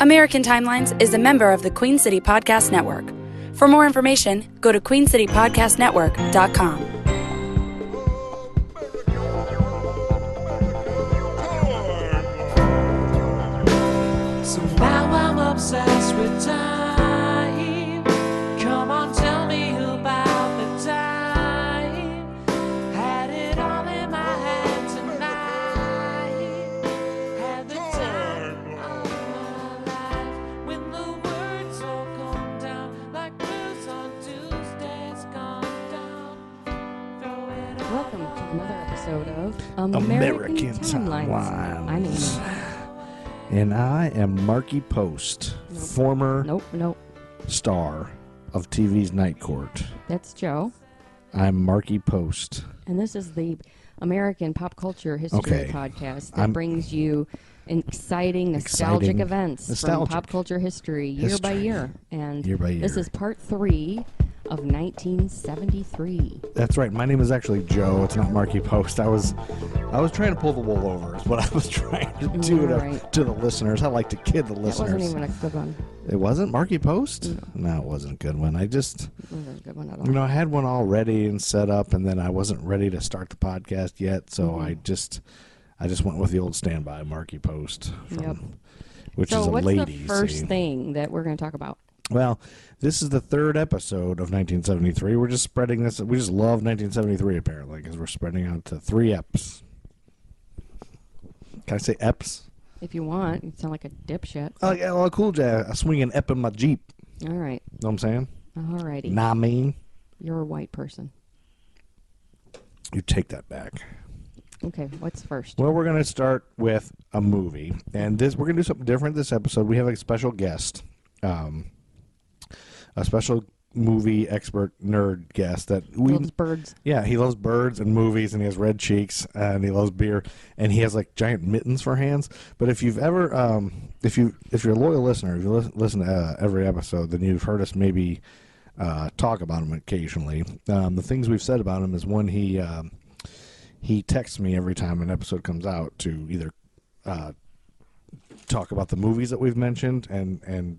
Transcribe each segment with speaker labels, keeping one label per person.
Speaker 1: American Timelines is a member of the Queen City Podcast Network. For more information, go to queencitypodcastnetwork.com.
Speaker 2: Somehow I'm obsessed with time. Come on, tell me about the time. Had it all in my head tonight. Had the time of my life. When the words all come down, like blues on Tuesdays gone down. Throw it all
Speaker 3: Welcome to another episode of
Speaker 4: American
Speaker 3: American Timelines.
Speaker 4: Timelines.
Speaker 3: I'm Amy.
Speaker 4: And I am Marky Post, former
Speaker 3: Nope, nope.
Speaker 4: star of TV's Night Court.
Speaker 3: That's Joe.
Speaker 4: I'm Marky Post.
Speaker 3: And this is the American Pop Culture History
Speaker 4: Okay.
Speaker 3: Podcast that
Speaker 4: I'm-
Speaker 3: brings you an exciting, nostalgic
Speaker 4: Exciting.
Speaker 3: events
Speaker 4: Nostalgic.
Speaker 3: from pop culture history year by
Speaker 4: History.
Speaker 3: year. And
Speaker 4: Year by
Speaker 3: this
Speaker 4: year.
Speaker 3: is part three of 1973.
Speaker 4: That's right. My name is actually Joe. It's not Marky Post. I was, I was trying to pull the wool over. Is what I was trying to do to,
Speaker 3: Alright.
Speaker 4: to the listeners. I like to kid the
Speaker 3: That wasn't
Speaker 4: listeners.
Speaker 3: even a good one.
Speaker 4: it wasn't Marky Post. No, it wasn't a good one. I just,
Speaker 3: It wasn't a good one at all.
Speaker 4: you know, I had one all ready and set up, and then I wasn't ready to start the podcast yet, so I
Speaker 3: Mm-hmm.
Speaker 4: just, I just went with the old standby Marky Post. From,
Speaker 3: Yep.
Speaker 4: Which is
Speaker 3: So,
Speaker 4: a
Speaker 3: what's
Speaker 4: lady.
Speaker 3: the first
Speaker 4: see.
Speaker 3: thing that we're going to talk about?
Speaker 4: Well, this is the third episode of 1973. We're just spreading this. We just love 1973 apparently because we're spreading out to three eps. Can I say eps?
Speaker 3: If you want, you sound like a dipshit.
Speaker 4: Oh, yeah, well, cool, Jay. I swing an ep in my jeep.
Speaker 3: All right.
Speaker 4: Know what I'm saying?
Speaker 3: All righty.
Speaker 4: Nah, mean.
Speaker 3: You're a white person.
Speaker 4: You take that back.
Speaker 3: Okay, what's first?
Speaker 4: Well, we're gonna start with a movie, and this we're gonna do something different this episode. We have a special guest, um, a special movie expert nerd guest that we
Speaker 3: Loves birds.
Speaker 4: Yeah, he loves birds and movies, and he has red cheeks, and he loves beer, and he has like giant mittens for hands. But if you've ever, um, if you if you're a loyal listener, if you listen, listen to uh, every episode, then you've heard us maybe uh, talk about him occasionally. Um, the things we've said about him is one he um, he texts me every time an episode comes out to either uh, talk about the movies that we've mentioned and and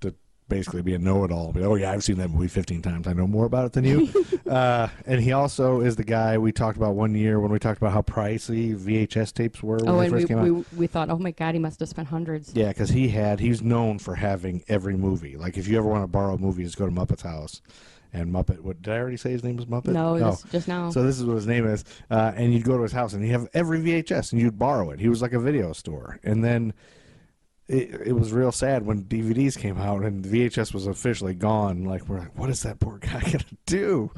Speaker 4: to basically be a know-it-all. Be, oh yeah, I've seen that movie 15 times. I know more about it than you. uh, and he also is the guy we talked about one year when we talked about how pricey VHS tapes were when
Speaker 3: Oh,
Speaker 4: they
Speaker 3: and
Speaker 4: first
Speaker 3: we,
Speaker 4: came out.
Speaker 3: we, we thought, oh my God, he must have spent hundreds.
Speaker 4: Yeah, because he had he's known for having every movie. Like if you ever want to borrow a movie, just go to Muppet's house, and Muppet. What did I already say his name was Muppet?
Speaker 3: No, this- just now.
Speaker 4: So this is what his name is, uh, and you'd go to his house and he'd have every VHS and you'd borrow it. He was like a video store, and then. It, it was real sad when DVDs came out and VHS was officially gone. Like we're like, what is that poor guy gonna do?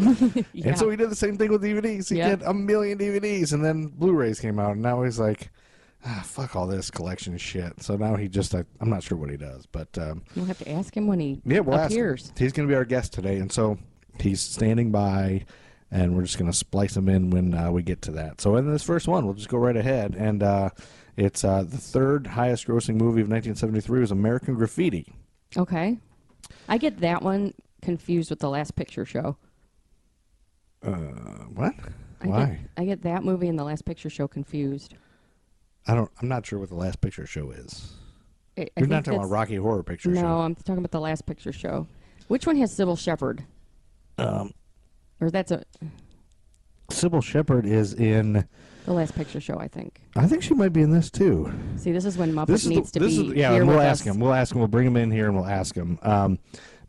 Speaker 3: Yeah.
Speaker 4: And so he did the same thing with DVDs. He
Speaker 3: Yeah.
Speaker 4: did a million DVDs, and then Blu-rays came out, and now he's like, ah, "Fuck all this collection shit." So now he just, I, I'm not sure what he does, but um,
Speaker 3: We'll have to ask him when he
Speaker 4: yeah, we'll ask him.
Speaker 3: appears.
Speaker 4: He's going to be our guest today, and so he's standing by, and we're just going to splice him in when uh, we get to that. So in this first one, we'll just go right ahead, and uh, it's uh, the third highest-grossing movie of 1973 was American Graffiti.
Speaker 3: Okay. I get that one confused with the last picture show.
Speaker 4: Uh, What?
Speaker 3: I
Speaker 4: Why?
Speaker 3: Get, I get that movie and the last picture show confused.
Speaker 4: I don't. I'm not sure what the last picture show is.
Speaker 3: I, I
Speaker 4: You're
Speaker 3: think
Speaker 4: not talking
Speaker 3: that's-
Speaker 4: about Rocky Horror Picture
Speaker 3: No,
Speaker 4: Show.
Speaker 3: I'm talking about the last picture show. Which one has Sybil Shepherd? Um, or that's a
Speaker 4: Sybil Shepherd is in.
Speaker 3: the last picture show, I think.
Speaker 4: I think she might be in this too.
Speaker 3: See, this is when Muppet
Speaker 4: This is the-
Speaker 3: needs to
Speaker 4: this
Speaker 3: be
Speaker 4: is yeah.
Speaker 3: here
Speaker 4: and we'll
Speaker 3: with
Speaker 4: ask
Speaker 3: us.
Speaker 4: him. We'll ask him. We'll bring him in here and we'll ask him. Um,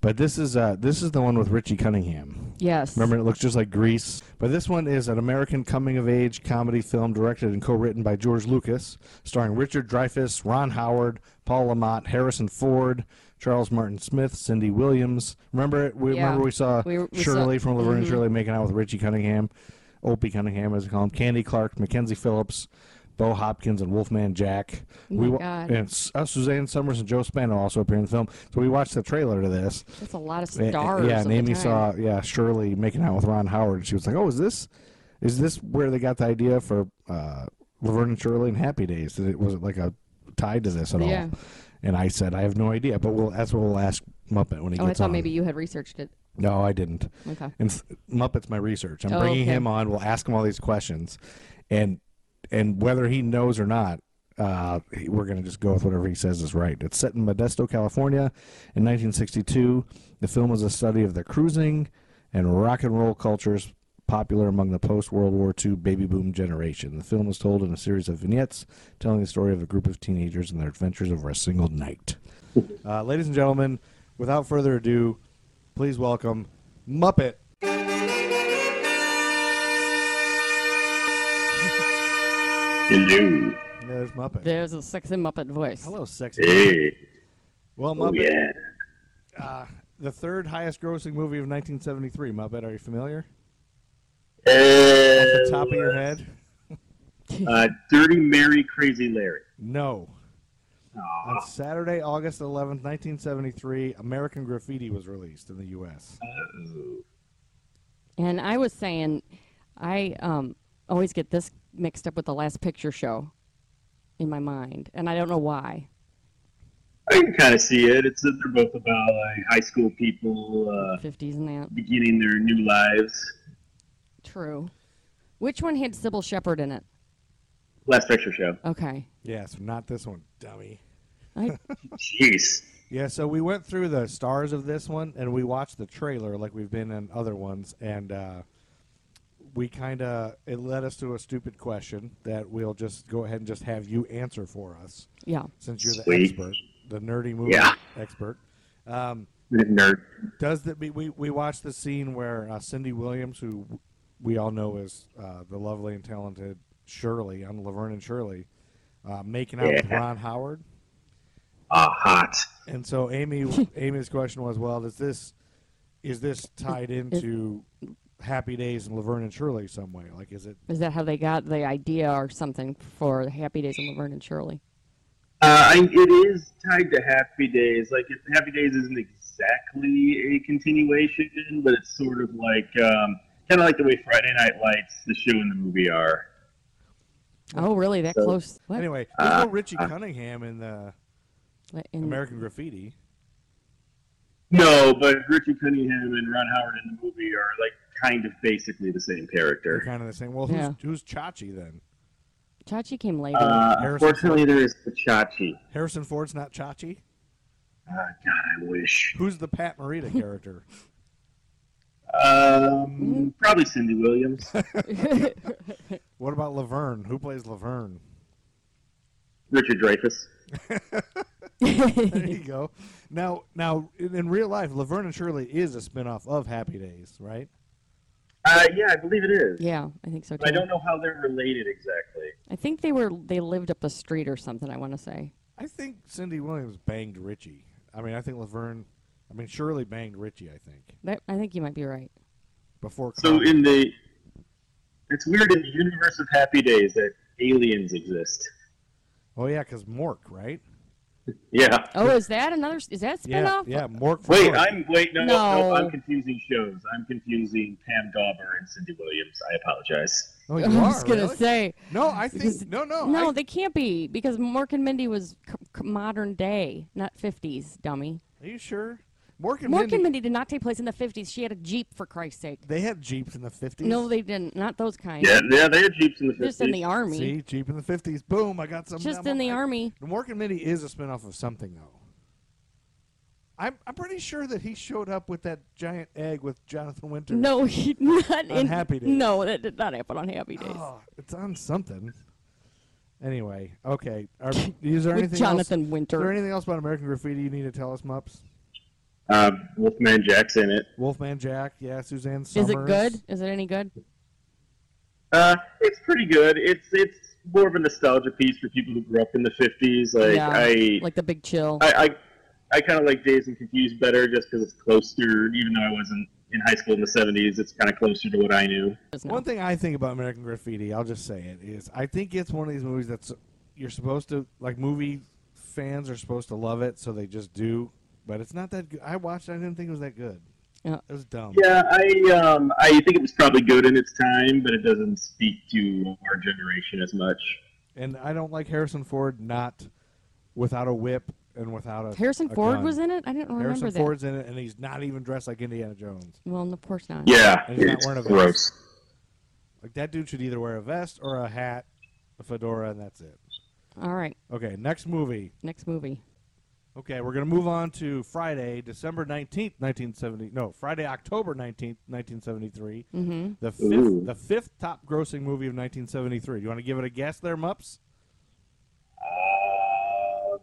Speaker 4: but this is uh, this is the one with Richie Cunningham.
Speaker 3: Yes.
Speaker 4: Remember, it looks just like Grease. But this one is an American coming-of-age comedy film directed and co-written by George Lucas, starring Richard Dreyfuss, Ron Howard, Paul Lamont, Harrison Ford, Charles Martin Smith, Cindy Williams. Remember, it? we
Speaker 3: Yeah.
Speaker 4: remember we saw
Speaker 3: We- we saw- Mm-hmm.
Speaker 4: Shirley from Laverne and Shirley making out with Richie Cunningham, Opie Cunningham, as they call him, Candy Clark, Mackenzie Phillips. Bo Hopkins and Wolfman Jack.
Speaker 3: Oh my
Speaker 4: wa-
Speaker 3: God.
Speaker 4: and S- uh, Suzanne Summers and Joe Spano also appear in the film. So we watched the trailer to this,
Speaker 3: That's a lot of
Speaker 4: yeah,
Speaker 3: stars.
Speaker 4: Eh, Yeah,
Speaker 3: of
Speaker 4: and
Speaker 3: the
Speaker 4: Amy
Speaker 3: time.
Speaker 4: saw yeah Shirley making out with Ron Howard, and she was like, "Oh, is this is this where they got the idea for uh, Laverne and Shirley and Happy Days? Did it was it like a tied to this at
Speaker 3: Yeah.
Speaker 4: all?" And I said, "I have no idea, but we'll that's what we'll ask Muppet when he
Speaker 3: Oh, I
Speaker 4: gets
Speaker 3: thought
Speaker 4: on."
Speaker 3: maybe you had researched it.
Speaker 4: No, I didn't.
Speaker 3: Okay.
Speaker 4: And s- Muppet's my research. I'm
Speaker 3: Oh,
Speaker 4: bringing
Speaker 3: okay.
Speaker 4: him on. We'll ask him all these questions, and and whether he knows or not, Uh, he- we're going to just go with whatever he says is right. It's set in Modesto, California in 1962. The film is a study of the cruising and rock and roll cultures popular among the post World War II baby boom generation. The film is told in a series of vignettes telling the story of a group of teenagers and their adventures over a single night. uh, ladies and gentlemen, without further ado, please welcome Muppet.
Speaker 5: Hello.
Speaker 4: There's Muppet.
Speaker 3: There's a sexy Muppet voice.
Speaker 4: Hello, sexy.
Speaker 5: Hey.
Speaker 4: Well,
Speaker 5: Oh,
Speaker 4: Muppet,
Speaker 5: yeah.
Speaker 4: the third highest grossing movie of 1973. Muppet, are you familiar?
Speaker 5: Uh,
Speaker 4: Top of your head?
Speaker 5: uh, Dirty Mary, Crazy Larry.
Speaker 4: No. On Saturday, August 11th, 1973, American Graffiti was released in the U.S.
Speaker 5: Uh.
Speaker 3: And I was saying, I um, always get this mixed up with the last picture show in my mind, and I don't know why.
Speaker 5: I can kind of see it. It's they're both about like high school people uh,
Speaker 3: 50s and that.
Speaker 5: beginning their new lives.
Speaker 3: True. Which one had Sybil Shepherd in it?
Speaker 5: Last picture show.
Speaker 3: Okay.
Speaker 4: Yes, not this one, dummy.
Speaker 3: I,
Speaker 5: Jeez.
Speaker 4: Yeah, so we went through the stars of this one and we watched the trailer like we've been in other ones and uh, we kind of it led us to a stupid question that we'll just go ahead and just have you answer for us
Speaker 3: yeah.
Speaker 4: since you're the
Speaker 5: Sweet.
Speaker 4: expert, the nerdy movie
Speaker 5: Yeah.
Speaker 4: expert.
Speaker 5: Nerd.
Speaker 4: Does that we we, we watched the scene where uh, Cindy Williams, who we all know is uh, the lovely and talented Shirley on Laverne and Shirley, uh, making out with
Speaker 5: Yeah.
Speaker 4: Ron Howard?
Speaker 5: Ah, hot.
Speaker 4: And so Amy, Amy's question was, well, does this is this tied into Happy Days and Laverne and Shirley some way? Like, is it?
Speaker 3: Is that how they got the idea or something for the Happy Days of Laverne and Shirley?
Speaker 5: Uh, I, it is tied to Happy Days. Like, if Happy Days isn't exactly a continuation, but it's sort of like um, kind of like the way Friday Night Lights, the show and the movie are.
Speaker 3: Oh, really? That
Speaker 5: So-
Speaker 3: close? What?
Speaker 4: Anyway,
Speaker 5: Uh,
Speaker 4: there's no Richie Cunningham in the
Speaker 3: What in-
Speaker 4: American Graffiti.
Speaker 5: No, but Richard Cunningham and Ron Howard in the movie are like kind of basically the same
Speaker 4: They're
Speaker 5: character.
Speaker 4: kind of the same. Well, who's,
Speaker 3: Yeah.
Speaker 4: who's Chachi then?
Speaker 3: Chachi came later.
Speaker 5: Uh,
Speaker 4: Harrison
Speaker 5: unfortunately, there is Pachachi.
Speaker 4: Harrison Ford's not Chachi.
Speaker 5: Uh, God, I wish.
Speaker 4: Who's the Pat Morita character?
Speaker 3: Mm-hmm.
Speaker 5: Um, probably Cindy Williams.
Speaker 4: What about Laverne? Who plays Laverne?
Speaker 5: Richard Dreyfuss.
Speaker 4: There you go. Now, now in, in real life, Laverne and Shirley is a spinoff of Happy Days, right?
Speaker 5: Uh, yeah, I believe it is.
Speaker 3: yeah, I think so too.
Speaker 5: But I don't know how they're related exactly.
Speaker 3: I think they were they lived up the street or something. I want to say.
Speaker 4: I think Cindy Williams banged Richie. I mean, I think Laverne. I mean, Shirley banged Richie. I think
Speaker 3: That, I think you might be right.
Speaker 4: before.
Speaker 5: So
Speaker 3: Uh-huh.
Speaker 4: Carmen.
Speaker 5: in the, it's weird in the universe of Happy Days that aliens exist.
Speaker 4: oh yeah, because Mork, right?
Speaker 5: Yeah.
Speaker 3: Oh, is that another? Is that a
Speaker 4: Yeah,
Speaker 3: spinoff?
Speaker 4: yeah, Mork. For
Speaker 5: Wait,
Speaker 4: Mork.
Speaker 5: I'm wait no, no
Speaker 3: No.
Speaker 5: I'm confusing shows. I'm confusing Pam Dauber and Cindy Williams. I apologize.
Speaker 4: Oh, you
Speaker 3: I
Speaker 4: are,
Speaker 3: was gonna
Speaker 4: really?
Speaker 3: say
Speaker 4: No, I think
Speaker 3: Just-
Speaker 4: no, no,
Speaker 3: no.
Speaker 4: I,
Speaker 3: they can't be because Mork and Mindy was c- c- modern day, not fifties, dummy.
Speaker 4: are you sure? Mork and
Speaker 3: Mork
Speaker 4: Mindy.
Speaker 3: and Mindy did not take place in the fifties. She had a jeep for Christ's sake.
Speaker 4: They had jeeps in the fifties.
Speaker 3: No, they didn't. Not those kinds.
Speaker 5: Yeah, yeah, they had jeeps in the
Speaker 3: Just
Speaker 5: fifties.
Speaker 3: in the army.
Speaker 4: Mm. see jeep in the fifties. Boom! I got some.
Speaker 3: Just
Speaker 4: I'm
Speaker 3: in the
Speaker 4: like-
Speaker 3: army.
Speaker 4: Mork and Mindy is a spinoff of something though. I'm I'm pretty sure that he showed up with that giant egg with Jonathan Winter.
Speaker 3: No, he not
Speaker 4: On
Speaker 3: in
Speaker 4: Happy Days.
Speaker 3: No, that did not happen on Happy Days.
Speaker 4: Oh, it's on something. Anyway, okay. Are, is there
Speaker 3: With
Speaker 4: anything
Speaker 3: Jonathan
Speaker 4: else,
Speaker 3: Winter.
Speaker 4: Is there anything else about American Graffiti you need to tell us, Mups?
Speaker 5: Um, Wolfman Jack's in it.
Speaker 4: Wolfman Jack, yeah, Suzanne
Speaker 3: Is
Speaker 4: Summers.
Speaker 3: it good? Is it any good?
Speaker 5: Uh, it's pretty good. It's it's more of a nostalgia piece for people who grew up in the fifties. Like
Speaker 3: yeah,
Speaker 5: I,
Speaker 3: like the Big Chill.
Speaker 4: Uh,
Speaker 5: I, I, I kind of like Days and Confused better just because it's closer. Even though I wasn't in high school in the seventies, it's kind of closer to what I knew.
Speaker 3: Just now.
Speaker 4: One thing I think about American Graffiti, I'll just say it, is I think it's one of these movies that's you're supposed to like movie fans are supposed to love it, so they just do. But it's not that good. I watched it, I didn't think it was that good.
Speaker 3: Yeah.
Speaker 4: It was dumb.
Speaker 5: Yeah, I um, I think it was probably good in its time, but it doesn't speak to our generation as much.
Speaker 4: And I don't like Harrison Ford not without a whip and without a
Speaker 3: Harrison
Speaker 4: a
Speaker 3: Ford
Speaker 4: gun.
Speaker 3: was in it. I didn't remember
Speaker 4: Harrison
Speaker 3: that.
Speaker 4: Ford's in it, and he's not even dressed like Indiana Jones.
Speaker 3: Well, no, of course not.
Speaker 5: Yeah,
Speaker 4: And he's not
Speaker 5: it's
Speaker 4: wearing a vest.
Speaker 5: gross.
Speaker 4: Like that dude should either wear a vest or a hat, a fedora, and that's it.
Speaker 3: All right.
Speaker 4: Okay, next movie.
Speaker 3: Next movie.
Speaker 4: Okay, we're going to move on to Friday, December 19th, 1970. No, Friday, October 19th, 1973. Mm-hmm. The fifth
Speaker 5: Ooh.
Speaker 4: the fifth top grossing movie of 1973. You want to give it a guess there, Mups?
Speaker 5: Um,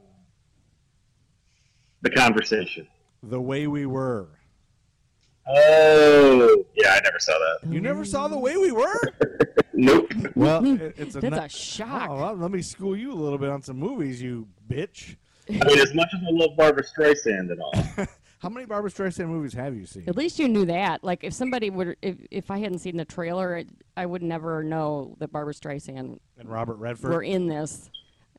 Speaker 5: the conversation.
Speaker 4: The Way We Were.
Speaker 5: Oh, yeah, I never saw that.
Speaker 4: You never saw The Way We Were?
Speaker 5: Nope.
Speaker 4: well, it- it's a
Speaker 3: That's
Speaker 4: ni-
Speaker 3: a shock.
Speaker 4: Oh, well, let me school you a little bit on some movies, you bitch.
Speaker 5: I mean, as much as I love Barbara Streisand and all,
Speaker 4: How many Barbara Streisand movies have you seen?
Speaker 3: At least you knew that. Like, if somebody would, if, if I hadn't seen the trailer, it, I would never know that Barbara Streisand
Speaker 4: And Robert Redford.
Speaker 3: were in this.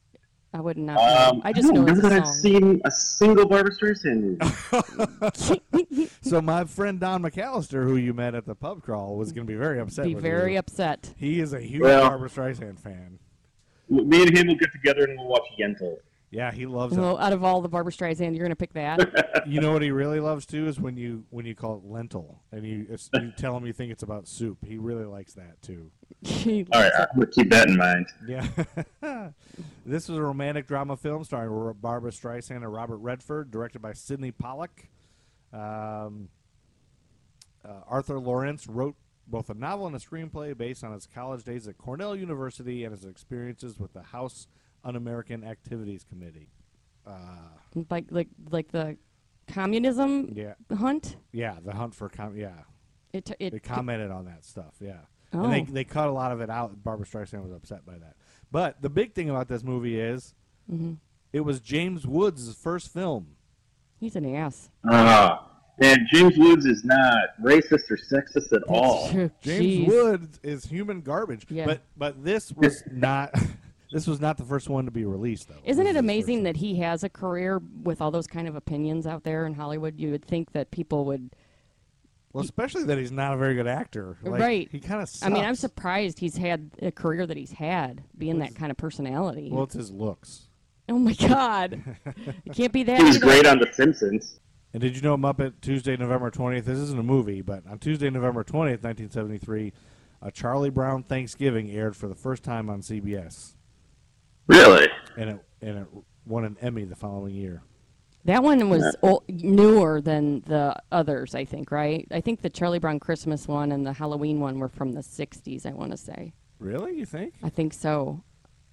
Speaker 3: I would not.
Speaker 5: um,
Speaker 3: know. I just
Speaker 5: don't
Speaker 3: know
Speaker 5: remember that I've
Speaker 3: it's a song.
Speaker 5: seen a single Barbara Streisand movie.
Speaker 4: so my friend Don McAllister, who you met at the pub crawl, was going to be very upset.
Speaker 3: Be
Speaker 4: with
Speaker 3: very
Speaker 4: you.
Speaker 3: upset.
Speaker 4: He is a huge
Speaker 5: Well-
Speaker 4: Barbara Streisand fan.
Speaker 5: Me and him will get together and we'll watch Yentl.
Speaker 4: Yeah, he loves
Speaker 3: Well, out of all the Barbara Streisand, you're gonna pick that.
Speaker 4: it. You know what he really loves too is when you when you call it lentil and you it's, you tell him you think it's about soup. He really likes that too.
Speaker 3: He
Speaker 5: All right, I'm gonna keep that in mind.
Speaker 4: Yeah. this was a romantic drama film starring Ro- Barbara Streisand and Robert Redford, directed by Sidney Pollack. Um, uh, Arthur Lawrence wrote both a novel and a screenplay based on his college days at Cornell University and his experiences with the House Un-American Activities Committee.
Speaker 3: like like like the communism
Speaker 4: Yeah.
Speaker 3: hunt.
Speaker 4: Yeah, the hunt for com- yeah.
Speaker 3: It t- it,
Speaker 4: They commented on that stuff, yeah.
Speaker 3: Oh.
Speaker 4: And they they cut a lot of it out. Barbara Streisand was upset by that. But the big thing about this movie is
Speaker 3: Mm-hmm.
Speaker 4: it was James Woods' first film.
Speaker 3: he's an ass.
Speaker 5: Ah, man, James Woods is not racist or sexist at all.
Speaker 3: That's true.
Speaker 4: James
Speaker 3: Jeez.
Speaker 4: Woods is human garbage.
Speaker 3: Yeah.
Speaker 4: But but this was not this was not the first one to be released though.
Speaker 3: Isn't
Speaker 4: This
Speaker 3: it
Speaker 4: is the
Speaker 3: amazing
Speaker 4: first
Speaker 3: that he has a career with all those kind of opinions out there in Hollywood? You would think that people would.
Speaker 4: one. Well, especially that he's not a very good actor. Like,
Speaker 3: Right.
Speaker 4: He kind of.
Speaker 3: I mean, I'm surprised he's had a career that he's had, being that kind of personality.
Speaker 4: Well, it's his looks.
Speaker 3: oh my God, it can't be that.
Speaker 5: He was
Speaker 3: either.
Speaker 5: great on The Simpsons.
Speaker 4: And did you know Muppet Tuesday, November 20th? This isn't a movie, but on Tuesday, November 20th, 1973, a Charlie Brown Thanksgiving aired for the first time on CBS,
Speaker 5: Really?
Speaker 4: and it and it won an Emmy the following year.
Speaker 3: That one was ol newer than the others, I think. Right? I think the Charlie Brown Christmas one and the Halloween one were from the '60s. I want to say.
Speaker 4: Really, you think?
Speaker 3: I think so,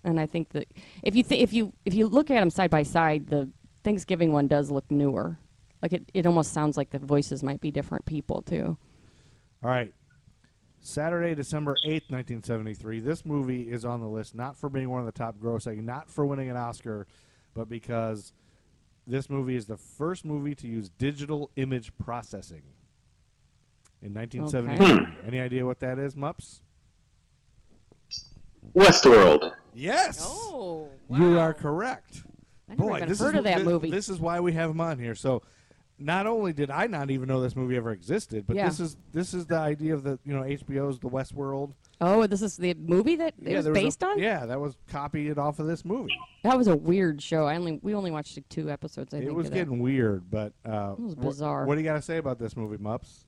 Speaker 3: and I think that if you th- if you if you look at them side by side, the Thanksgiving one does look newer. Like it, it almost sounds like the voices might be different people too.
Speaker 4: All right. Saturday, December 8th, 1973. This movie is on the list not for being one of the top grossing, not for winning an Oscar, but because this movie is the first movie to use digital image processing in 1973. Any idea what that is, Mups?
Speaker 5: Westworld.
Speaker 4: Yes.
Speaker 3: Oh,
Speaker 4: You are correct.
Speaker 3: I never
Speaker 4: Boy,
Speaker 3: even
Speaker 4: this
Speaker 3: heard
Speaker 4: is,
Speaker 3: of that
Speaker 4: thi-
Speaker 3: movie.
Speaker 4: This is why we have him on here. So, not only did I not even know this movie ever existed, but
Speaker 3: Yeah.
Speaker 4: this is this is the idea of the you know HBO's The Westworld.
Speaker 3: Oh, this is the movie that it was
Speaker 4: there was a-
Speaker 3: based on.
Speaker 4: Yeah, that was copied off of this movie.
Speaker 3: that was a weird show. I only we only watched like, two episodes. I think
Speaker 4: it was
Speaker 3: of that.
Speaker 4: getting weird, but uh,
Speaker 3: was
Speaker 4: wh-
Speaker 3: bizarre.
Speaker 4: What do you got to say about this movie, Mups?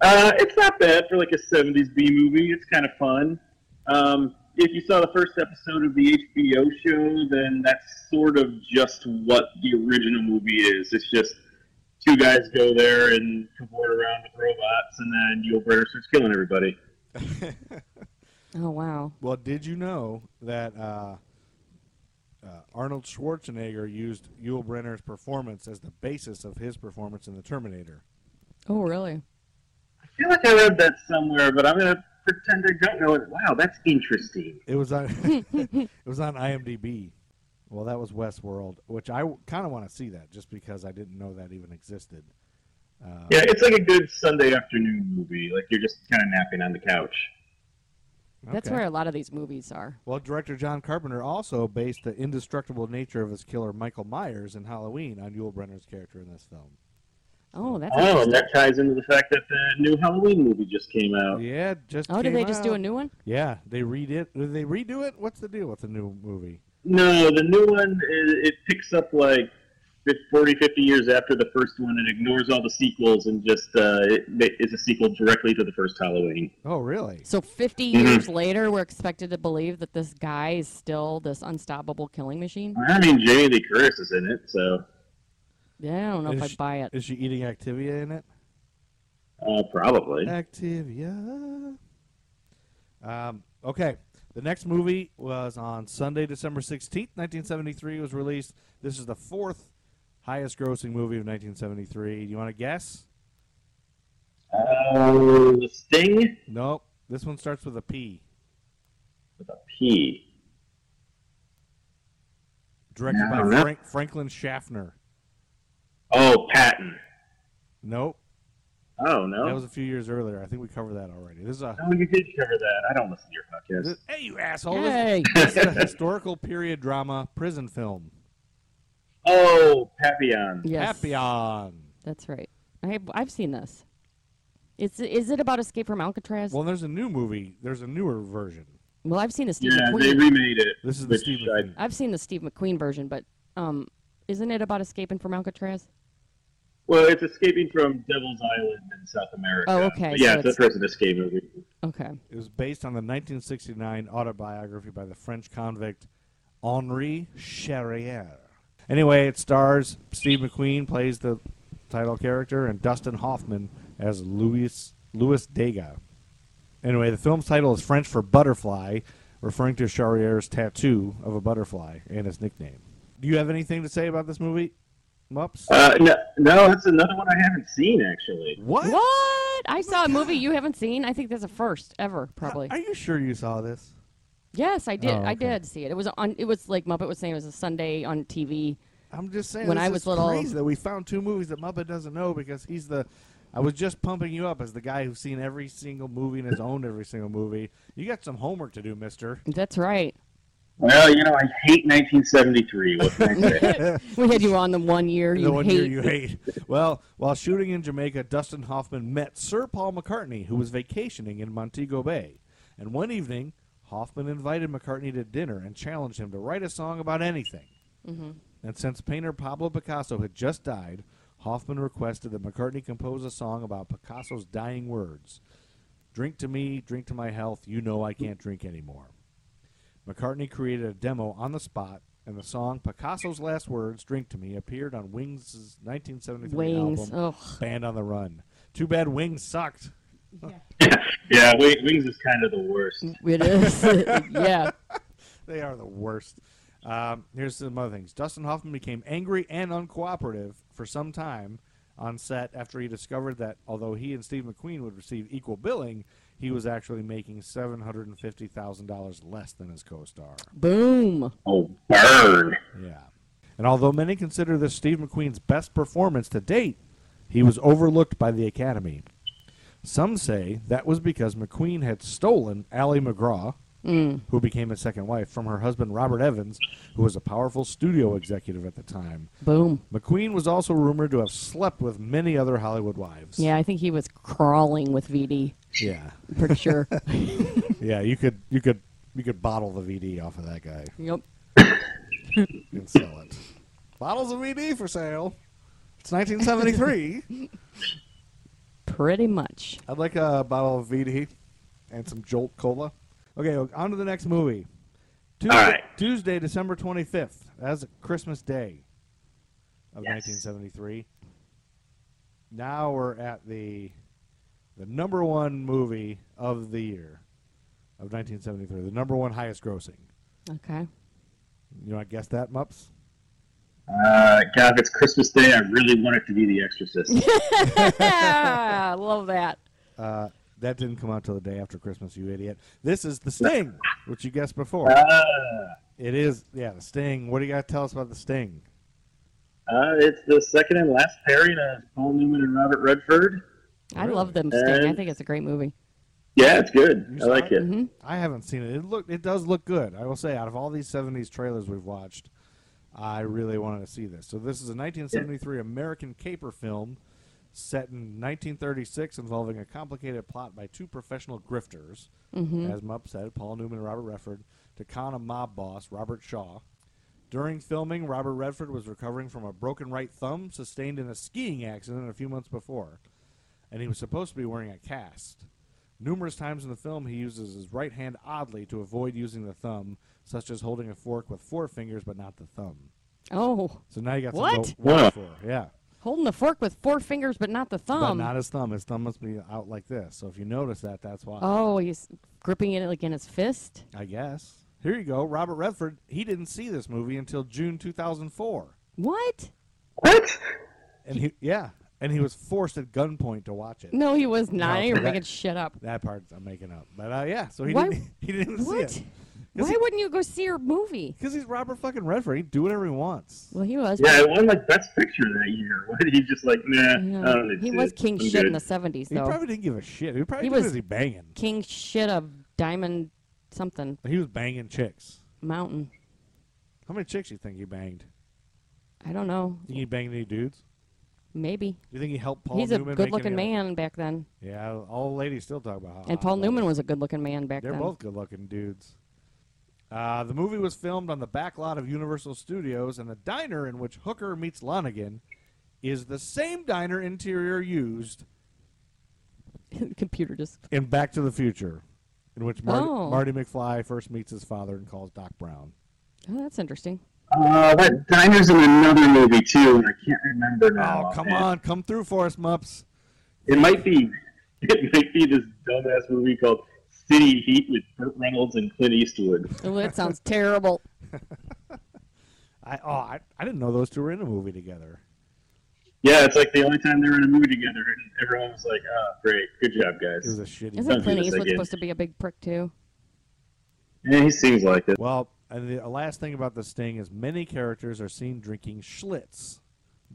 Speaker 5: Uh, it's not bad for like a '70s B movie. It's kind of fun. Um, if you saw the first episode of the HBO show, then that's sort of just what the original movie is. It's just two guys go there and cavort around with robots, and then Yul Brynner starts killing everybody.
Speaker 3: Oh wow,
Speaker 4: Well, did you know that uh, uh, Arnold Schwarzenegger used Yul Brenner's performance as the basis of his performance in The Terminator?
Speaker 3: oh really?
Speaker 5: I feel like I read that somewhere, but I'm gonna pretend I don't know it. Wow, that's interesting.
Speaker 4: It was on. it was on IMDb. Well, that was Westworld, which I kind of want to see that just because I didn't know that even existed. Uh,
Speaker 5: Yeah, it's like a good Sunday afternoon movie. Like you're just kind of napping on the couch.
Speaker 3: That's
Speaker 4: Okay.
Speaker 3: where a lot of these movies are.
Speaker 4: Well, director John Carpenter also based the indestructible nature of his killer Michael Myers in Halloween on Yul Brenner's character in this film.
Speaker 3: Oh, that's
Speaker 5: Oh, and
Speaker 3: interesting.
Speaker 5: that ties into the fact that the new Halloween movie just came out.
Speaker 4: Yeah, just
Speaker 3: oh, did
Speaker 4: came
Speaker 3: they just do
Speaker 4: out.
Speaker 3: a new one?
Speaker 4: Yeah, they read it. Did they redo it? What's the deal with the new movie?
Speaker 5: No, the new one it, it picks up like fif- 40, 50 years after the first one and ignores all the sequels and just uh, it, it's a sequel directly to the first Halloween.
Speaker 4: Oh, really?
Speaker 3: So 50
Speaker 4: Mm-hmm.
Speaker 3: years later, we're expected to believe that this guy is still this unstoppable killing machine.
Speaker 5: I mean, Jamie Lee Curtis is in it, so
Speaker 3: Yeah, I don't know if I
Speaker 4: she,
Speaker 3: buy it.
Speaker 4: Is she eating Activia in it?
Speaker 5: uh, probably.
Speaker 4: Activia. Um, okay. The next movie was on Sunday, December 16th, 1973. It was released. This is the fourth highest grossing movie of 1973. Do you want to guess?
Speaker 5: Uh, the Sting
Speaker 4: Nope. This one starts with a P.
Speaker 5: with a P.
Speaker 4: Directed
Speaker 5: No,
Speaker 4: by
Speaker 5: that-
Speaker 4: Frank, Franklin Schaffner.
Speaker 5: Oh, Patton.
Speaker 4: Nope.
Speaker 5: Oh no.
Speaker 4: That was a few years earlier. I think we covered that already. This is a.
Speaker 5: Oh, you did cover that. I don't listen to your podcast.
Speaker 4: This, hey, you asshole. This,
Speaker 3: Hey,
Speaker 4: this is a historical period drama prison film.
Speaker 5: Oh, Papillon.
Speaker 3: yes,
Speaker 4: Papillon.
Speaker 3: that's right. I have, I've seen this. It's is it about Escape from Alcatraz?
Speaker 4: Well,
Speaker 3: Well,
Speaker 4: there's a new movie. There's a newer version.
Speaker 3: I've seen the Steve
Speaker 5: Yeah, they
Speaker 3: McQueen.
Speaker 5: remade it.
Speaker 4: This is the
Speaker 5: which
Speaker 4: Steve
Speaker 5: I-
Speaker 4: McQueen.
Speaker 3: I've seen the Steve McQueen version, but um, isn't it about escaping from Alcatraz?
Speaker 5: Well, it's escaping from Devil's Island in South America.
Speaker 3: Oh, okay,
Speaker 5: But yeah,
Speaker 3: so
Speaker 5: it's the
Speaker 3: it's-
Speaker 5: prison escape movie.
Speaker 3: Okay.
Speaker 4: It was based on the 1969 autobiography by the French convict Henri Charrier. Anyway, it stars Steve McQueen plays the title character and Dustin Hoffman as Louis Louis Daga. Anyway, the film's title is French for butterfly, referring to Charrier's tattoo of a butterfly and his nickname. Do you have anything to say about this movie, Mups?
Speaker 5: Uh, no, no, that's another one I haven't seen actually.
Speaker 4: What?
Speaker 3: What? I saw a movie you haven't seen. I think that's the first ever, probably.
Speaker 4: Are you sure you saw this?
Speaker 3: yes, I did.
Speaker 4: Oh,
Speaker 3: I
Speaker 4: okay.
Speaker 3: did see it. It was on. It was like Muppet was saying. It was a Sunday on TV.
Speaker 4: I'm just saying.
Speaker 3: When
Speaker 4: this
Speaker 3: I was
Speaker 4: is
Speaker 3: little-
Speaker 4: crazy that we found two movies that Muppet doesn't know because he's the. I was just pumping you up as the guy who's seen every single movie and has owned every single movie. You got some homework to do, Mister.
Speaker 3: That's right.
Speaker 5: Well, you know, I hate 1973. What can I say?
Speaker 3: We had you on the one year you
Speaker 4: the one
Speaker 3: hate.
Speaker 4: year you hate. well, while shooting in Jamaica, Dustin Hoffman met Sir Paul McCartney, who was vacationing in Montego Bay. And one evening, Hoffman invited McCartney to dinner and challenged him to write a song about anything.
Speaker 3: Mm-hmm.
Speaker 4: And since painter Pablo Picasso had just died, Hoffman requested that McCartney compose a song about Picasso's dying words Drink to me, drink to my health, you know I can't drink anymore. McCartney created a demo on the spot, and the song Picasso's Last Words, Drink to Me, appeared on Wings' 1973
Speaker 3: Wings.
Speaker 4: album,
Speaker 3: Ugh.
Speaker 4: Band on the Run. Too bad Wings sucked.
Speaker 5: yeah, Wi- Wings is kind of the worst.
Speaker 3: It is. yeah.
Speaker 4: They are the worst. Um, here's some other things. Dustin Hoffman became angry and uncooperative for some time on set after he discovered that although he and Steve McQueen would receive equal billing, he was actually making $750,000 less than his co star.
Speaker 3: Boom.
Speaker 5: Oh, burn.
Speaker 4: Yeah. And although many consider this Steve McQueen's best performance to date, he was overlooked by the Academy. Some say that was because McQueen had stolen Ally McGraw, who became his second wife, from her husband Robert Evans, who was a powerful studio executive at the time.
Speaker 3: Boom.
Speaker 4: McQueen was also rumored to have slept with many other Hollywood wives.
Speaker 3: Yeah, I think he was crawling with VD.
Speaker 4: Yeah.
Speaker 3: Pretty sure.
Speaker 4: Yeah, you could you could you could bottle the VD off of that guy
Speaker 3: yep.
Speaker 4: and sell it. Bottles of VD for sale. It's 1973.
Speaker 3: Pretty much.
Speaker 4: I'd like a bottle of VD and some Jolt Cola. Okay, on to the next movie. Tuesday,
Speaker 5: All right.
Speaker 4: Tuesday December 25th. That's Christmas Day of
Speaker 5: Yes.
Speaker 4: 1973. Now we're at the the number one movie of the year of 1973. The number one highest grossing.
Speaker 3: Okay.
Speaker 4: You want to guess that, Mups?
Speaker 5: Uh, God, if it's Christmas Day, I really want it to be The Exorcist.
Speaker 3: Yeah, Ah, love that.
Speaker 4: Uh, that didn't come out till the day after Christmas, you idiot. This is The Sting, which you guessed before.
Speaker 5: uh,
Speaker 4: It is, yeah, The Sting. What do you got to tell us about The Sting?
Speaker 5: uh, it's the second and last pairing of Paul Newman and Robert Redford.
Speaker 3: I love them Sting. I
Speaker 5: And-
Speaker 3: think it's a great movie.
Speaker 5: Yeah, it's good.
Speaker 4: You
Speaker 5: I
Speaker 4: saw
Speaker 5: like
Speaker 4: it?
Speaker 5: it.
Speaker 3: hmm
Speaker 4: I haven't seen it. It look it does look good. I will say, out of all these '70s trailers we've watched, I really wanted to see this. So this is a 1973 American caper film set in 1936, involving a complicated plot by two professional grifters, as Mupp said, Paul Newman and Robert Redford, to con a mob boss, Robert Shaw, During filming, Robert Redford was recovering from a broken right thumb sustained in a skiing accident a few months before, and he was supposed to be wearing a cast. Numerous times in the film, he uses his right hand oddly to avoid using the thumb, such as holding a fork with four fingers but not the thumb.
Speaker 3: Oh,
Speaker 4: So now you got
Speaker 3: What?
Speaker 4: something to watch for. Yeah.
Speaker 3: holding the fork with four fingers, but not the
Speaker 4: But
Speaker 3: thumb.
Speaker 4: not his thumb. His thumb must be out like this. So if you notice that, that's why.
Speaker 3: oh, he's gripping it like in his fist.
Speaker 4: I guess. Here you go. Robert Redford, he didn't see this movie until June 2004.
Speaker 3: What?
Speaker 5: What?
Speaker 4: And he, yeah, and he was forced at gunpoint to watch it.
Speaker 3: No, he was not.
Speaker 4: No,
Speaker 3: You're
Speaker 4: that-
Speaker 3: making shit up.
Speaker 4: That part I'm making up. But uh, yeah, so he
Speaker 3: Why-
Speaker 4: didn't, he didn't
Speaker 3: What?
Speaker 4: see it.
Speaker 3: Why wouldn't you go see your movie?
Speaker 4: Because he's Robert fucking Redford. He can do whatever he wants.
Speaker 3: Well, he was.
Speaker 5: Yeah, it won like Best Picture that year. Why did he just like nah?
Speaker 3: Yeah.
Speaker 5: I don't need
Speaker 3: he
Speaker 5: to.
Speaker 3: was king
Speaker 5: I'm
Speaker 3: shit
Speaker 5: good.
Speaker 3: in the '70s,
Speaker 4: He
Speaker 3: though.
Speaker 4: probably didn't give a shit. He probably
Speaker 3: He
Speaker 4: was
Speaker 3: was-
Speaker 4: busy banging.
Speaker 3: king shit of diamond something
Speaker 4: He was banging chicks.
Speaker 3: mountain.
Speaker 4: How many chicks do you think he banged?
Speaker 3: I don't know.
Speaker 4: Think he banged any dudes?
Speaker 3: Maybe
Speaker 4: Do you think he helped Paul
Speaker 3: he's a
Speaker 4: Newman? make
Speaker 3: good-looking
Speaker 4: any other-
Speaker 3: man back then,
Speaker 4: Yeah, all the ladies still talk about how.
Speaker 3: and
Speaker 4: hot
Speaker 3: Paul
Speaker 4: he
Speaker 3: Newman was a good-looking man back
Speaker 4: They're
Speaker 3: then.
Speaker 4: both good looking dudes. Uh, the movie was filmed on the back lot of Universal Studios, and the diner in which Hooker meets Lonigan is the same diner interior used
Speaker 3: Computer just
Speaker 4: in Back to the Future, in which Marty,
Speaker 3: Oh.
Speaker 4: Marty McFly first meets his father and calls Doc Brown.
Speaker 3: oh, that's interesting.
Speaker 5: Uh, that diner's in another movie too, and I can't remember now.
Speaker 4: Oh, come
Speaker 5: It-
Speaker 4: on, come through for us, Mups.
Speaker 5: It might be. It might be this dumbass movie called City Heat with Burt Reynolds and Clint Eastwood.
Speaker 3: Oh, that sounds terrible.
Speaker 4: I oh, I, I didn't know those two were in a movie together.
Speaker 5: Yeah, it's like the only time they were in a movie together, and everyone was like, "Ah, great, good job,
Speaker 4: It was
Speaker 5: guys."
Speaker 4: a shitty.
Speaker 3: Isn't
Speaker 5: Don't do
Speaker 3: Clint
Speaker 5: this
Speaker 3: Eastwood
Speaker 5: again.
Speaker 3: supposed to be a big prick too?
Speaker 5: Yeah, he seems like it.
Speaker 4: Well, and the uh, last thing about the sting is many characters are seen drinking Schlitz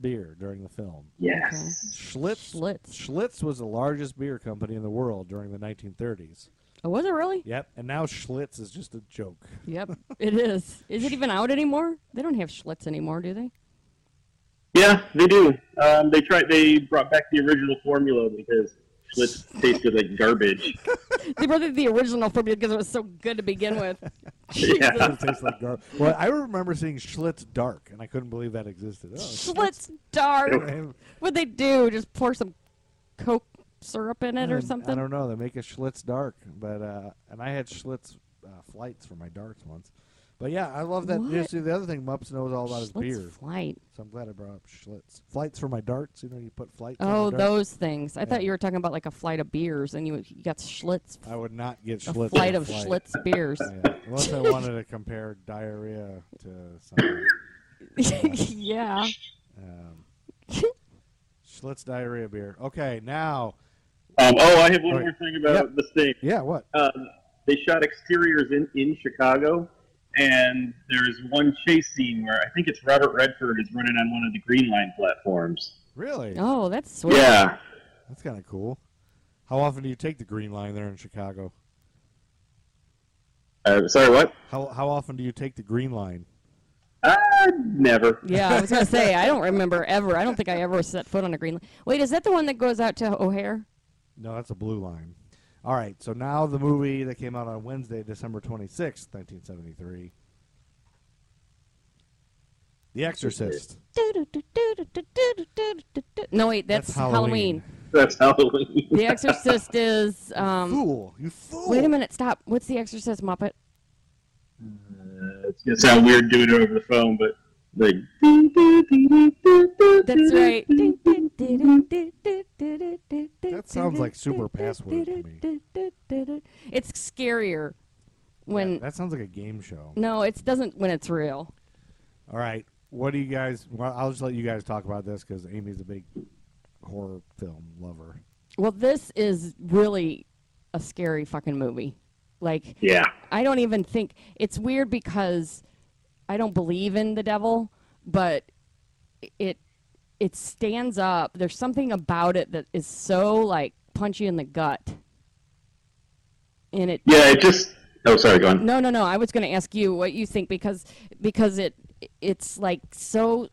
Speaker 4: beer during the film.
Speaker 5: Yes.
Speaker 4: Schlitz,
Speaker 3: Schlitz.
Speaker 4: Schlitz was the largest beer company in the world during the 1930s.
Speaker 3: Oh, was it really?
Speaker 4: Yep, and now Schlitz is just a joke.
Speaker 3: Yep, it is. Is it even out anymore? They don't have Schlitz anymore, do they?
Speaker 5: Yeah, they do. Um, they tried. They brought back the original formula because Schlitz tasted like garbage.
Speaker 3: They brought the original for me because it was so good to begin with.
Speaker 4: Oh,
Speaker 5: yeah.
Speaker 4: It tastes like gar- well, I remember seeing Schlitz Dark, and I couldn't believe that existed. Oh,
Speaker 3: Schlitz dark.
Speaker 4: I-
Speaker 3: What'd they do? Just pour some Coke syrup in it or
Speaker 4: I
Speaker 3: something?
Speaker 4: don't know. They make a Schlitz Dark, but uh, and I had Schlitz uh, flights for my darts once. But yeah, I love that.
Speaker 3: What?
Speaker 4: See, the other thing Mups knows all about is
Speaker 3: Schlitz
Speaker 4: beer.
Speaker 3: flight.
Speaker 4: So I'm glad I brought up Schlitz. Flights for my darts. You know, you put flights. on
Speaker 3: Oh,
Speaker 4: your darts.
Speaker 3: those things. I thought you were talking about like a flight of beers, and you, you got Schlitz,
Speaker 4: I would not get
Speaker 3: a
Speaker 4: Uh, Schlitz. on
Speaker 3: flight
Speaker 4: a
Speaker 3: of Schlitz beers.
Speaker 4: Yeah, unless I wanted to compare diarrhea to something.
Speaker 3: yeah.
Speaker 4: Um, Schlitz diarrhea beer. Okay, now.
Speaker 5: Um, oh, I have one
Speaker 4: Right.
Speaker 5: more thing about the sting.
Speaker 4: Yeah, what?
Speaker 5: um, they shot exteriors in, in Chicago, and there's one chase scene where I think it's Robert Redford is running on one of the Green Line platforms.
Speaker 4: Really?
Speaker 3: Oh, that's sweet.
Speaker 5: Yeah.
Speaker 4: That's kind of cool. How often do you take the green line there in Chicago?
Speaker 5: Uh, sorry, what?
Speaker 4: How how often do you take the green line?
Speaker 5: Uh, never.
Speaker 3: Yeah, I was gonna say I don't remember ever. I don't think I ever set foot on a green. Li- Wait, is that the one that goes out to O'Hare?
Speaker 4: No, that's a blue line. All right, so now the movie that came out on Wednesday, December 26th, 1973. The Exorcist.
Speaker 3: No, wait, that's,
Speaker 4: That's Halloween.
Speaker 3: Halloween.
Speaker 5: That's Halloween.
Speaker 3: The Exorcist is. Um,
Speaker 4: fool, you fool.
Speaker 3: wait a minute, stop. What's The Exorcist Muppet?
Speaker 5: Uh, it's gonna sound weird doing it over the phone, but like
Speaker 3: That's right.
Speaker 4: That sounds like super password to me.
Speaker 3: It's scarier when Mm.
Speaker 4: that sounds like a game show.
Speaker 3: no, it doesn't when it's real.
Speaker 4: All right. What do you guys? Well, I'll just let you guys talk about this because Amy's a big horror film lover.
Speaker 3: Well, this is really a scary fucking movie. Like
Speaker 5: yeah.
Speaker 3: I don't even think it's weird because I don't believe in the devil, but it it stands up. There's something about it that is so like punch you in the gut. And it
Speaker 5: Yeah, it just. Oh, sorry, go on.
Speaker 3: no, no, no. I was going to ask you what you think because because it it's like so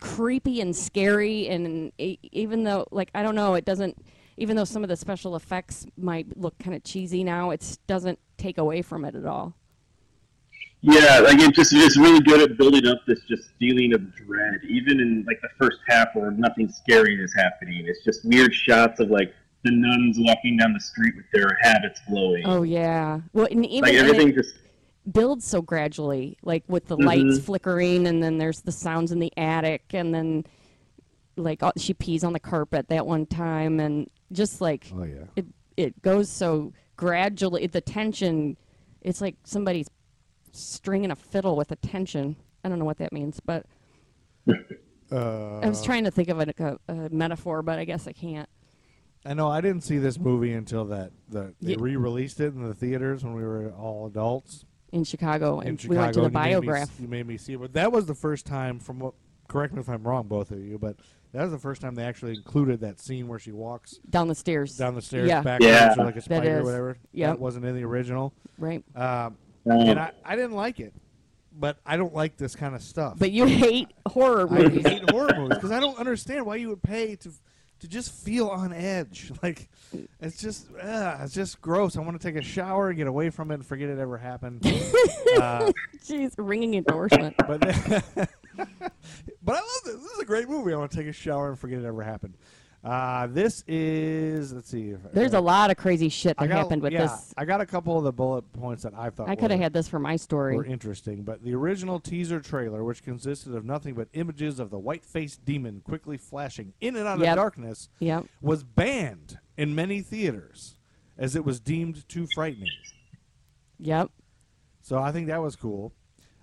Speaker 3: creepy and scary and e- even though like I don't know, it doesn't even though some of the special effects might look kind of cheesy now, it doesn't take away from it at all.
Speaker 5: Yeah, like it just it's really good at building up this just feeling of dread, even in like the first half where nothing scary is happening. It's just weird shots of like the nuns walking down the street with their habits blowing.
Speaker 3: Oh yeah. Well, and even
Speaker 5: like
Speaker 3: and
Speaker 5: everything Mm-hmm.
Speaker 3: it
Speaker 5: just
Speaker 3: builds so gradually, like with the lights flickering, and then there's the sounds in the attic, and then like all, she pees on the carpet that one time, and just like
Speaker 4: Oh yeah.
Speaker 3: it it goes so gradually. The tension, it's like somebody's stringing a fiddle with a tension. I don't know what that means, but
Speaker 4: Uh,
Speaker 3: I was trying to think of a, a, a metaphor, but I guess I can't.
Speaker 4: I know I didn't see this movie until that the, they
Speaker 3: Ye-
Speaker 4: re-released it in the theaters when we were all adults
Speaker 3: In Chicago,
Speaker 4: in
Speaker 3: and
Speaker 4: Chicago.
Speaker 3: we went to the
Speaker 4: and you made me
Speaker 3: biograph.
Speaker 4: s- You made me see it, but that was the first time. From what, correct me if I'm wrong, both of you, but that was the first time they actually included that scene where she walks
Speaker 3: down the stairs.
Speaker 4: down the stairs
Speaker 3: Yeah.
Speaker 4: backwards
Speaker 5: Yeah.
Speaker 4: or like a spider or
Speaker 3: is.
Speaker 4: whatever.
Speaker 3: Yep.
Speaker 4: That wasn't in the original.
Speaker 3: Right.
Speaker 4: Um,
Speaker 5: um,
Speaker 4: and I, I didn't like it, but I don't like this kind of stuff.
Speaker 3: But you hate horror
Speaker 4: I
Speaker 3: movies.
Speaker 4: hate horror movies because I don't understand why you would pay to to just feel on edge. Like it's just uh, it's just gross. I want to take a shower and get away from it and forget it ever happened. uh,
Speaker 3: Jeez, ringing endorsement.
Speaker 4: but then- but I love this. This is a great movie. I want to take a shower and forget it ever happened. Uh, this is let's see. if-
Speaker 3: There's a lot of crazy shit
Speaker 4: I
Speaker 3: that
Speaker 4: got-
Speaker 3: happened with
Speaker 4: yeah,
Speaker 3: this.
Speaker 4: I got a couple of the bullet points that I thought
Speaker 3: I could have
Speaker 4: were-
Speaker 3: had this for my
Speaker 4: were
Speaker 3: story.
Speaker 4: interesting, but the original teaser trailer, which consisted of nothing but images of the white faced demon quickly flashing in and out of
Speaker 3: Yep.
Speaker 4: darkness,
Speaker 3: Yep.
Speaker 4: was banned in many theaters as it was deemed too frightening.
Speaker 3: Yep.
Speaker 4: So I think that was cool.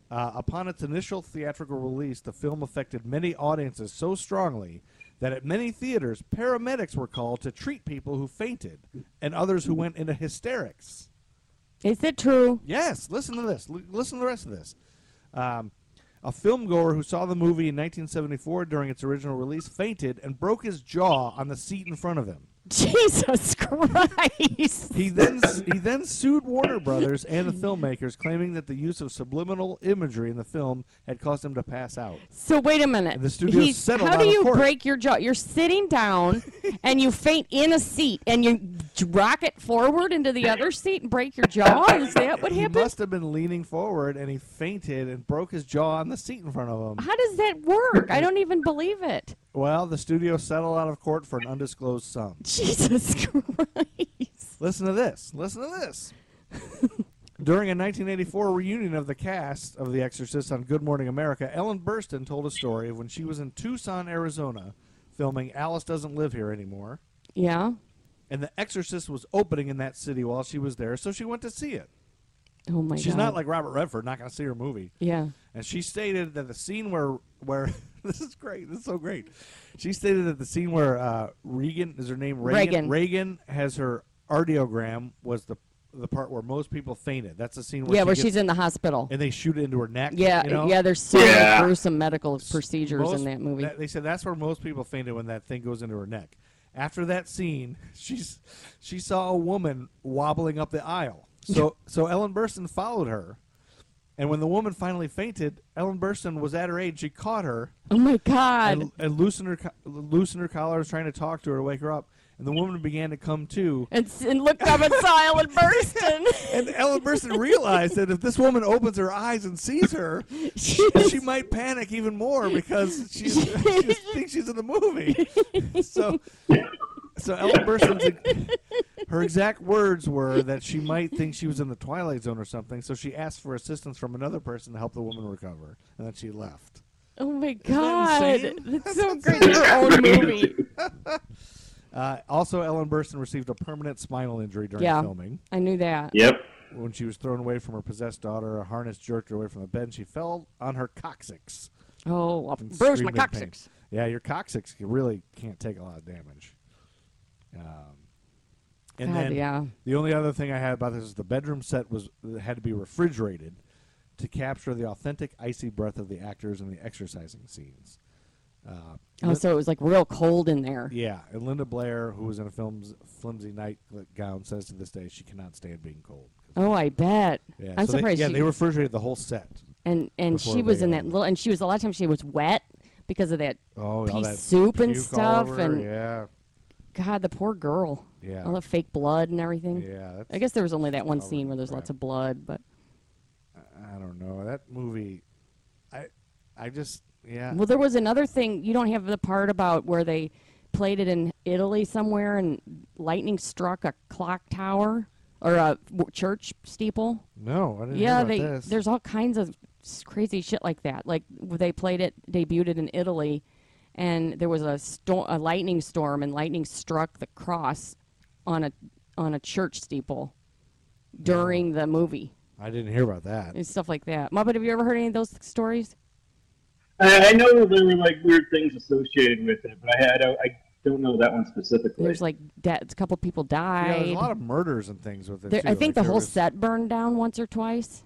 Speaker 4: Uh, upon its initial theatrical release, the film affected many audiences so strongly that at many theaters, paramedics were called to treat people who fainted and others who went into hysterics.
Speaker 3: Is that true?
Speaker 4: Yes, listen to this. L- listen to the rest of this. Um, a film goer who saw the movie in 1974 during its original release fainted and broke his jaw on the seat in front of him.
Speaker 3: Jesus Christ.
Speaker 4: He then he then sued Warner Brothers and the filmmakers, claiming that the use of subliminal imagery in the film had caused him to pass out.
Speaker 3: So wait a minute.
Speaker 4: The studio
Speaker 3: He's-
Speaker 4: settled
Speaker 3: How
Speaker 4: out
Speaker 3: do
Speaker 4: of
Speaker 3: you
Speaker 4: court.
Speaker 3: break your jaw? You're sitting down and you faint in a seat and you d- rocket forward into the other seat and break your jaw? Is that what
Speaker 4: he
Speaker 3: happened?
Speaker 4: must have been leaning forward, and he fainted and broke his jaw on the seat in front of him.
Speaker 3: How does that work? I don't even believe it.
Speaker 4: Well, the studio settled out of court for an undisclosed sum.
Speaker 3: Jesus Christ.
Speaker 4: Listen to this. Listen to this. During a 1984 reunion of the cast of The Exorcist on Good Morning America, Ellen Burstyn told a story of when she was in Tucson, Arizona, filming Alice Doesn't Live Here Anymore,
Speaker 3: Yeah.
Speaker 4: and The Exorcist was opening in that city while she was there, so she went to see it.
Speaker 3: Oh my god.
Speaker 4: She's not like Robert Redford, not going to see her movie.
Speaker 3: Yeah.
Speaker 4: And she stated that the scene where where this is great, this is so great. She stated that the scene where uh, Regan is her name
Speaker 3: Reagan.
Speaker 4: Reagan. Reagan has her ardiogram was the the part where most people fainted. That's the scene where
Speaker 3: yeah,
Speaker 4: she
Speaker 3: where
Speaker 4: gets-
Speaker 3: she's in the hospital.
Speaker 4: and they shoot it into her neck.
Speaker 3: Yeah,
Speaker 4: you know?
Speaker 3: yeah. There's so
Speaker 5: Yeah.
Speaker 3: many gruesome medical procedures
Speaker 4: Most-
Speaker 3: in that movie.
Speaker 4: they said that's where most people fainted when that thing goes into her neck. After that scene, she's she saw a woman wobbling up the aisle. So so Ellen Burstyn followed her, and when the woman finally fainted, Ellen Burstyn was at her aid. She caught her
Speaker 3: oh my god.
Speaker 4: and, and loosened her co- loosened her collar, was trying to talk to her to wake her up, and the woman began to come to.
Speaker 3: And, s- and looked up at Sile and Burston.
Speaker 4: And Ellen Burstyn realized that if this woman opens her eyes and sees her, she, she might panic even more because she's, she just thinks she's in the movie. So, so Ellen Burstyn's her exact words were that she might think she was in the Twilight Zone or something. So she asked for assistance from another person to help the woman recover, and then she left.
Speaker 3: oh my
Speaker 4: that
Speaker 3: god.
Speaker 4: insane?
Speaker 3: That's so great. It's her own movie.
Speaker 4: Uh, also, Ellen Burstyn received a permanent spinal injury during
Speaker 3: Yeah.
Speaker 4: filming.
Speaker 3: I knew that.
Speaker 5: yep.
Speaker 4: When she was thrown away from her possessed daughter, a harness jerked her away from the bed, and she fell on her coccyx.
Speaker 3: Oh, I'll
Speaker 4: and
Speaker 3: bruise my
Speaker 4: screamed in pain.
Speaker 3: coccyx.
Speaker 4: Yeah, your coccyx can- really can't take a lot of damage. Um, and
Speaker 3: God,
Speaker 4: then
Speaker 3: yeah.
Speaker 4: the only other thing I had about this is the bedroom set was had to be refrigerated to capture the authentic icy breath of the actors in the exercising scenes.
Speaker 3: Oh, so it was like real cold in there.
Speaker 4: Yeah, and Linda Blair, who was in a film's flimsy nightgown, says to this day she cannot stand being cold.
Speaker 3: Oh, I bet.
Speaker 4: Yeah,
Speaker 3: I'm
Speaker 4: so
Speaker 3: surprised.
Speaker 4: They, yeah,
Speaker 3: she,
Speaker 4: they refrigerated the whole set.
Speaker 3: and and
Speaker 4: before
Speaker 3: she was
Speaker 4: they,
Speaker 3: in
Speaker 4: uh,
Speaker 3: that little. And she was a lot of times she was wet because of that
Speaker 4: Oh, all
Speaker 3: pea
Speaker 4: that
Speaker 3: soup and
Speaker 4: puke all
Speaker 3: stuff.
Speaker 4: over,
Speaker 3: and
Speaker 4: yeah,
Speaker 3: God, the poor girl.
Speaker 4: Yeah.
Speaker 3: All the fake blood and everything.
Speaker 4: yeah. That's,
Speaker 3: I guess there was only that one
Speaker 4: Covered
Speaker 3: scene where
Speaker 4: in
Speaker 3: there's
Speaker 4: crap.
Speaker 3: lots of blood, but
Speaker 4: I don't know. That movie, I, I just yeah.
Speaker 3: Well, there was another thing. You don't have the part about where they played it in Italy somewhere and lightning struck a clock tower or a w- church steeple.
Speaker 4: no, I didn't. hear
Speaker 3: Yeah,
Speaker 4: about
Speaker 3: they
Speaker 4: this.
Speaker 3: there's all kinds of s- crazy shit like that. Like w- they played it, debuted it in Italy, and there was a storm, a lightning storm, and lightning struck the cross on a on a church steeple during the movie
Speaker 4: I didn't hear about that.
Speaker 3: and stuff like that. Muppet, have you ever heard any of those stories?
Speaker 5: I, I know there were like weird things associated with it, but I, I don't I don't know that one specifically.
Speaker 3: There's like de- a couple people
Speaker 4: Yeah,
Speaker 3: died.
Speaker 4: there's a lot of murders and things with it.
Speaker 3: There-
Speaker 4: too.
Speaker 3: I think
Speaker 4: Like,
Speaker 3: the
Speaker 4: there
Speaker 3: whole
Speaker 4: was-
Speaker 3: set burned down once or twice.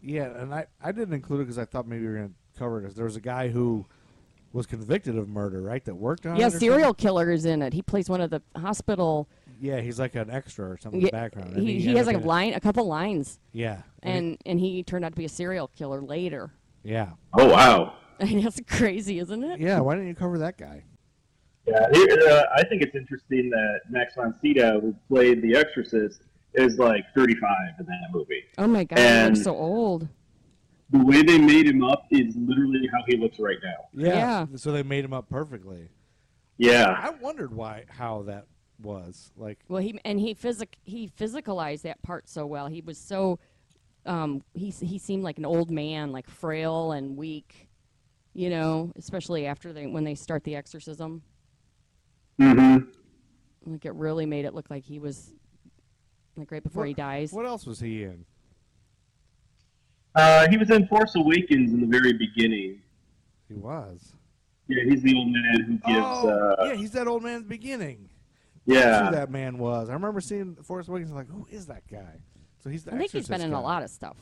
Speaker 4: Yeah, and I, I didn't include it because I thought maybe we were going to cover it. There was a guy who was convicted of murder, right? That worked on
Speaker 3: yeah,
Speaker 4: it or
Speaker 3: serial killer is in it. He plays one of the hospital.
Speaker 4: something? Yeah, he's like an extra or something in
Speaker 3: Yeah,
Speaker 4: the background. and
Speaker 3: he, he
Speaker 4: ended
Speaker 3: has
Speaker 4: up
Speaker 3: like a
Speaker 4: in it.
Speaker 3: line, a couple lines,
Speaker 4: Yeah,
Speaker 3: and and he turned out to be a serial killer later.
Speaker 4: yeah,
Speaker 5: oh wow.
Speaker 3: And that's crazy, isn't it?
Speaker 4: yeah. Why didn't you cover that guy?
Speaker 5: Yeah, it- uh, I think it's interesting that Max von Sydow, who played The Exorcist, is like 35 in that movie.
Speaker 3: Oh my god, he
Speaker 5: And-
Speaker 3: looks so old.
Speaker 5: The way they made him up is literally how he looks right now.
Speaker 3: Yeah.
Speaker 4: So they made him up perfectly.
Speaker 5: Yeah,
Speaker 4: I wondered why how that was like.
Speaker 3: Well, he and he physic he physicalized that part so well. He was so um he s- he seemed like an old man, like frail and weak, you know, especially after they when they start the exorcism.
Speaker 5: Mhm.
Speaker 3: Like it really made it look like he was like right before he dies.
Speaker 4: What else was he in?
Speaker 5: uh, he was in Force Awakens in the very beginning.
Speaker 4: He was.
Speaker 5: Yeah, he's the old man who gives.
Speaker 4: oh,
Speaker 5: uh,
Speaker 4: yeah, he's that old man's beginning. That's
Speaker 5: yeah,
Speaker 4: who that man was. I remember seeing Forrest Awakens. Like, who is that guy? So he's the.
Speaker 3: I think he's been
Speaker 4: Exorcist
Speaker 3: in a
Speaker 4: guy.
Speaker 3: lot of stuff.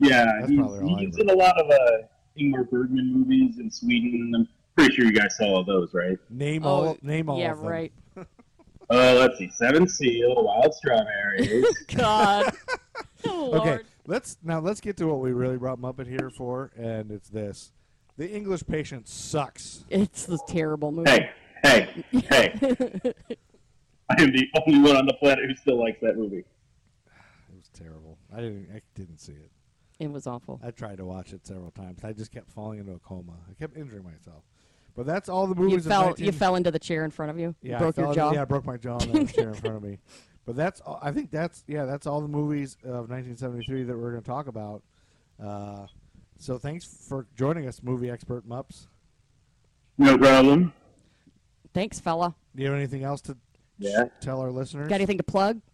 Speaker 5: yeah,
Speaker 4: That's
Speaker 5: he's,
Speaker 4: probably all I
Speaker 5: he's
Speaker 4: read.
Speaker 5: in a lot of uh, Ingmar Bergman movies in Sweden. I'm pretty sure you guys saw all those, right?
Speaker 4: Name
Speaker 3: Oh,
Speaker 4: all. Name all.
Speaker 3: yeah,
Speaker 4: of them.
Speaker 3: right.
Speaker 5: Oh, let's see, Seven Seal, Wild Strawberries.
Speaker 3: God. Oh, Lord.
Speaker 4: Okay, let's now let's get to what we really brought Muppet here for, and it's this: the English patient sucks.
Speaker 3: It's this terrible movie.
Speaker 5: hey, hey, hey! I am the only one on the planet who still likes that movie.
Speaker 4: It was terrible. I didn't. I didn't see it.
Speaker 3: It was awful.
Speaker 4: I tried to watch it several times. I just kept falling into a coma. I kept injuring myself. But that's all the movies.
Speaker 3: You
Speaker 4: of
Speaker 3: fell
Speaker 4: 19
Speaker 3: you fell into the chair in front of you.
Speaker 4: Yeah, I
Speaker 3: broke your
Speaker 4: fell-
Speaker 3: jaw.
Speaker 4: Yeah, I broke my jaw on the chair in front of me. But that's. All, I think that's. Yeah, that's all the movies of 1973 that we're going to talk about. Uh, so thanks for joining us, movie expert Mups.
Speaker 5: No problem.
Speaker 3: Thanks, fella.
Speaker 4: Do you have anything else to
Speaker 5: Yeah.
Speaker 4: tell our listeners?
Speaker 3: Got anything to plug?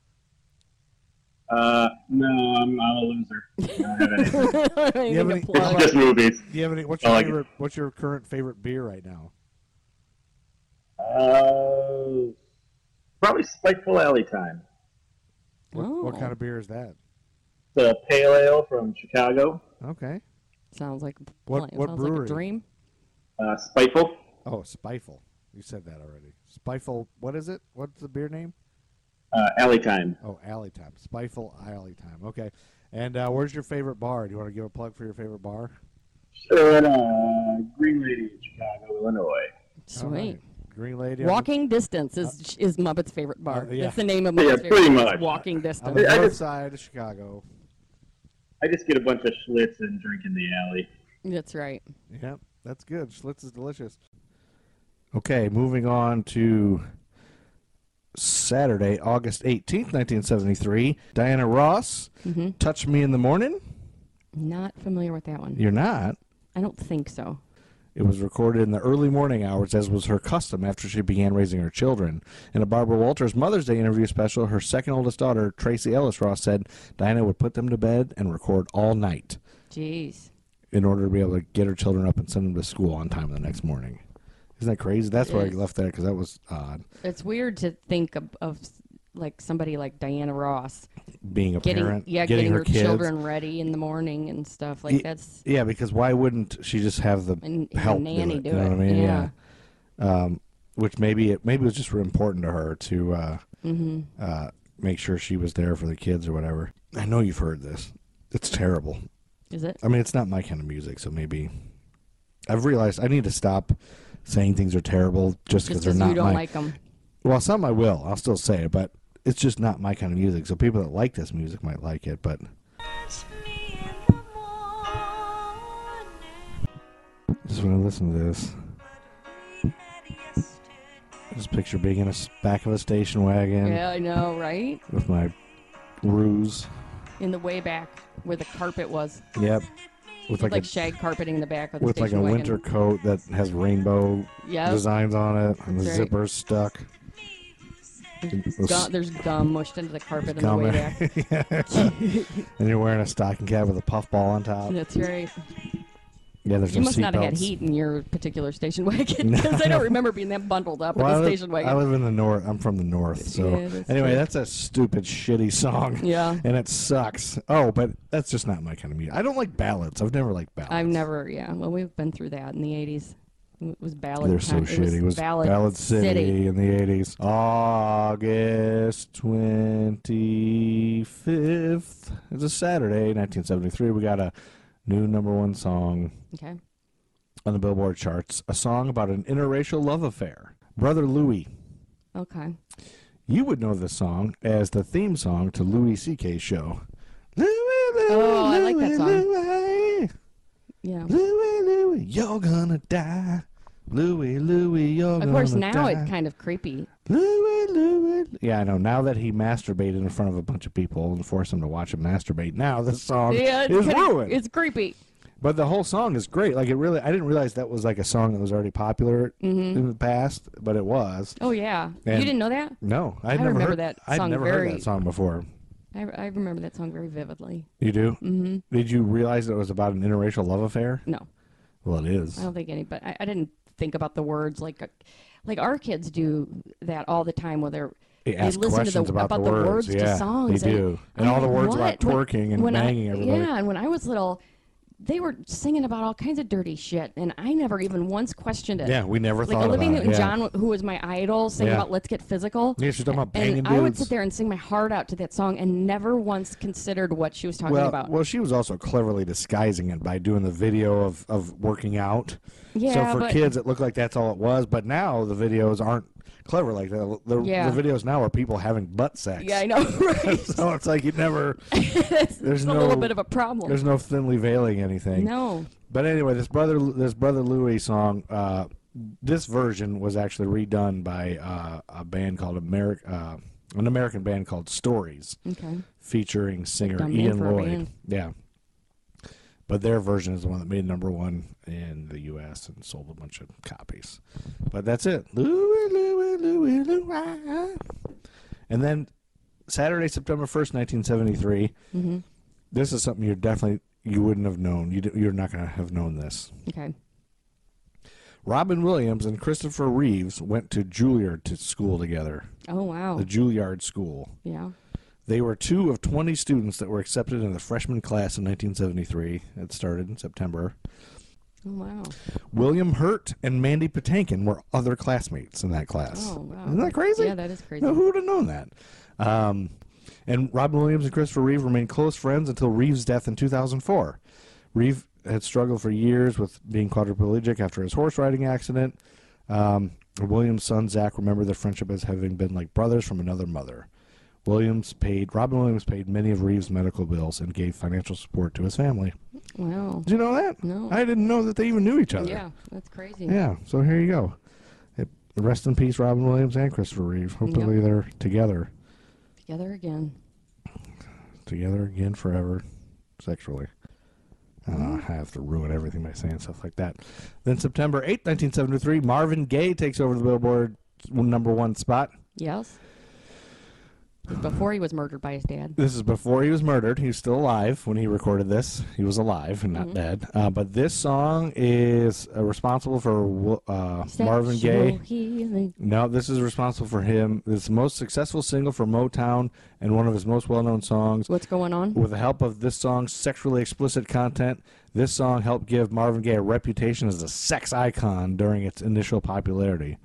Speaker 5: Uh, no, I'm, I'm a loser. I don't have anything.
Speaker 3: anything
Speaker 4: have
Speaker 3: to
Speaker 4: any-
Speaker 3: plug?
Speaker 5: Just movies.
Speaker 4: Do you have any? What's your
Speaker 5: I like it.
Speaker 4: favorite? What's your current favorite beer right now?
Speaker 5: Uh, probably Spiteful Alley Time.
Speaker 4: What, what
Speaker 3: Oh.
Speaker 4: kind of beer is that?
Speaker 5: The pale ale from Chicago.
Speaker 4: Okay.
Speaker 3: Sounds like
Speaker 4: What- what
Speaker 3: sounds
Speaker 4: brewery?
Speaker 3: Like a dream.
Speaker 5: Uh, Spiteful.
Speaker 4: Oh, Spifle. You said that already. Spifle. What is it? What's the beer name?
Speaker 5: Uh, Alley Time.
Speaker 4: Oh, Alley Time. Spifle Alley Time. Okay. And uh, where's your favorite bar? Do you want to give a plug for your favorite bar?
Speaker 5: Sure, in, uh, Green Lady in Chicago, Illinois.
Speaker 4: All right.
Speaker 3: Sweet.
Speaker 4: Green Lady. I'm-
Speaker 3: Walking Distance is is Muppet's favorite bar.
Speaker 4: uh, yeah.
Speaker 3: That's the name of
Speaker 5: Yeah,
Speaker 3: Muppet's favorite
Speaker 5: pretty
Speaker 3: bar, is
Speaker 5: much.
Speaker 3: Walking
Speaker 4: I'm on
Speaker 3: Distance.
Speaker 4: the
Speaker 5: I
Speaker 4: north
Speaker 5: just-
Speaker 4: side of Chicago.
Speaker 5: I just get a bunch of Schlitz and drink in the alley.
Speaker 3: That's right.
Speaker 4: Yep, that's good. Schlitz is delicious. Okay, moving on to Saturday, August 18th, 1973. Diana Ross,
Speaker 3: Mm-hmm.
Speaker 4: Touch Me in the Morning.
Speaker 3: Not familiar with that one.
Speaker 4: You're not.
Speaker 3: I don't think so.
Speaker 4: It was recorded in the early morning hours, as was her custom after she began raising her children. In a Barbara Walters Mother's Day interview special, her second oldest daughter, Tracy Ellis Ross, said Diana would put them to bed and record all night
Speaker 3: Jeez.
Speaker 4: in order to be able to get her children up and send them to school on time the next morning. Isn't that crazy? That's why I
Speaker 3: It is.
Speaker 4: left that because that was odd.
Speaker 3: It's weird to think of, of like somebody like Diana Ross
Speaker 4: Being a
Speaker 3: getting
Speaker 4: parent,
Speaker 3: yeah
Speaker 4: getting, her, kids.
Speaker 3: children ready in the morning and stuff like
Speaker 4: Ye-
Speaker 3: that's
Speaker 4: Yeah, because why wouldn't she just have the
Speaker 3: and her
Speaker 4: help
Speaker 3: nanny
Speaker 4: do it?
Speaker 3: do
Speaker 4: you know
Speaker 3: it,
Speaker 4: what I mean?
Speaker 3: yeah.
Speaker 4: Um, which maybe it maybe it was just important to her to uh,
Speaker 3: Mm-hmm.
Speaker 4: uh, make sure she was there for the kids or whatever. I know you've heard this. It's terrible.
Speaker 3: is it?
Speaker 4: I mean, it's not my kind of music, so maybe I've realized I need to stop saying things are terrible just because
Speaker 3: Just
Speaker 4: they're
Speaker 3: because
Speaker 4: not
Speaker 3: you don't
Speaker 4: my.
Speaker 3: like 'em. like them.
Speaker 4: Well, some I will. I'll still say it, but it's just not my kind of music. So people that like this music might like it, but
Speaker 6: Touch me in the morning.
Speaker 4: Just when I listen to this, I just picture being in a s- back of a station wagon
Speaker 3: Yeah, I know, right?
Speaker 4: with my ruse.
Speaker 3: In the way back where the carpet was,
Speaker 4: Yep, with
Speaker 3: like,
Speaker 4: like, a
Speaker 3: shag carpeting in the back of the
Speaker 4: with like a
Speaker 3: station wagon.
Speaker 4: winter coat that has rainbow
Speaker 3: Yep.
Speaker 4: designs on it, and the
Speaker 3: That's right.
Speaker 4: zipper's stuck.
Speaker 3: There's, gu- there's gum mushed into the carpet in the way
Speaker 4: Gum-
Speaker 3: back.
Speaker 4: and you're wearing a stocking cap with a puffball on top.
Speaker 3: That's right.
Speaker 4: Yeah, there's
Speaker 3: You
Speaker 4: no
Speaker 3: must not have had
Speaker 4: seatbelts.
Speaker 3: heat in your particular station wagon because I don't remember being that bundled up
Speaker 4: Well, I
Speaker 3: in the
Speaker 4: live-
Speaker 3: station wagon.
Speaker 4: I live in the north. I'm from the north, so
Speaker 3: Yeah, that's
Speaker 4: anyway,
Speaker 3: true.
Speaker 4: that's a stupid, shitty song.
Speaker 3: Yeah.
Speaker 4: and it sucks. Oh, but that's just not my kind of music. I don't like ballads. I've never liked ballads.
Speaker 3: I've never, yeah. Well, we've been through that in the 80s. It was ballad.
Speaker 4: They're so
Speaker 3: time.
Speaker 4: shitty. It was Ballad, City, in the 80s. August 25th. It's a Saturday, 1973. We got a new number one song
Speaker 3: Okay.
Speaker 4: on the Billboard charts, a song about an interracial love affair. Brother Louie.
Speaker 3: Okay.
Speaker 4: You would know this song as the theme song to Louis C.K.'s show. Louis, Louis,
Speaker 3: Oh, I like that
Speaker 4: Louis,
Speaker 3: song.
Speaker 4: Louis.
Speaker 3: Yeah.
Speaker 4: Louie, Louie, you're gonna die. Louie, Louie, you're
Speaker 3: Of
Speaker 4: gonna
Speaker 3: course, now
Speaker 4: die.
Speaker 3: it's kind of creepy.
Speaker 4: Louie, Louie. Yeah, I know. Now that he masturbated in front of a bunch of people and forced them to watch him masturbate, now this song
Speaker 3: Yeah, it's,
Speaker 4: is
Speaker 3: kinda-
Speaker 4: ruined.
Speaker 3: it's creepy.
Speaker 4: But the whole song is great. Like it really, I didn't realize that was like a song that was already popular in the past, but it was.
Speaker 3: Mm-hmm. Oh, yeah.
Speaker 4: And-
Speaker 3: you didn't know that?
Speaker 4: No, I'd
Speaker 3: I
Speaker 4: never
Speaker 3: remember
Speaker 4: heard
Speaker 3: that
Speaker 4: I'd
Speaker 3: song
Speaker 4: never heard
Speaker 3: very-
Speaker 4: that song before.
Speaker 3: I, I remember that song very vividly.
Speaker 4: You do? Mm-hmm. Did you realize that it was about an interracial love affair?
Speaker 3: No,
Speaker 4: Well, it is.
Speaker 3: I don't think any, but I, I didn't think about the words like, uh, like our kids do that all the time. Where they're
Speaker 4: They ask
Speaker 3: listen to
Speaker 4: questions
Speaker 3: the,
Speaker 4: about the words,
Speaker 3: words
Speaker 4: yeah,
Speaker 3: to songs.
Speaker 4: they
Speaker 3: and
Speaker 4: do.
Speaker 3: I'm
Speaker 4: And all
Speaker 3: like,
Speaker 4: the words
Speaker 3: "What?"
Speaker 4: about
Speaker 3: When-
Speaker 4: twerking and
Speaker 3: when I-
Speaker 4: banging everybody.
Speaker 3: Yeah, and when I was little, they were singing about all kinds of dirty shit, and I never even once questioned it.
Speaker 4: Yeah, we never
Speaker 3: like
Speaker 4: thought about
Speaker 3: Olivia
Speaker 4: it,
Speaker 3: Newton-John, who was my idol, singing
Speaker 4: Yeah.
Speaker 3: about "Let's Get Physical."
Speaker 4: Yeah, she's talking about banging
Speaker 3: And I would
Speaker 4: dudes.
Speaker 3: sit there and sing my heart out to that song, and never once considered what she was talking
Speaker 4: well,
Speaker 3: about.
Speaker 4: well, she was also cleverly disguising it by doing the video of, of working out.
Speaker 3: Yeah,
Speaker 4: so for
Speaker 3: but-
Speaker 4: kids, it looked like that's all it was. But now the videos aren't clever like that. The,
Speaker 3: Yeah.
Speaker 4: the videos now are people having butt sex.
Speaker 3: yeah, I know, right?
Speaker 4: so it's like you never. there's
Speaker 3: it's a
Speaker 4: no
Speaker 3: little bit of a problem.
Speaker 4: There's no thinly veiling anything.
Speaker 3: No.
Speaker 4: But anyway, this brother this brother Louis song, uh, this version was actually redone by uh, a band called Ameri- uh, an American band called Stories,
Speaker 3: Okay.
Speaker 4: featuring singer
Speaker 3: dumb name
Speaker 4: Ian
Speaker 3: for a
Speaker 4: Lloyd.
Speaker 3: band.
Speaker 4: Yeah. But their version is the one that made number one in the U.S. and sold a bunch of copies. But that's it. Louis, Louis, Louis, Louis. ah. And then Saturday, September 1st, 1973.
Speaker 3: Mm-hmm.
Speaker 4: This is something you're definitely, you wouldn't have known. You, d- you're not going to have known this.
Speaker 3: Okay.
Speaker 4: Robin Williams and Christopher Reeves went to Juilliard to school together,
Speaker 3: Oh wow.
Speaker 4: the Juilliard School.
Speaker 3: yeah.
Speaker 4: They were two of 20 students that were accepted in the freshman class in 1973. It started in September.
Speaker 3: Oh wow.
Speaker 4: William Hurt and Mandy Patinkin were other classmates in that class.
Speaker 3: Oh, wow.
Speaker 4: Isn't that crazy?
Speaker 3: Yeah, that is crazy.
Speaker 4: Now, who would have known that? Um, and Robin Williams and Christopher Reeve remained close friends until Reeve's death in 2004. Reeve had struggled for years with being quadriplegic after his horse riding accident. Um, Williams' son Zach remembered their friendship as having been like brothers from another mother. Williams paid Robin Williams paid many of Reeves' medical bills and gave financial support to his family.
Speaker 3: Wow.
Speaker 4: Did you know that?
Speaker 3: No.
Speaker 4: I didn't know that they even knew each other.
Speaker 3: Yeah, that's crazy.
Speaker 4: Yeah, so here you go. It- Rest in peace, Robin Williams and Christopher Reeve. Hopefully they're together,
Speaker 3: Together again.
Speaker 4: together again forever, sexually. I don't know, I have to ruin everything by saying stuff like that. Then September eighth, nineteen 1973, Marvin Gaye takes over the Billboard number one spot.
Speaker 3: Yes. Before he was murdered by his dad.
Speaker 4: This is before he was murdered. He was still alive when he recorded this. He was alive and not dead. Uh, but this song is uh, responsible for Wi- uh, Marvin Gaye.
Speaker 3: Sexual healing.
Speaker 4: No, this is responsible for him. This is the most successful single for Motown and one of his most well-known songs.
Speaker 3: What's going on?
Speaker 4: With the help of this song's sexually explicit content, this song helped give Marvin Gaye a reputation as a sex icon during its initial popularity.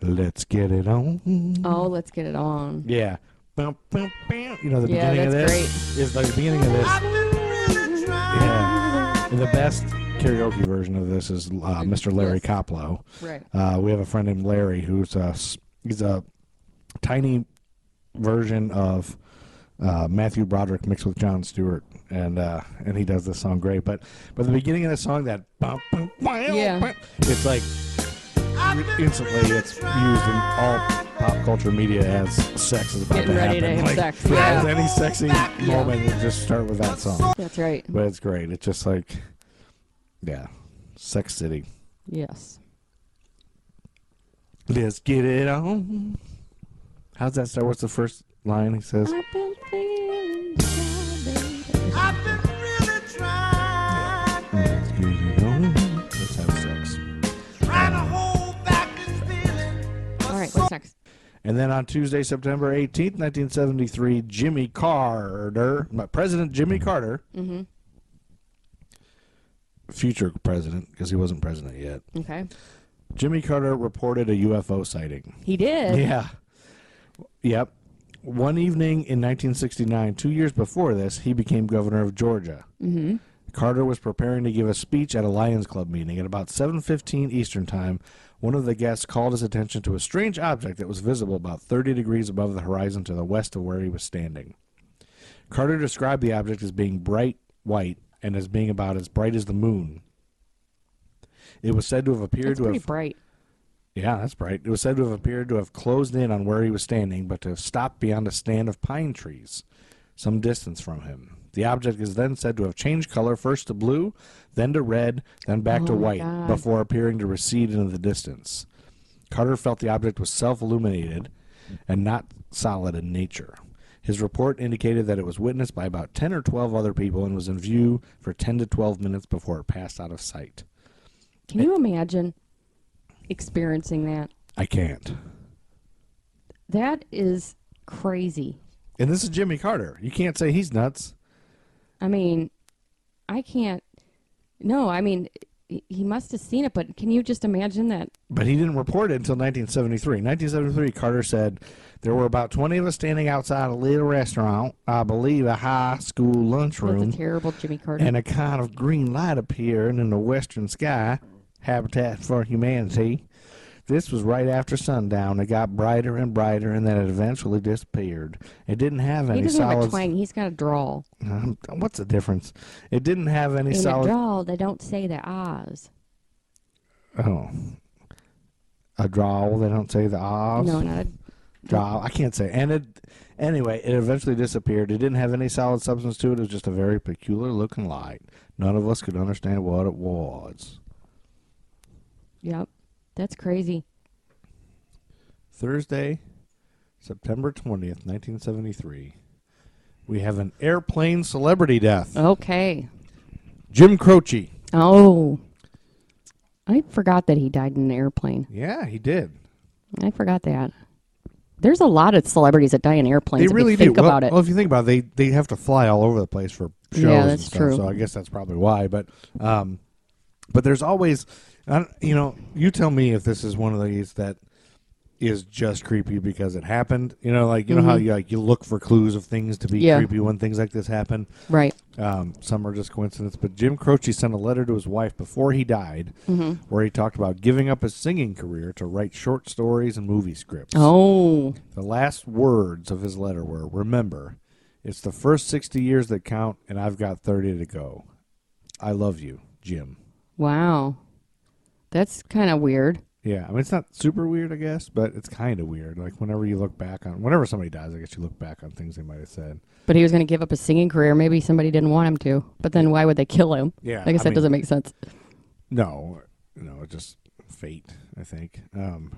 Speaker 4: Let's get it on.
Speaker 3: Oh, let's get it on.
Speaker 4: Yeah. Bum, bum, bum. You know the
Speaker 3: Yeah,
Speaker 4: beginning of
Speaker 3: that's
Speaker 4: this is the beginning of this. Yeah. And the best karaoke version of this is uh, Mr. Larry Coplow.
Speaker 3: Right.
Speaker 4: Uh, we have a friend named Larry who's a s- he's a tiny version of uh, Matthew Broderick mixed with John Stewart, and uh, and he does this song great. But but the beginning of the song that bum, bum, wow,
Speaker 3: Yeah.
Speaker 4: bum, it's like instantly it's used in all pop culture media as sex is about
Speaker 3: Getting
Speaker 4: to
Speaker 3: ready to
Speaker 4: happen.
Speaker 3: have
Speaker 4: like,
Speaker 3: sex,
Speaker 4: if there's
Speaker 3: yeah.
Speaker 4: any sexy moment, you just start with that song.
Speaker 3: That's right.
Speaker 4: But it's great. It's just like, yeah, Sex City.
Speaker 3: Yes.
Speaker 4: Let's get it on. How's that start? What's the first line he says?
Speaker 3: I've been feeling shy, baby.
Speaker 4: Let's get it on. Let's have sex.
Speaker 3: All right, what's next?
Speaker 4: And then on Tuesday, September 18th, 1973, Jimmy Carter, no, President Jimmy Carter, future president, because he wasn't president yet,
Speaker 3: Okay.
Speaker 4: Jimmy Carter reported a UFO sighting.
Speaker 3: He did.
Speaker 4: Yeah. Yep. One evening in 1969, two years before this, he became governor of Georgia. Mm-hmm. Carter was preparing to give a speech at a Lions Club meeting. At about 7:15 Eastern Time, one of the guests called his attention to a strange object that was visible about 30 degrees above the horizon to the west of where he was standing. Carter described the object as being bright white and as being about as bright as the moon. It was said to have appeared
Speaker 3: That's
Speaker 4: to
Speaker 3: pretty
Speaker 4: have
Speaker 3: bright.
Speaker 4: yeah, that's bright. It was said to have appeared to have closed in on where he was standing, but to have stopped beyond a stand of pine trees, some distance from him. The object is then said to have changed color first to blue, then to red, then back to
Speaker 3: Oh my
Speaker 4: white,
Speaker 3: God.
Speaker 4: before appearing to recede into the distance. Carter felt the object was self illuminated and not solid in nature. His report indicated that it was witnessed by about 10 or 12 other people and was in view for 10 to 12 minutes before it passed out of sight.
Speaker 3: Can you imagine experiencing that?
Speaker 4: I can't.
Speaker 3: That is crazy.
Speaker 4: And this is Jimmy Carter. You can't say he's nuts.
Speaker 3: I mean, I can't. No, I mean, he- he must have seen it, but can you just imagine that?
Speaker 4: But he didn't report it until 1973. 1973, Carter said, There were about 20 of us standing outside a little restaurant, I believe a high school
Speaker 3: That's a
Speaker 4: lunchroom,
Speaker 3: terrible Jimmy Carter.
Speaker 4: and a kind of green light appeared in the western sky, Habitat for Humanity. This was right after sundown. It got brighter and brighter, and then it eventually disappeared. It didn't have
Speaker 3: he
Speaker 4: any
Speaker 3: doesn't have a
Speaker 4: solid.
Speaker 3: twang. He's got a drawl.
Speaker 4: Um, what's the difference? It didn't have any
Speaker 3: In a
Speaker 4: solid.
Speaker 3: drawl, they don't say the ahs.
Speaker 4: Oh. A drawl. They don't say the ahs.
Speaker 3: No, not a,
Speaker 4: Drawl. I can't say. And it, anyway, it eventually disappeared. It didn't have any solid substance to it. It was just a very peculiar looking light. None of us could understand what it was.
Speaker 3: yep. That's crazy.
Speaker 4: Thursday, September 20th, 1973. We have an airplane celebrity
Speaker 3: Oh.
Speaker 4: death.
Speaker 3: Okay.
Speaker 4: Jim Croce.
Speaker 3: Oh. I forgot that he died in an airplane.
Speaker 4: Yeah, he did.
Speaker 3: I forgot that. There's a lot of celebrities that die in airplanes.
Speaker 4: They
Speaker 3: if you
Speaker 4: really
Speaker 3: think
Speaker 4: do.
Speaker 3: about
Speaker 4: well,
Speaker 3: it.
Speaker 4: well, if you think about it, they they have to fly all over the place for shows.
Speaker 3: Yeah,
Speaker 4: and
Speaker 3: that's
Speaker 4: stuff,
Speaker 3: true.
Speaker 4: So I guess that's probably why. But um, but there's always, I don't- you know, you tell me if this is one of these that is just creepy because it happened. You know, like you know how you like you look for clues of things to be
Speaker 3: Mm-hmm. Yeah.
Speaker 4: creepy when things like this happen.
Speaker 3: Right.
Speaker 4: Um, some are just coincidence, but Jim Croce sent a letter to his wife before he died,
Speaker 3: Mm-hmm.
Speaker 4: where he talked about giving up his singing career to write short stories and movie scripts.
Speaker 3: Oh.
Speaker 4: The last words of his letter were Remember, it's the first 60 years that count, and I've got 30 to go. I love you, Jim.
Speaker 3: Wow. That's kind of weird.
Speaker 4: Yeah, I mean, it's not super weird, I guess, but it's kind of weird. Like, whenever you look back on, whenever somebody dies, I guess you look back on things they might have said.
Speaker 3: But he was going to give up his singing career. Maybe somebody didn't want him to. But then why would they kill him?
Speaker 4: Yeah,
Speaker 3: I guess
Speaker 4: I
Speaker 3: that
Speaker 4: mean-
Speaker 3: doesn't make sense.
Speaker 4: No, no, it's just fate, I think. Um,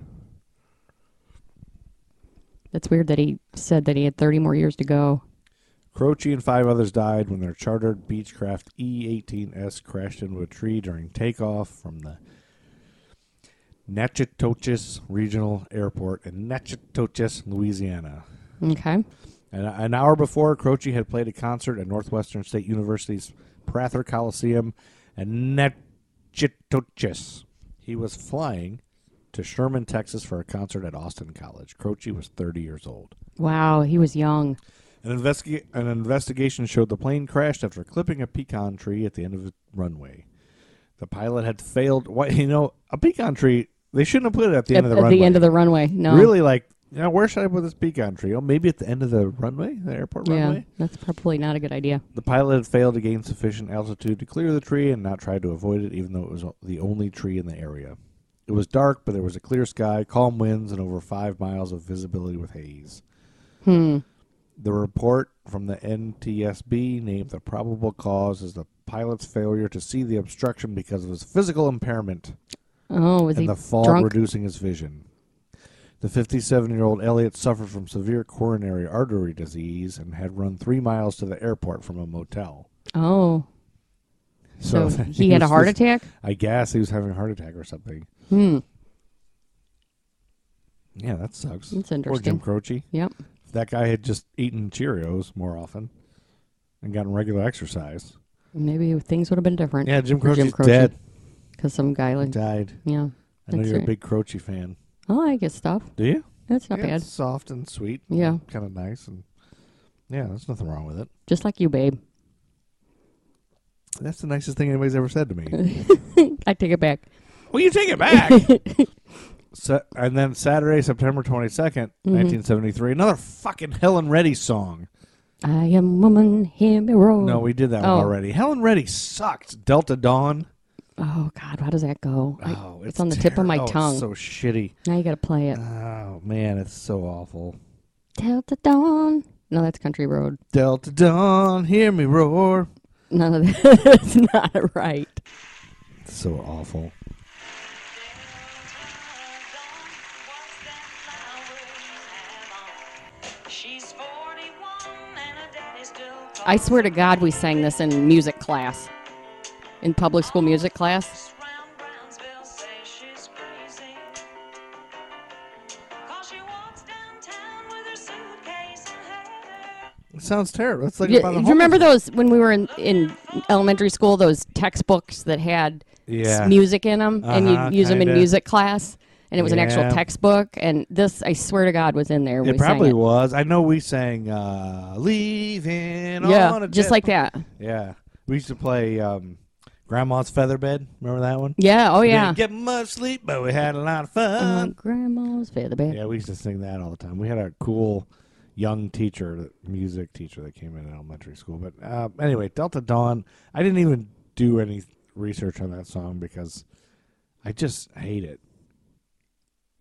Speaker 3: That's weird that he said that he had 30 more years to go.
Speaker 4: Croce and five others died when their chartered Beechcraft E-18S crashed into a tree during takeoff from the Natchitoches Regional Airport in Natchitoches, Louisiana.
Speaker 3: Okay.
Speaker 4: An, an hour before, Croce had played a concert at Northwestern State University's Prather Coliseum in Natchitoches. He was flying to Sherman, Texas for a concert at Austin College. Croce was 30 years old.
Speaker 3: Wow. He was young.
Speaker 4: An, investiga- an investigation showed the plane crashed after clipping a pecan tree at the end of the runway. The pilot had failed. Why, you know, a pecan tree, they shouldn't have put it at the
Speaker 3: At,
Speaker 4: end of the
Speaker 3: at
Speaker 4: runway.
Speaker 3: the end of the runway. No.
Speaker 4: Really, like, Now, where should I put this beacon trio? Maybe at the end of the runway, the airport
Speaker 3: Yeah,
Speaker 4: runway.
Speaker 3: that's probably not a good idea.
Speaker 4: The pilot had failed to gain sufficient altitude to clear the tree and not tried to avoid it, even though it was o- the only tree in the area. It was dark, but there was a clear sky, calm winds, and over five miles of visibility with haze.
Speaker 3: Hmm.
Speaker 4: The report from the NTSB named the probable cause as the pilot's failure to see the obstruction because of his physical impairment
Speaker 3: Oh, was he
Speaker 4: and the fog
Speaker 3: drunk?
Speaker 4: reducing his vision. The 57 year old Elliot suffered from severe coronary artery disease and had run three miles to the airport from a motel.
Speaker 3: oh, so,
Speaker 4: that-
Speaker 3: he had a
Speaker 4: was-
Speaker 3: heart attack.
Speaker 4: I guess he was having a heart attack or something.
Speaker 3: Hmm.
Speaker 4: Yeah, that sucks.
Speaker 3: That's
Speaker 4: Poor Jim
Speaker 3: interesting.
Speaker 4: Croce.
Speaker 3: Yep.
Speaker 4: If that guy had just eaten Cheerios more often and gotten regular exercise.
Speaker 3: Maybe things would have been different.
Speaker 4: Yeah, Jim
Speaker 3: for
Speaker 4: Croce's dead.
Speaker 3: Because some guy
Speaker 4: He
Speaker 3: like
Speaker 4: died.
Speaker 3: yeah.
Speaker 4: I know
Speaker 3: that's
Speaker 4: you're a
Speaker 3: right.
Speaker 4: big Croce fan.
Speaker 3: I like his stuff.
Speaker 4: Do you?
Speaker 3: That's not
Speaker 4: yeah,
Speaker 3: bad.
Speaker 4: It's soft and sweet.
Speaker 3: Yeah.
Speaker 4: Kind of nice. and Yeah, there's nothing wrong with it.
Speaker 3: Just like you, babe.
Speaker 4: That's the nicest thing anybody's ever said to me.
Speaker 3: I take it back.
Speaker 4: Will you take it back? so, and then Saturday, September 22nd,
Speaker 3: Mm-hmm.
Speaker 4: 1973, another fucking Helen Reddy song.
Speaker 3: I am woman, hear me roar.
Speaker 4: No, we did that
Speaker 3: Oh.
Speaker 4: one already. Helen Reddy sucked. Delta Dawn.
Speaker 3: Oh God, how does that go? I-
Speaker 4: Oh,
Speaker 3: it's, on the tip of my
Speaker 4: terri- oh, it's
Speaker 3: tongue.
Speaker 4: so shitty.
Speaker 3: now you got to play it.
Speaker 4: Oh man, it's so awful.
Speaker 3: Till the dawn. No, that's country road.
Speaker 4: Delta Dawn, hear me roar.
Speaker 3: None of that's not right.
Speaker 4: It's so awful.
Speaker 2: She's 41 and her daddy's still
Speaker 3: I swear to God, we sang this in music class, in public school music class.
Speaker 2: round Brownsville say she's crazy. Cause she walks downtown with her suitcase in her.
Speaker 4: It sounds terrible. It's like
Speaker 3: Y-
Speaker 4: about a
Speaker 3: do you remember
Speaker 4: homeless-
Speaker 3: those when we were in, in elementary school? Those textbooks that had s-
Speaker 4: Yeah.
Speaker 3: music in them,
Speaker 4: Uh-huh,
Speaker 3: and you'd use them in
Speaker 4: kinda.
Speaker 3: music class, and it was an
Speaker 4: Yeah.
Speaker 3: actual textbook. And this, I swear to God, was in there. when
Speaker 4: It
Speaker 3: we sang
Speaker 4: probably was. I know we sang uh Leaving on
Speaker 3: Yeah,
Speaker 4: a
Speaker 3: just
Speaker 4: Jet-
Speaker 3: like that.
Speaker 4: Yeah. We used to play um Grandma's Featherbed. Remember that one?
Speaker 3: Yeah. Oh
Speaker 4: We
Speaker 3: yeah.
Speaker 4: Didn't get much sleep, but we had a lot of
Speaker 3: Uh,
Speaker 4: fun.
Speaker 3: grandma's feather bed.
Speaker 4: Yeah, we used to sing that all the time. We had a cool young teacher, that- music teacher that came in elementary school. But uh, anyway, Delta Dawn. I didn't even do any research on that song because I just hate it.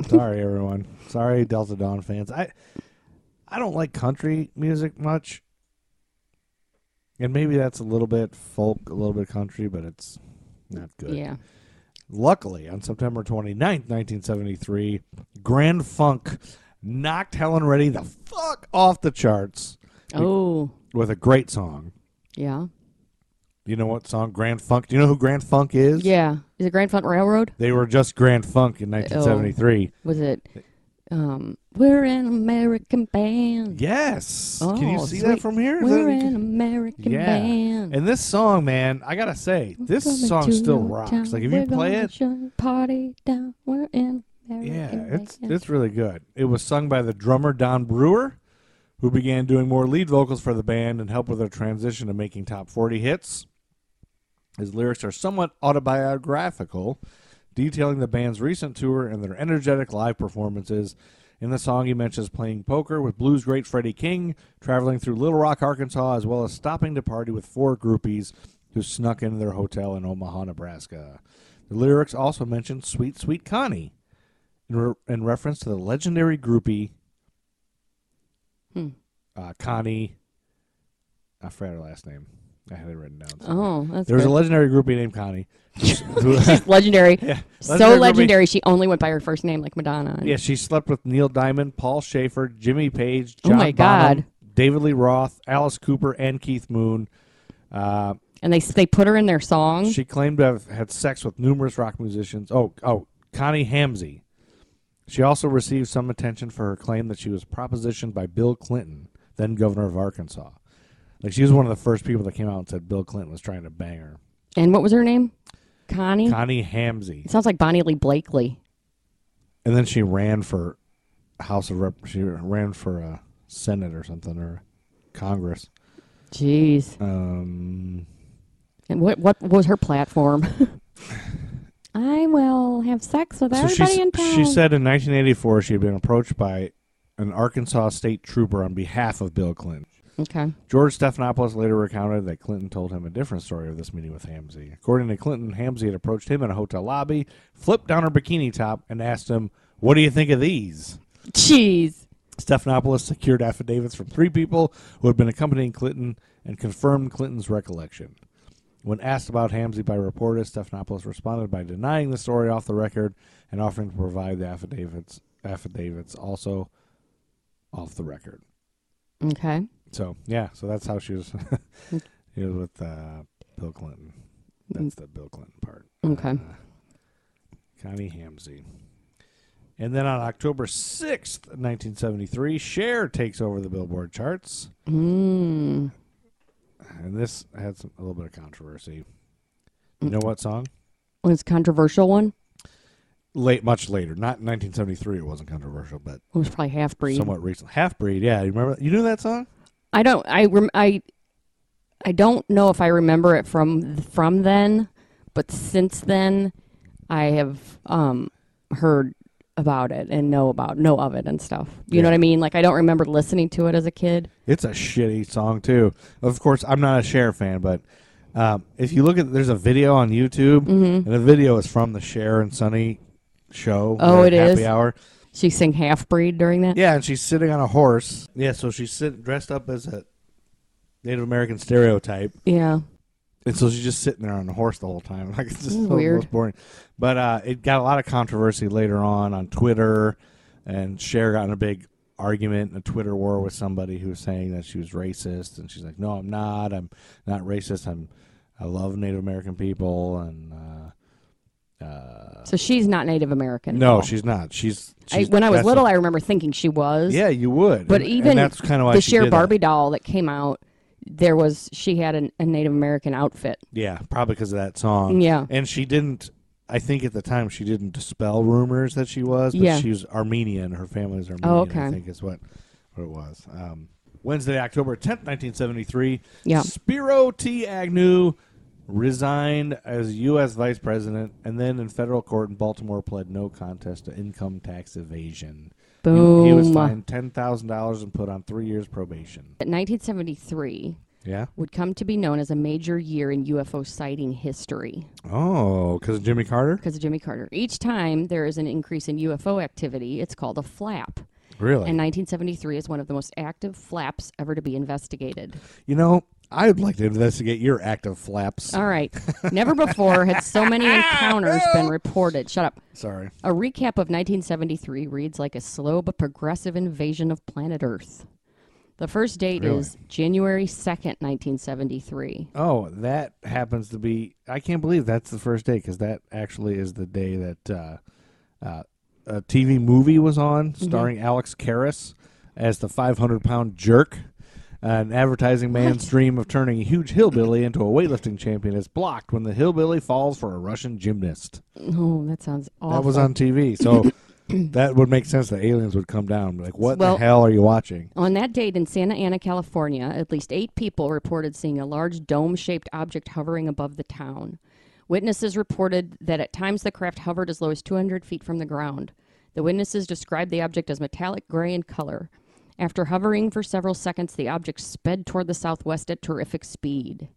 Speaker 4: Sorry, everyone. Sorry, Delta Dawn fans. I I don't like country music much, and maybe that's a little bit folk, a little bit country, but it's not good.
Speaker 3: Yeah.
Speaker 4: Luckily, on September 29th, 1973, Grand Funk knocked Helen Reddy the fuck off the charts
Speaker 3: Oh,
Speaker 4: with a great song.
Speaker 3: yeah.
Speaker 4: You know what song Grand Funk? Do you know who Grand Funk is?
Speaker 3: Yeah. Oh. Is it Grand Funk Railroad?
Speaker 4: They were just Grand Funk in 1973.
Speaker 3: Was it? Um, we're an American band.
Speaker 4: Yes.
Speaker 3: Oh,
Speaker 4: Can you see
Speaker 3: sweet.
Speaker 4: that from here? Is
Speaker 3: We're
Speaker 4: that-
Speaker 3: an American
Speaker 4: yeah.
Speaker 3: band.
Speaker 4: And this song, man, I got to say, this
Speaker 3: Coming
Speaker 4: song
Speaker 3: to
Speaker 4: still
Speaker 3: your
Speaker 4: rocks.
Speaker 3: town.
Speaker 4: Like if you
Speaker 3: We're
Speaker 4: play
Speaker 3: gonna
Speaker 4: it,
Speaker 3: shut party down. We're in
Speaker 4: Yeah,
Speaker 3: American
Speaker 4: it's
Speaker 3: band.
Speaker 4: it's really good. It was sung by the drummer Don Brewer, who began doing more lead vocals for the band and helped with their transition to making top 40 hits. His lyrics are somewhat autobiographical, detailing the band's recent tour and their energetic live performances. In the song, he mentions playing poker with blues great Freddie King, traveling through Little Rock, Arkansas, as well as stopping to party with four groupies who snuck into their hotel in Omaha, Nebraska. The lyrics also mention Sweet Sweet Connie in, re- in reference to the legendary groupie uh, Connie. I forgot her last name. I had it written down. somewhere.
Speaker 3: Oh, that's
Speaker 4: there was a
Speaker 3: good.
Speaker 4: legendary groupie named Connie. who-
Speaker 3: legendary.
Speaker 4: Legendary
Speaker 3: So
Speaker 4: groupie.
Speaker 3: legendary, she only went by her first name, like Madonna. and-
Speaker 4: yeah, she slept with Neil Diamond, Paul Schaefer, Jimmy Page,
Speaker 3: Oh
Speaker 4: John
Speaker 3: my
Speaker 4: Bonham,
Speaker 3: God.
Speaker 4: David Lee Roth, Alice Cooper, and Keith Moon. Uh,
Speaker 3: And they they put her in their song.
Speaker 4: She claimed to have had sex with numerous rock musicians. Oh, oh, Connie Hamsey. She also received some attention for her claim that she was propositioned by Bill Clinton, then governor of Arkansas. Like she was one of the first people that came out and said Bill Clinton was trying to bang her.
Speaker 3: and what was her name? Connie.
Speaker 4: Connie Hamsey.
Speaker 3: It sounds like Bonnie Lee Blakely.
Speaker 4: And then she ran for House of Rep. She ran for uh, Senate or something or Congress.
Speaker 3: Jeez.
Speaker 4: Um,
Speaker 3: And what what was her platform? I will have sex with
Speaker 4: So she,
Speaker 3: everybody
Speaker 4: s-
Speaker 3: in town.
Speaker 4: she said in 1984 she had been approached by an Arkansas state trooper on behalf of Bill Clinton.
Speaker 3: Okay.
Speaker 4: George Stephanopoulos later recounted that Clinton told him a different story of this meeting with Hamsey. According to Clinton, Hamsey had approached him in a hotel lobby, flipped down her bikini top, and asked him, What do you think of these?
Speaker 3: Jeez.
Speaker 4: Stephanopoulos secured affidavits from three people who had been accompanying Clinton and confirmed Clinton's recollection. When asked about Hamsey by reporters, Stephanopoulos responded by denying the story off the record and offering to provide the affidavits affidavits also off the record.
Speaker 3: Okay.
Speaker 4: So yeah, so that's how she was. she was with uh, Bill Clinton. That's the Bill Clinton part.
Speaker 3: Okay.
Speaker 4: Uh, Connie Hamsey. And then on October 6th, 1973, Cher takes over the Billboard charts.
Speaker 3: Mm.
Speaker 4: And this had some, a little bit of controversy. You know what song?
Speaker 3: Was controversial one?
Speaker 4: Late, much later. Not in 1973, it wasn't controversial, but
Speaker 3: It was probably half breed.
Speaker 4: somewhat recent. Half Breed, yeah. You remember? You knew that song?
Speaker 3: I don't. I rem, I. I don't know if I remember it from from then, but since then, I have um heard about it and know about know of it and stuff. You know
Speaker 4: Yeah.
Speaker 3: what I mean? Like I don't remember listening to it as a kid.
Speaker 4: It's a shitty song too. Of course, I'm not a Cher fan, but um, if you look at there's a video on YouTube,
Speaker 3: Mm-hmm.
Speaker 4: and the video is from the Cher and Sunny show.
Speaker 3: Oh,
Speaker 4: their
Speaker 3: it
Speaker 4: Happy
Speaker 3: is?
Speaker 4: Hour.
Speaker 3: She sang half breed during that.
Speaker 4: Yeah, and she's sitting on a horse. Yeah, so she's sit, dressed up as a Native American stereotype,
Speaker 3: Yeah.
Speaker 4: and so she's just sitting there on a horse the whole time. Like it's just
Speaker 3: Mm,
Speaker 4: the
Speaker 3: weird.
Speaker 4: most boring. But uh, it got a lot of controversy later on on Twitter, and Cher got in a big argument, a Twitter war with somebody who was saying that she was racist, and she's like, "No, I'm not. I'm not racist. I'm I love Native American people." And uh,
Speaker 3: So she's not Native American. at
Speaker 4: no,
Speaker 3: all.
Speaker 4: she's not. She's,
Speaker 3: I,
Speaker 4: she's-
Speaker 3: when I was
Speaker 4: that's
Speaker 3: little,
Speaker 4: a-
Speaker 3: I remember thinking she was.
Speaker 4: yeah, you would.
Speaker 3: But
Speaker 4: And-
Speaker 3: even
Speaker 4: and that's kind of why
Speaker 3: the
Speaker 4: she
Speaker 3: sheer
Speaker 4: did that.
Speaker 3: Barbie doll that came out, there was she had an, a Native American outfit.
Speaker 4: Yeah, probably because of that song.
Speaker 3: Yeah.
Speaker 4: and she didn't. I think at the time she didn't dispel rumors that she was, but
Speaker 3: Yeah.
Speaker 4: she was Armenian. Her family's Armenian.
Speaker 3: Oh,
Speaker 4: I
Speaker 3: okay.
Speaker 4: think is what, what it was. Um, Wednesday, October tenth, nineteen seventy three.
Speaker 3: Yeah.
Speaker 4: Spiro T. Agnew resigned as U.S. vice president, and then in federal court in Baltimore pled no contest to income tax evasion. He- He, was
Speaker 3: Boom.
Speaker 4: fined ten thousand dollars and put on three years probation.
Speaker 3: But 1973
Speaker 4: Yeah.
Speaker 3: would come to be known as a major year in UFO sighting history
Speaker 4: Oh, because of Jimmy Carter.
Speaker 3: because of Jimmy Carter. Each time there is an increase in UFO activity, it's called a flap.
Speaker 4: Really.
Speaker 3: And 1973 is one of the most active flaps ever to be investigated.
Speaker 4: You know, I would like to investigate your active flaps.
Speaker 3: All right. Never before had so many encounters been reported. Shut up.
Speaker 4: Sorry.
Speaker 3: A recap of 1973 reads like a slow but progressive invasion of planet Earth. The first date
Speaker 4: Really?
Speaker 3: is January 2nd, 1973.
Speaker 4: Oh, that happens to be. I can't believe that's the first day because that actually is the day that uh, uh, a TV movie was on
Speaker 3: Mm-hmm.
Speaker 4: starring Alex Karras as the 500 pound jerk. An advertising man's dream of turning a huge hillbilly into a weightlifting champion is blocked when the hillbilly falls for a Russian gymnast.
Speaker 3: Oh, that sounds awful.
Speaker 4: That was on TV, so that would make sense that aliens would come down. Like, what
Speaker 3: Well-
Speaker 4: the hell are you watching?
Speaker 3: On that date in Santa Ana, California, at least eight people reported seeing a large dome shaped object hovering above the town. Witnesses reported that at times the craft hovered as low as 200 feet from the ground. The witnesses described the object as metallic gray in color. After hovering for several seconds, the object sped toward the southwest at terrific speed.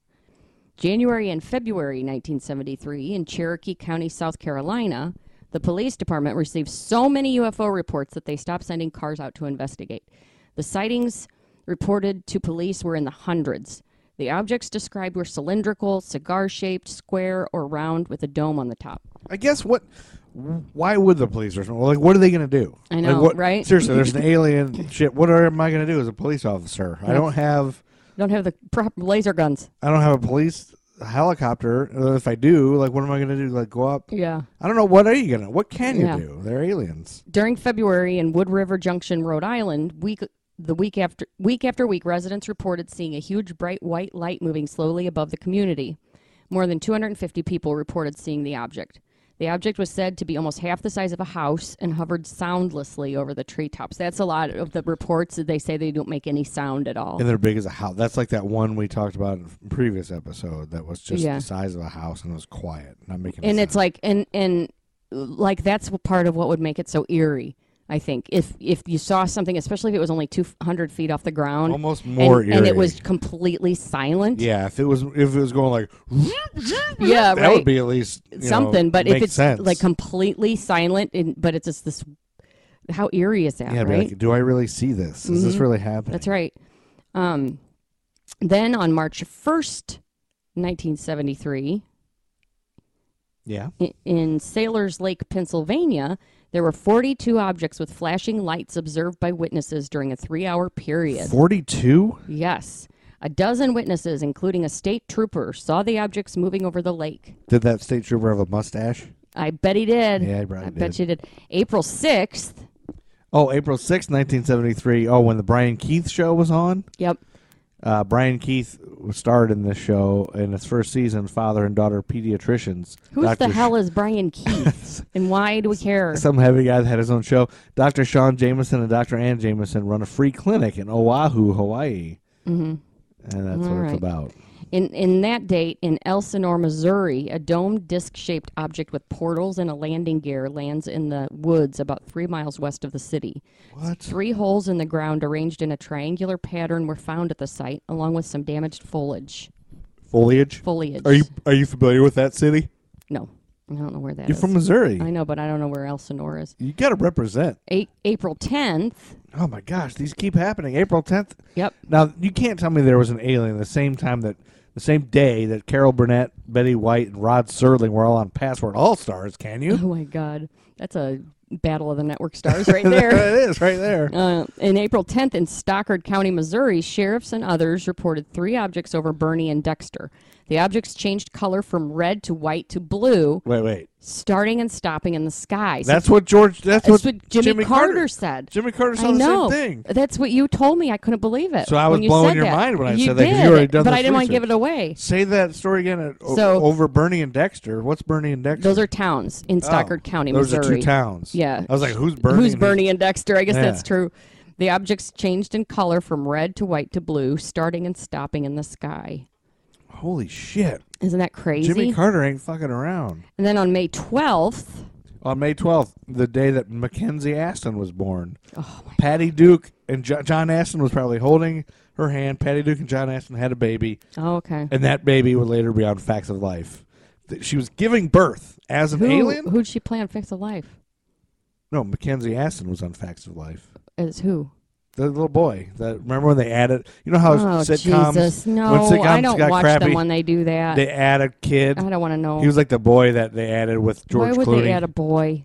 Speaker 3: January and February 1973 in Cherokee County, South Carolina, the police department received so many UFO reports that they stopped sending cars out to investigate. The sightings reported to police were in the hundreds. The objects described were cylindrical, cigar shaped, square, or round with a dome on the top.
Speaker 4: I guess what. Why would the police respond? Like, what are they going to do?
Speaker 3: I
Speaker 4: Like,
Speaker 3: know,
Speaker 4: what-
Speaker 3: right?
Speaker 4: Seriously, there's an alien shit. What are, am I going to do as a police officer? I don't have.
Speaker 3: Don't have the proper laser guns.
Speaker 4: I don't have a police helicopter. Uh, If I do, like, what am I going to do? Like, go up?
Speaker 3: Yeah.
Speaker 4: I don't know. What are you going to? What can you
Speaker 3: Yeah.
Speaker 4: do? They're aliens.
Speaker 3: during February in Wood River Junction, Rhode Island, week the week after week after week, residents reported seeing a huge bright white light moving slowly above the community. More than 250 people reported seeing the object. The object was said to be almost half the size of a house and hovered soundlessly over the treetops. That's a lot of the reports that they say they don't make any sound at all.
Speaker 4: And they're big as a house. That's like that one we talked about in a previous episode that was just
Speaker 3: Yeah.
Speaker 4: the size of a house and was quiet, not making. a
Speaker 3: and it's
Speaker 4: sound.
Speaker 3: like and and like that's what part of what would make it so eerie I think if if you saw something, especially if it was only two hundred feet off the ground,
Speaker 4: Almost
Speaker 3: and-
Speaker 4: more
Speaker 3: and,
Speaker 4: eerie.
Speaker 3: it was completely silent.
Speaker 4: Yeah, if it was if it was going like
Speaker 3: Yeah,
Speaker 4: that
Speaker 3: right.
Speaker 4: would be at least you know,
Speaker 3: something, but if
Speaker 4: make
Speaker 3: it's
Speaker 4: sense.
Speaker 3: like completely silent, and but it's just this, how eerie is that?
Speaker 4: yeah, it'd be
Speaker 3: right? Mm-hmm.
Speaker 4: like, do I really see this? Is this really happening?
Speaker 3: That's right. Um, then on March first, nineteen seventy three,
Speaker 4: Yeah,
Speaker 3: I- in Sailor's Lake, Pennsylvania, there were 42 objects with flashing lights observed by witnesses during a three hour period.
Speaker 4: forty-two.
Speaker 3: Yes. A dozen witnesses, including a state trooper, saw the objects moving over the lake.
Speaker 4: Did that state trooper have a mustache?
Speaker 3: I bet he did.
Speaker 4: Yeah, he probably
Speaker 3: I bet
Speaker 4: did.
Speaker 3: you did. April 6th.
Speaker 4: Oh, April sixth, nineteen seventy-three. Oh, when the Brian Keith show was on.
Speaker 3: Yep.
Speaker 4: Uh, Brian Keith starred in this show in its first season, father and daughter pediatricians.
Speaker 3: Who's
Speaker 4: Dr.
Speaker 3: the
Speaker 4: Sh-
Speaker 3: hell is Brian Keith? and why do we care?
Speaker 4: Some heavy guy that had his own show. Dr. Sean Jameson and Dr. Ann Jameson run a free clinic in Oahu, Hawaii. Mm-hmm. And that's
Speaker 3: All
Speaker 4: what
Speaker 3: right.
Speaker 4: it's about.
Speaker 3: In, in that date, in Elsinore, Missouri, a domed disc shaped object with portals and a landing gear lands in the woods about three miles west of the city.
Speaker 4: What?
Speaker 3: Three holes in the ground arranged in a triangular pattern were found at the site, along with some damaged foliage.
Speaker 4: Foliage?
Speaker 3: Foliage.
Speaker 4: Are you are you familiar with that city?
Speaker 3: No, I don't know where that
Speaker 4: You're
Speaker 3: is.
Speaker 4: from Missouri.
Speaker 3: I know, but I don't know where Elsinore is.
Speaker 4: You got to represent.
Speaker 3: A- April 10th.
Speaker 4: Oh my gosh, these keep happening. April 10th.
Speaker 3: Yep.
Speaker 4: Now, you can't tell me there was an alien the same time that the same day that Carol Burnett, Betty White, and Rod Serling were all on Password All Stars, can you?
Speaker 3: Oh my God, that's a battle of the network stars right Oh, there.
Speaker 4: it is right there.
Speaker 3: Uh, in April 10th, in Stockard County, Missouri, sheriffs and others reported three objects over Bernie and Dexter. The objects changed color from red to white to blue,
Speaker 4: Wait, wait.
Speaker 3: starting and stopping in the sky. So
Speaker 4: That's what George. That's,
Speaker 3: That's
Speaker 4: what,
Speaker 3: what Jimmy, Carter,
Speaker 4: Carter
Speaker 3: said.
Speaker 4: Jimmy Carter saw
Speaker 3: I
Speaker 4: the
Speaker 3: know.
Speaker 4: same thing.
Speaker 3: That's what you told me. I couldn't believe it.
Speaker 4: So I was
Speaker 3: when you
Speaker 4: blowing
Speaker 3: said
Speaker 4: your
Speaker 3: that.
Speaker 4: mind when I
Speaker 3: you
Speaker 4: said that, 'cause
Speaker 3: Did,
Speaker 4: you already done
Speaker 3: but I
Speaker 4: this
Speaker 3: didn't want to give
Speaker 4: research.
Speaker 3: it away.
Speaker 4: Say that story again. At, o-
Speaker 3: So-
Speaker 4: over Bernie and Dexter. What's Bernie and Dexter?
Speaker 3: Those are towns in Stockard County,
Speaker 4: Oh, Those
Speaker 3: Missouri.
Speaker 4: are two towns.
Speaker 3: Yeah.
Speaker 4: I was like, who's Bernie?
Speaker 3: Who's
Speaker 4: and
Speaker 3: Bernie and Dexter? I guess
Speaker 4: Yeah.
Speaker 3: that's true. The objects changed in color from red to white to blue, starting and stopping in the sky.
Speaker 4: who's- Holy shit!
Speaker 3: Isn't that crazy?
Speaker 4: Jimmy Carter ain't fucking around.
Speaker 3: and then on May 12th,
Speaker 4: On May twelfth, the day that Mackenzie Aston was born,
Speaker 3: Oh,
Speaker 4: Patty Duke and jo- John Aston was probably holding her hand. Patty Duke and John Aston had a baby,
Speaker 3: oh, okay.
Speaker 4: and that baby would later be on Facts of Life. Th- She was giving birth as an
Speaker 3: Who,
Speaker 4: alien.
Speaker 3: Who'd she play on Fix of Life?
Speaker 4: No, Mackenzie Aston was on Facts of Life.
Speaker 3: As who?
Speaker 4: The little boy. That remember when they added? You know how
Speaker 3: oh,
Speaker 4: sitcoms
Speaker 3: Jesus. No,
Speaker 4: when sitcoms
Speaker 3: I don't
Speaker 4: got
Speaker 3: watch
Speaker 4: crappy,
Speaker 3: them when they do that.
Speaker 4: they add a kid.
Speaker 3: I don't want to know.
Speaker 4: He was like the boy that they added with George
Speaker 3: Why would
Speaker 4: Clooney.
Speaker 3: they add a boy?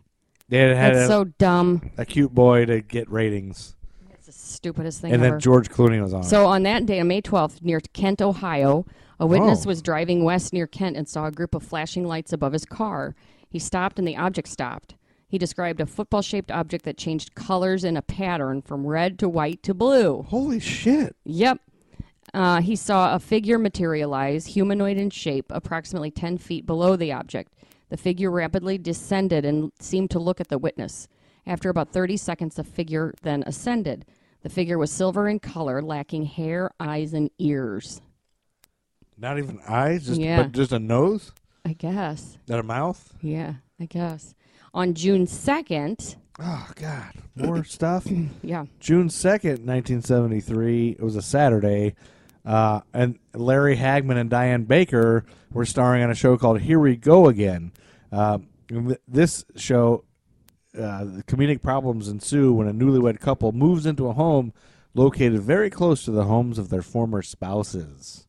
Speaker 4: They had, had
Speaker 3: That's
Speaker 4: a,
Speaker 3: so dumb.
Speaker 4: a cute boy to get ratings,
Speaker 3: It's the stupidest thing
Speaker 4: and
Speaker 3: ever.
Speaker 4: then George Clooney was on. it.
Speaker 3: So on that day, on May 12th, near Kent, Ohio, a witness
Speaker 4: Oh.
Speaker 3: was driving west near Kent and saw a group of flashing lights above his car. He stopped and the object stopped. He described a football shaped object that changed colors in a pattern from red to white to blue.
Speaker 4: holy shit!
Speaker 3: Yep. Uh, he saw a figure materialize, humanoid in shape, approximately 10 feet below the object. The figure rapidly descended and seemed to look at the witness. After about 30 seconds, the figure then ascended. The figure was silver in color, lacking hair, eyes, and ears.
Speaker 4: Not even eyes, just
Speaker 3: Yeah.
Speaker 4: but just a nose
Speaker 3: I guess.
Speaker 4: and a mouth.
Speaker 3: Yeah, I guess. On June 2nd,
Speaker 4: Oh God, more stuff.
Speaker 3: yeah,
Speaker 4: June second, nineteen seventy three. It was a Saturday, uh, and Larry Hagman and Diane Baker were starring on a show called Here We Go Again. Um, and th- this show, uh, the comedic problems ensue when a newlywed couple moves into a home located very close to the homes of their former spouses.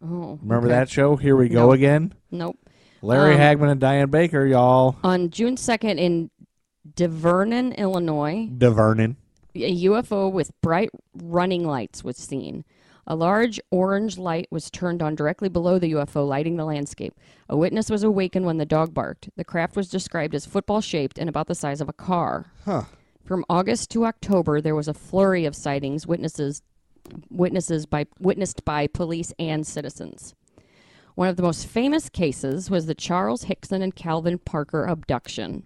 Speaker 4: Oh, remember that show? Here We Go
Speaker 3: No.
Speaker 4: Again.
Speaker 3: nope.
Speaker 4: Larry
Speaker 3: Um,
Speaker 4: Hagman and Diane Baker, y'all.
Speaker 3: On June 2nd, in DeVernon, Illinois,
Speaker 4: DeVernon.
Speaker 3: a UFO with bright running lights was seen. A large orange light was turned on directly below the UFO, lighting the landscape. A witness was awakened when the dog barked. The craft was described as football shaped and about the size of a car.
Speaker 4: Huh.
Speaker 3: From August to October, there was a flurry of sightings, witnesses, witnesses by witnessed by police and citizens. One of the most famous cases was the Charles Hickson and Calvin Parker abduction.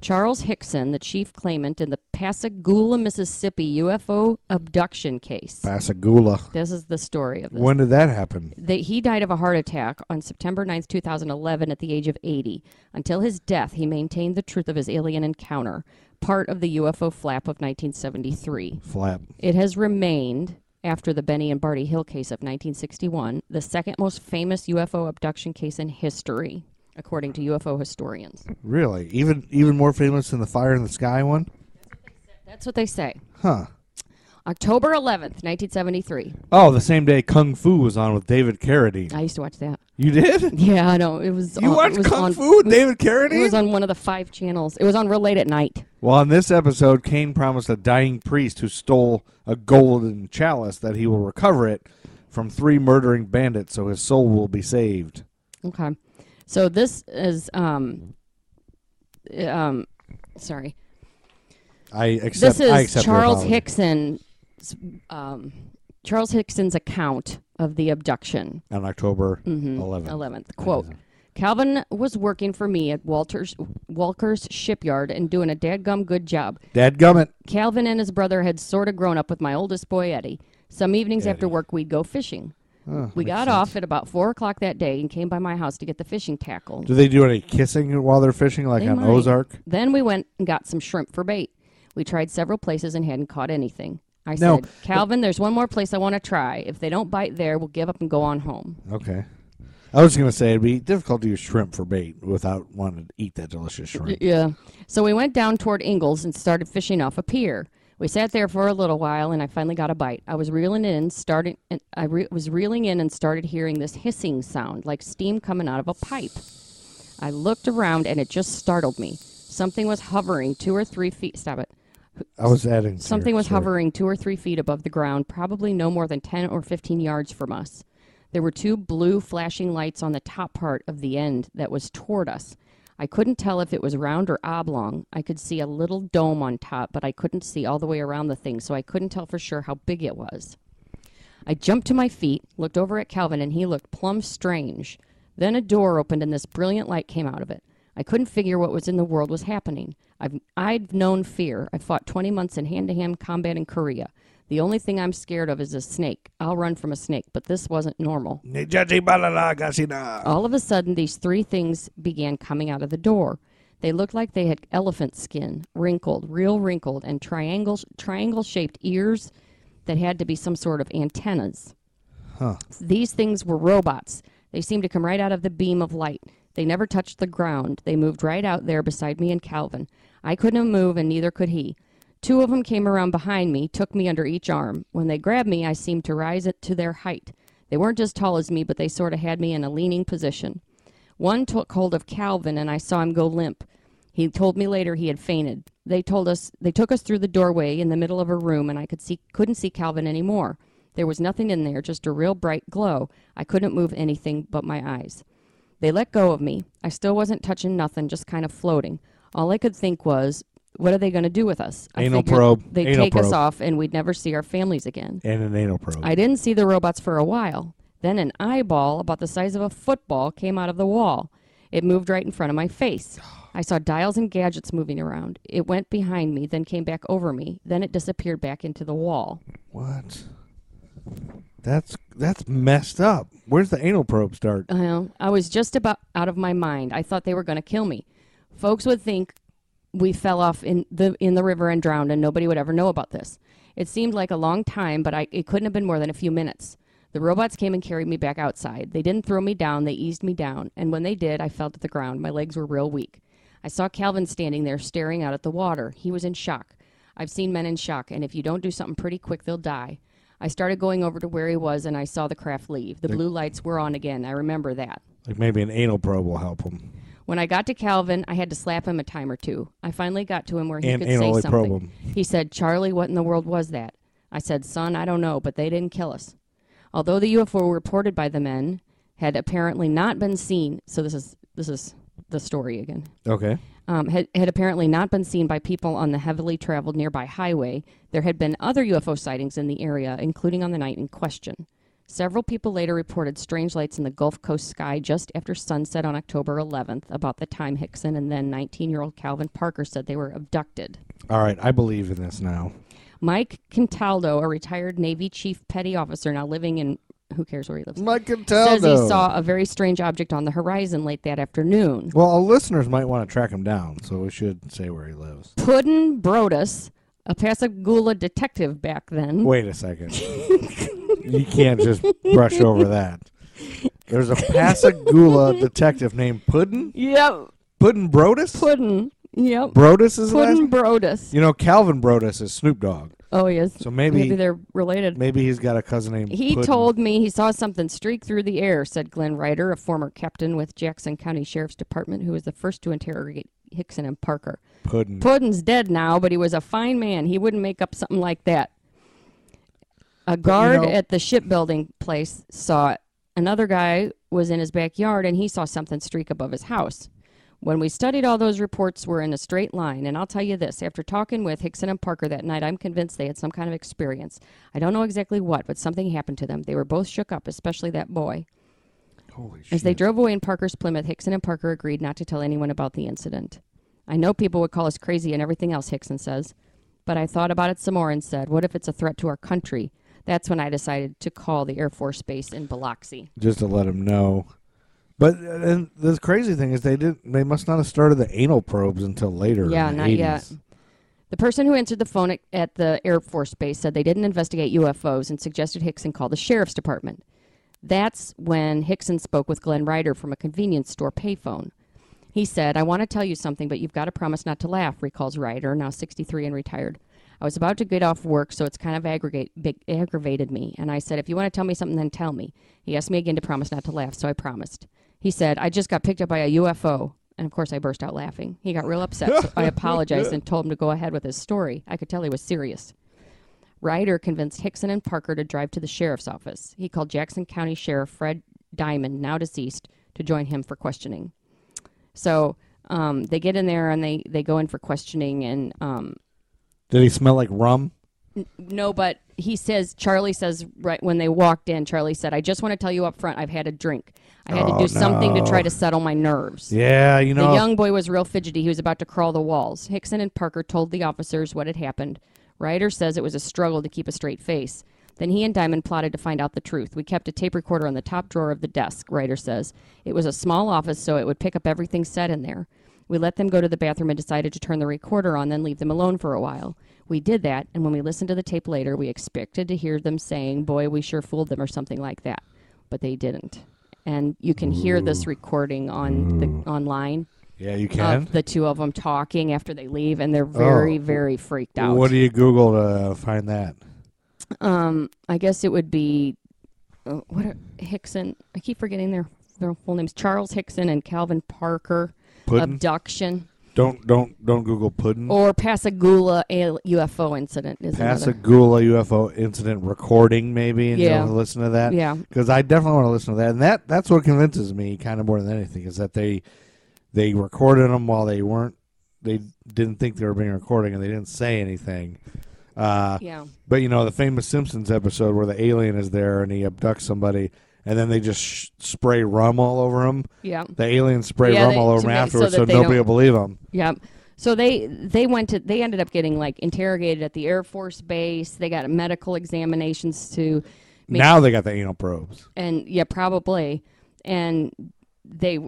Speaker 3: Charles Hickson, the chief claimant in the Pascagoula, Mississippi UFO abduction case.
Speaker 4: Pasagula.
Speaker 3: This is the story of this.
Speaker 4: When did that happen?
Speaker 3: That he died of a heart attack on September 9th, 2011, at the age of 80. Until his death, he maintained the truth of his alien encounter. part of the UFO flap of 1973.
Speaker 4: Flap.
Speaker 3: It has remained, after the Benny and Barty Hill case of 1961, the second most famous UFO abduction case in history, according to UFO historians.
Speaker 4: Really? Even even more famous than the fire in the sky one?
Speaker 3: That's what they say.
Speaker 4: Huh.
Speaker 3: October 11th, 1973.
Speaker 4: Oh, the same day Kung Fu was on with David Carradine.
Speaker 3: I used to watch that.
Speaker 4: You did?
Speaker 3: Yeah, I know. It was
Speaker 4: You
Speaker 3: on, it
Speaker 4: watched
Speaker 3: was
Speaker 4: Kung
Speaker 3: on-
Speaker 4: Fu
Speaker 3: it
Speaker 4: with
Speaker 3: was-
Speaker 4: David Carradine?
Speaker 3: It was on one of the five channels. It was on real late at night.
Speaker 4: Well, on this episode, Cain promised a dying priest who stole a golden chalice that he will recover it from three murdering bandits so his soul will be saved.
Speaker 3: Okay. So this is um um sorry.
Speaker 4: I accept.
Speaker 3: this
Speaker 4: I
Speaker 3: is
Speaker 4: accept your
Speaker 3: Charles
Speaker 4: apology.
Speaker 3: Hickson's um Charles Hickson's account of the abduction.
Speaker 4: on October
Speaker 3: Mm-hmm.
Speaker 4: 11th.
Speaker 3: 11th. Quote Calvin was working for me at Walter's Walker's shipyard and doing a dadgum good job.
Speaker 4: Dad gummit.
Speaker 3: Calvin and his brother had sort of grown up with my oldest boy, Eddie. Some evenings after work, we'd go fishing.
Speaker 4: Oh,
Speaker 3: we got off at about 4 o'clock that day and came by my house to get the fishing tackle.
Speaker 4: Do they do any kissing while they're fishing, like
Speaker 3: They
Speaker 4: on
Speaker 3: might.
Speaker 4: Ozark?
Speaker 3: Then we went and got some shrimp for bait. We tried several places and hadn't caught anything. I
Speaker 4: No,
Speaker 3: said, Calvin, there's one more place I want to try. If they don't bite there, we'll give up and go on home.
Speaker 4: Okay. I was going to say it'd be difficult to use shrimp for bait without wanting to eat that delicious shrimp.
Speaker 3: Yeah. So we went down toward Ingalls and started fishing off a pier. We sat there for a little while, and I finally got a bite. I was reeling in, started, and I re- was reeling in, and started hearing this hissing sound like steam coming out of a pipe. I looked around, and it just startled me. Something was hovering two or three feet. Stop it.
Speaker 4: I was adding to
Speaker 3: Something
Speaker 4: your
Speaker 3: was
Speaker 4: story.
Speaker 3: hovering two or three feet above the ground, probably no more than 10 or 15 yards from us. There were two blue flashing lights on the top part of the end that was toward us. I couldn't tell if it was round or oblong. I could see a little dome on top, but I couldn't see all the way around the thing, so I couldn't tell for sure how big it was. I jumped to my feet, looked over at Calvin, and he looked plumb strange. Then a door opened and this brilliant light came out of it. I couldn't figure what was in the world was happening. I've, I'd known fear. I fought 20 months in hand to hand combat in Korea. The only thing I'm scared of is a snake. I'll run from a snake, but this wasn't normal.
Speaker 4: Nijaji balala gasina.
Speaker 3: All of a sudden, these three things began coming out of the door. They looked like they had elephant skin, wrinkled, real wrinkled, and triangle triangle shaped ears that had to be some sort of antennas. These things were robots. They seemed to come right out of the beam of light. They never touched the ground. They moved right out there beside me and Calvin. I couldn't move, and neither could he. Two of them came around behind me, took me under each arm. When they grabbed me, I seemed to rise it to their height. They weren't as tall as me, but they sort of had me in a leaning position. One took hold of Calvin, and I saw him go limp. He told me later he had fainted. They told us they took us through the doorway in the middle of a room, and I could see couldn't see Calvin anymore. There was nothing in there, just a real bright glow. I couldn't move anything but my eyes. They let go of me. I still wasn't touching nothing, just kind of floating. All I could think was, what are they going to do with us? I
Speaker 4: Anal
Speaker 3: figured
Speaker 4: probe.
Speaker 3: They'd
Speaker 4: Anal
Speaker 3: take us
Speaker 4: probe.
Speaker 3: off, and we'd never see our families again.
Speaker 4: And an anal probe.
Speaker 3: I didn't see the robots for a while. Then an eyeball about the size of a football came out of the wall. It moved right in front of my face. I saw dials and gadgets moving around. It went behind me, then came back over me. Then it disappeared back into the wall.
Speaker 4: what? That's that's messed up. Where's the anal probe start?
Speaker 3: Well, I was just about out of my mind. I thought they were going to kill me. Folks would think we fell off in the in the river and drowned, and nobody would ever know about this. It seemed like a long time, but I, it couldn't have been more than a few minutes. The robots came and carried me back outside. They didn't throw me down; they eased me down, and when they did, I fell to the ground. My legs were real weak. I saw Calvin standing there, staring out at the water. He was in shock. I've seen men in shock, and if you don't do something pretty quick, they'll die. I started going over to where he was, and I saw the craft leave. The blue lights were on again. I remember that.
Speaker 4: Like maybe an anal probe will help him.
Speaker 3: When I got to Calvin, I had to slap him a time or two. I finally got to him where he
Speaker 4: And
Speaker 3: could
Speaker 4: anally
Speaker 3: say something.
Speaker 4: probe him.
Speaker 3: He said, Charlie, what in the world was that? I said, Son, I don't know, but they didn't kill us. Although the UFO reported by the men had apparently not been seen, so this is this is the story again
Speaker 4: Okay.
Speaker 3: um, had, had apparently not been seen by people on the heavily traveled nearby highway. There had been other UFO sightings in the area, including on the night in question. Several people later reported strange lights in the Gulf Coast sky just after sunset on October 11th, about the time Hickson and then 19 year old Calvin Parker said they were abducted.
Speaker 4: All right. I believe in this now.
Speaker 3: Mike Contaldo, a retired Navy chief petty officer now living in who cares where he lives?
Speaker 4: Mike
Speaker 3: Says he
Speaker 4: Cataldo.
Speaker 3: saw a very strange object on the horizon late that afternoon.
Speaker 4: Well, our listeners might want to track him down, so we should say where he lives.
Speaker 3: Puddin Brodus, a Pascagoula detective back then,
Speaker 4: Wait a second. you can't just brush over that. There's a Pascagoula detective named Puddin.
Speaker 3: Yep.
Speaker 4: Puddin Brodus?
Speaker 3: Puddin. Yep.
Speaker 4: Brodus is last
Speaker 3: Puddin Brodus.
Speaker 4: You know, Calvin Brodus is Snoop Dogg.
Speaker 3: Oh, yes.
Speaker 4: So maybe-
Speaker 3: they're related.
Speaker 4: Maybe he's got a cousin named
Speaker 3: He
Speaker 4: Puddin.
Speaker 3: told me he saw something streak through the air, said Glenn Ryder, a former captain with Jackson County Sheriff's Department who was the first to interrogate Hickson and Parker.
Speaker 4: Puddin.
Speaker 3: Puddin's dead now, but he was a fine man. He wouldn't make up something like that. A guard
Speaker 4: know-
Speaker 3: at the shipbuilding place saw it. Another guy was in his backyard and he saw something streak above his house. When we studied all those reports, were in a straight line. And I'll tell you this after talking with Hickson and Parker that night, I'm convinced they had some kind of experience. I don't know exactly what, but something happened to them. They were both shook up, especially that boy.
Speaker 4: Holy
Speaker 3: As they drove away in Parker's Plymouth, Hickson and Parker agreed not to tell anyone about the incident. I know people would call us crazy and everything else, Hickson says, but I thought about it some more and said, what if it's a threat to our country? That's when I decided to call the Air Force Base in Biloxi.
Speaker 4: just to let him know. But uh, and the crazy thing is they did not they must not have started the anal probes until later. in
Speaker 3: Yeah,
Speaker 4: the
Speaker 3: not yet.
Speaker 4: 80s.
Speaker 3: The person who answered the phone at, at the Air Force Base said they didn't investigate UFOs and suggested Hickson call the Sheriff's Department. That's when Hickson spoke with Glenn Ryder from a convenience store payphone. He said, I want to tell you something, but you've got to promise not to laugh, recalls Ryder, now 63 and retired. I was about to get off work, so it's kind of aggregate, big, aggravated me. And I said, If you want to tell me something, then tell me. He asked me again to promise not to laugh, so I promised. He said, I just got picked up by a UFO. And of course, I burst out laughing. He got real upset, so I apologized and told him to go ahead with his story. I could tell he was serious. Ryder convinced Hickson and Parker to drive to the sheriff's office. He called Jackson County Sheriff Fred Diamond, now deceased, to join him for questioning. So um, they get in there and they, they go in for questioning. And um,
Speaker 4: Did he smell like rum?
Speaker 3: no, but he says, Charlie says, right when they walked in, Charlie said, I just want to tell you up front, I've had a drink. I had to do something to try to settle my nerves.
Speaker 4: Yeah, you know.
Speaker 3: The young boy was real fidgety. He was about to crawl the walls. Hickson and Parker told the officers what had happened. Ryder says it was a struggle to keep a straight face. Then he and Diamond plotted to find out the truth. We kept a tape recorder on the top drawer of the desk, Ryder says. It was a small office, so it would pick up everything said in there. We let them go to the bathroom and decided to turn the recorder on, then leave them alone for a while. We did that, and when we listened to the tape later, we expected to hear them saying, Boy, we sure fooled them, or something like that. But they didn't. And you can hear this recording on the online
Speaker 4: yeah, you can.
Speaker 3: of the two of them talking after they leave, and they're very, very freaked out.
Speaker 4: What do you Google to find that?
Speaker 3: um, I guess it would be uh, what are, Hickson. I keep forgetting their their full names: Charles Hickson and Calvin Parker.
Speaker 4: Puddin?
Speaker 3: Abduction
Speaker 4: Don't don't don't Google puddin.
Speaker 3: or Pascagoula al- UFO incident is another.
Speaker 4: Pascagoula UFO incident recording, maybe, and
Speaker 3: Yeah.
Speaker 4: you'll listen to that.
Speaker 3: Yeah.
Speaker 4: because I definitely want to listen to that, and that that's what convinces me, kind of more than anything, is that they they recorded them while they weren't, they didn't think they were being recorded, and they didn't say anything. Uh,
Speaker 3: Yeah,
Speaker 4: But you know the famous Simpsons episode where the alien is there and he abducts somebody, and then they just sh- spray rum all over him.
Speaker 3: yeah,
Speaker 4: The aliens spray
Speaker 3: Yeah,
Speaker 4: rum
Speaker 3: they-
Speaker 4: all over
Speaker 3: to
Speaker 4: him
Speaker 3: make- so
Speaker 4: afterwards,
Speaker 3: that
Speaker 4: so,
Speaker 3: they
Speaker 4: nobody
Speaker 3: don't-
Speaker 4: will believe him.
Speaker 3: yeah. So they they went to they ended up getting like interrogated at the Air Force Base. They got medical examinations to make
Speaker 4: Now they got the anal probes.
Speaker 3: and yeah, probably. And they,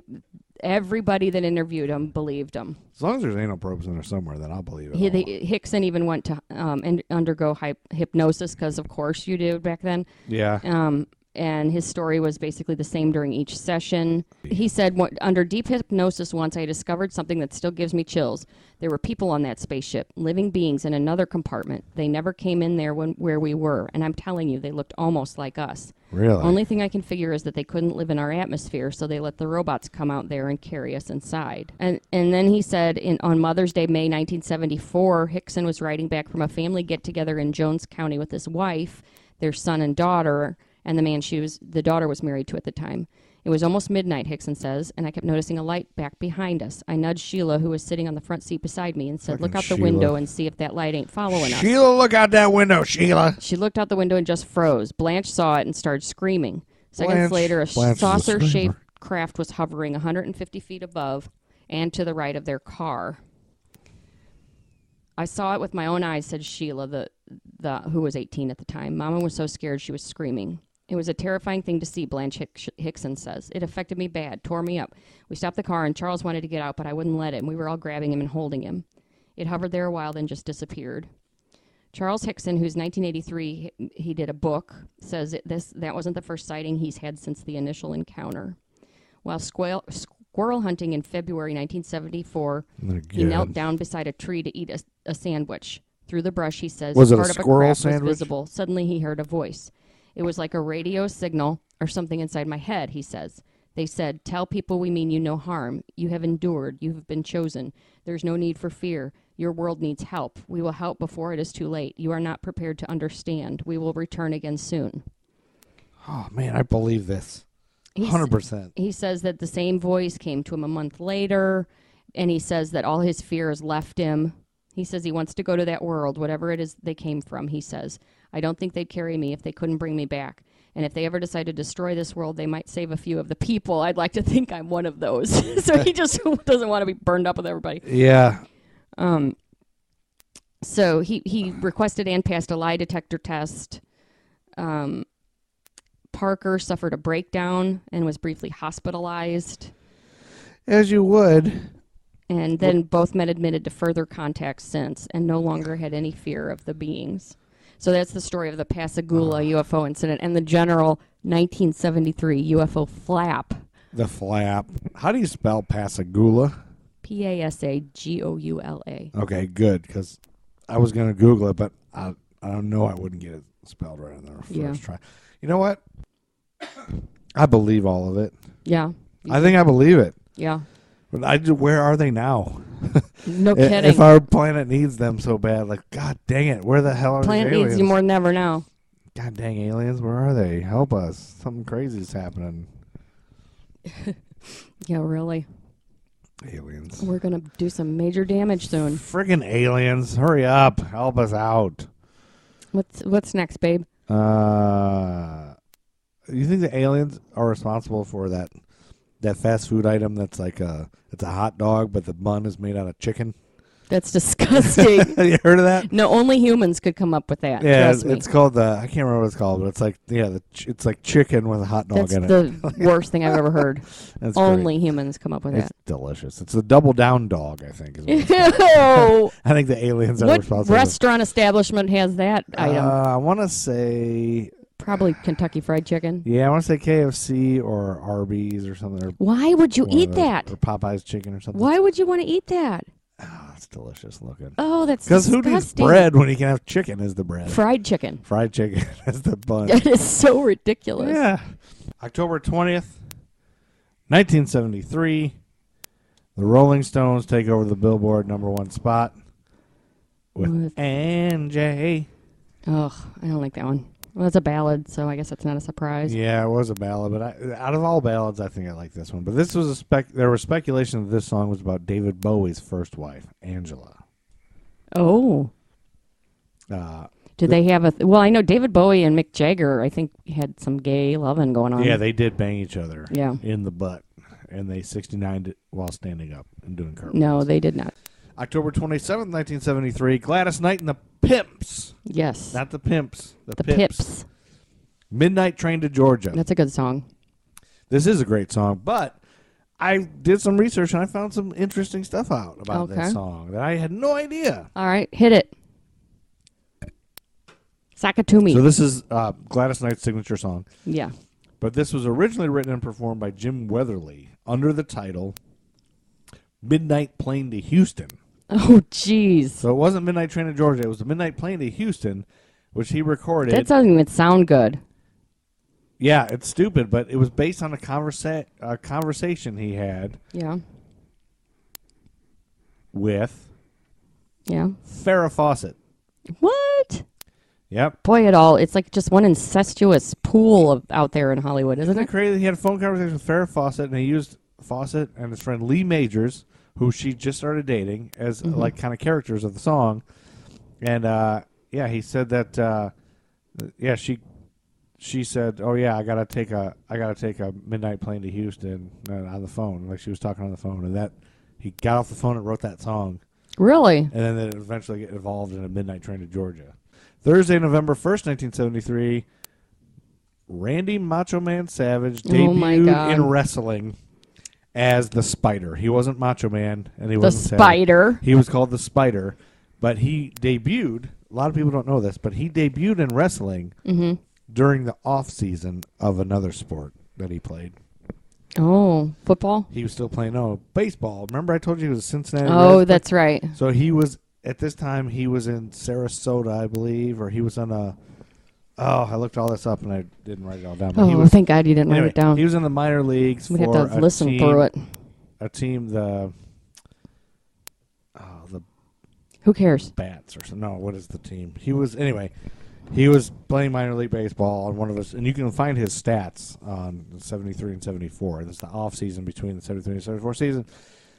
Speaker 3: everybody that interviewed him believed him.
Speaker 4: As long as there's anal probes in there somewhere, then I'll believe it.
Speaker 3: He,
Speaker 4: all.
Speaker 3: they, Hickson even went to um, and undergo hyp hypnosis because, of course, you did back then.
Speaker 4: yeah.
Speaker 3: Um, and his story was basically the same during each session. He said, "What- Under deep hypnosis, once I discovered something that still gives me chills. There were people on that spaceship, living beings in another compartment. They never came in there when, where we were. And I'm telling you, they looked almost like us.
Speaker 4: Really?
Speaker 3: Only thing I can figure is that they couldn't live in our atmosphere, so they let the robots come out there and carry us inside. And and then he said in on Mother's Day, May 1974, Hickson was riding back from a family get together in Jones County with his wife, their son and daughter, and the man she was the daughter was married to at the time. It was almost midnight, Hickson says, and I kept noticing a light back behind us. I nudged Sheila, who was sitting on the front seat beside me, and said, "Look out the
Speaker 4: Sheila.
Speaker 3: window and see if that light ain't following us."
Speaker 4: Sheila, look out that window, Sheila.
Speaker 3: She looked out the window and just froze. Blanche saw it and started screaming. Seconds
Speaker 4: Blanche-
Speaker 3: later, a
Speaker 4: Blanche is a
Speaker 3: saucer shaped
Speaker 4: screamer.
Speaker 3: craft was hovering 150 feet above and to the right of their car. I saw it with my own eyes, said Sheila, the, the, who was 18 at the time. Mama was so scared she was screaming. It was a terrifying thing to see, Blanche Hick- Hickson says. It affected me bad, tore me up. We stopped the car, and Charles wanted to get out, but I wouldn't let him. We were all grabbing him and holding him. It hovered there a while, then just disappeared. Charles Hickson, who's 1983, he- he did a book, says it, this that wasn't the first sighting he's had since the initial encounter. While squirrel, squirrel hunting in February 1974,
Speaker 4: They're
Speaker 3: he knelt
Speaker 4: good.
Speaker 3: down beside a tree to eat a, a sandwich. Through the brush, he says,
Speaker 4: Was it a
Speaker 3: part of
Speaker 4: squirrel
Speaker 3: crack was
Speaker 4: sandwich?
Speaker 3: visible. Suddenly, he heard a voice. It was like a radio signal or something inside my head. He says, "They said, tell people we mean you no harm. You have endured. You have been chosen. There's no need for fear. Your world needs help. We will help before it is too late. You are not prepared to understand. We will return again soon."
Speaker 4: Oh man, I believe this.
Speaker 3: He's-
Speaker 4: Hundred percent.
Speaker 3: he says that the same voice came to him a month later and he says that all his fears left him he says he wants to go to that world whatever it is they came from he says i don't think they'd carry me if they couldn't bring me back and if they ever decide to destroy this world they might save a few of the people i'd like to think i'm one of those so he just doesn't want to be burned up with everybody
Speaker 4: Yeah.
Speaker 3: so he, he requested and passed a lie detector test. Um, Parker suffered a breakdown and was briefly hospitalized.
Speaker 4: As you would.
Speaker 3: And then both men admitted to further contact since and no longer had any fear of the beings. So that's the story of the
Speaker 4: Ah.
Speaker 3: Pascagoula UFO incident and the general 1973 UFO flap.
Speaker 4: The flap. How do you spell Pasagula?
Speaker 3: P A S A G O U L A.
Speaker 4: Okay, good. Because I was gonna Google it, but I I don't know I wouldn't get it spelled right on there first
Speaker 3: Yeah.
Speaker 4: try. You know what? I believe all of it.
Speaker 3: Yeah.
Speaker 4: I think I believe it.
Speaker 3: Yeah.
Speaker 4: But I ju- where are they now?
Speaker 3: No
Speaker 4: I-
Speaker 3: kidding.
Speaker 4: If our planet needs them so bad, like God dang it, where the hell are
Speaker 3: Planet
Speaker 4: these aliens?
Speaker 3: needs you more than ever now.
Speaker 4: God dang aliens, where are they? Help us! Something crazy's happening.
Speaker 3: Yeah, really.
Speaker 4: Aliens.
Speaker 3: We're going to do some major damage soon.
Speaker 4: Friggin' aliens, hurry up. Help us out.
Speaker 3: What's what's next, babe?
Speaker 4: Uh you think the aliens are responsible for that that fast food item that's like a it's a hot dog but the bun is made out of chicken?
Speaker 3: That's disgusting.
Speaker 4: Have you heard of that?
Speaker 3: no, only humans could come up with that.
Speaker 4: Yeah,
Speaker 3: trust
Speaker 4: it's,
Speaker 3: me.
Speaker 4: it's called the I can't remember what it's called, but it's like yeah, the, ch- it's like chicken with a hot dog
Speaker 3: That's
Speaker 4: in it.
Speaker 3: the worst thing I've ever heard.
Speaker 4: That's great.
Speaker 3: only humans come up with
Speaker 4: It's delicious. It's the double down dog, I think. Is what it's called.
Speaker 3: that.
Speaker 4: I think the aliens are
Speaker 3: what
Speaker 4: responsible.
Speaker 3: restaurant establishment has that item?
Speaker 4: Uh, I want to say
Speaker 3: Probably Kentucky Fried Chicken.
Speaker 4: yeah, I want to say KFC or Arby's or something. Or
Speaker 3: Why would you
Speaker 4: one of
Speaker 3: eat
Speaker 4: those-
Speaker 3: that?
Speaker 4: Or Popeyes chicken or something.
Speaker 3: Why would you want to eat that?
Speaker 4: Oh, it's delicious looking.
Speaker 3: Oh, that's
Speaker 4: Because who
Speaker 3: disgusting.
Speaker 4: needs bread when you can have chicken as the bread?
Speaker 3: Fried chicken.
Speaker 4: Fried chicken as the bun.
Speaker 3: That is so ridiculous.
Speaker 4: yeah. October 20th, 1973. The Rolling Stones take over the Billboard number one spot with
Speaker 3: What?
Speaker 4: NJ.
Speaker 3: Ugh, I don't like that one. Well, that's a ballad, so I guess that's not a surprise.
Speaker 4: Yeah, it was a ballad, but I, out of all ballads, I think I like this one. But this was a spec. There was speculation that this song was about David Bowie's first wife, Angela.
Speaker 3: Oh.
Speaker 4: Uh,
Speaker 3: Did they have a? Th- well, I know David Bowie and Mick Jagger. I think had some gay loving going on.
Speaker 4: yeah, they did bang each other.
Speaker 3: Um, Yeah.
Speaker 4: in the butt, and they 69 while standing up and doing curls.
Speaker 3: no, they did not.
Speaker 4: October 27th, 1973, Gladys Knight and the Pimps.
Speaker 3: Yes,
Speaker 4: Not the Pimps, the,
Speaker 3: the
Speaker 4: Pips.
Speaker 3: Pips.
Speaker 4: Midnight Train to Georgia.
Speaker 3: That's a good song.
Speaker 4: this is a great song, but I did some research and I found some interesting stuff out about
Speaker 3: Okay.
Speaker 4: this song that I had no idea.
Speaker 3: All right, hit it. Sakatumi.
Speaker 4: So this is uh, Gladys Knight's signature song,
Speaker 3: yeah.
Speaker 4: but this was originally written and performed by Jim Weatherly under the title Midnight Plane to Houston.
Speaker 3: Oh, jeez.
Speaker 4: So it wasn't Midnight Train to Georgia, it was the Midnight Plane to Houston, which he recorded.
Speaker 3: That doesn't even sound good.
Speaker 4: Yeah, it's stupid, but it was based on a conversa- a conversation he had
Speaker 3: Yeah.
Speaker 4: with
Speaker 3: Yeah.
Speaker 4: Farrah Fawcett.
Speaker 3: What?
Speaker 4: Yep.
Speaker 3: Boy, it all. It's like just one incestuous pool of, out there in Hollywood, isn't
Speaker 4: Isn't it
Speaker 3: it?
Speaker 4: crazy? He had a phone conversation with Farrah Fawcett, and he used Fawcett and his friend Lee Majors, who she just started dating, as uh, like kind of characters of the song. And uh, yeah, he said that. Uh, yeah, she she said, "Oh yeah, I gotta take a I gotta take a midnight plane to Houston uh, on the phone." Like she was talking on the phone, and that he got off the phone and wrote that song.
Speaker 3: Really?
Speaker 4: and then it eventually get involved in a midnight train to Georgia. Thursday, November 1st, 1973, Randy Macho Man Savage
Speaker 3: Oh, my
Speaker 4: debuted
Speaker 3: God.
Speaker 4: in wrestling as the Spider. He wasn't Macho Man, and he
Speaker 3: The
Speaker 4: wasn't Savage.
Speaker 3: Spider.
Speaker 4: He was called the Spider, but he debuted. A lot of people don't know this, but he debuted in wrestling
Speaker 3: Mm-hmm.
Speaker 4: during the off season of another sport that he played.
Speaker 3: Oh, football.
Speaker 4: He was still playing oh baseball. Remember, I told you he was a Cincinnati.
Speaker 3: Oh,
Speaker 4: Reds-
Speaker 3: that's right.
Speaker 4: so he was at this time he was in Sarasota, I believe, or he was on a. Oh, I looked all this up and I didn't write it all down. but he
Speaker 3: Oh,
Speaker 4: was,
Speaker 3: thank God you didn't write
Speaker 4: anyway,
Speaker 3: it down.
Speaker 4: He was in the minor leagues
Speaker 3: We'd
Speaker 4: for
Speaker 3: have to
Speaker 4: a
Speaker 3: listen
Speaker 4: team,
Speaker 3: through it.
Speaker 4: A team the. Oh, the
Speaker 3: Who cares?
Speaker 4: bats or something. No, what is the team? He was anyway. He was playing minor league baseball on one of us, and you can find his stats on '73 and '74. That's the off season between the '73 and '74 season.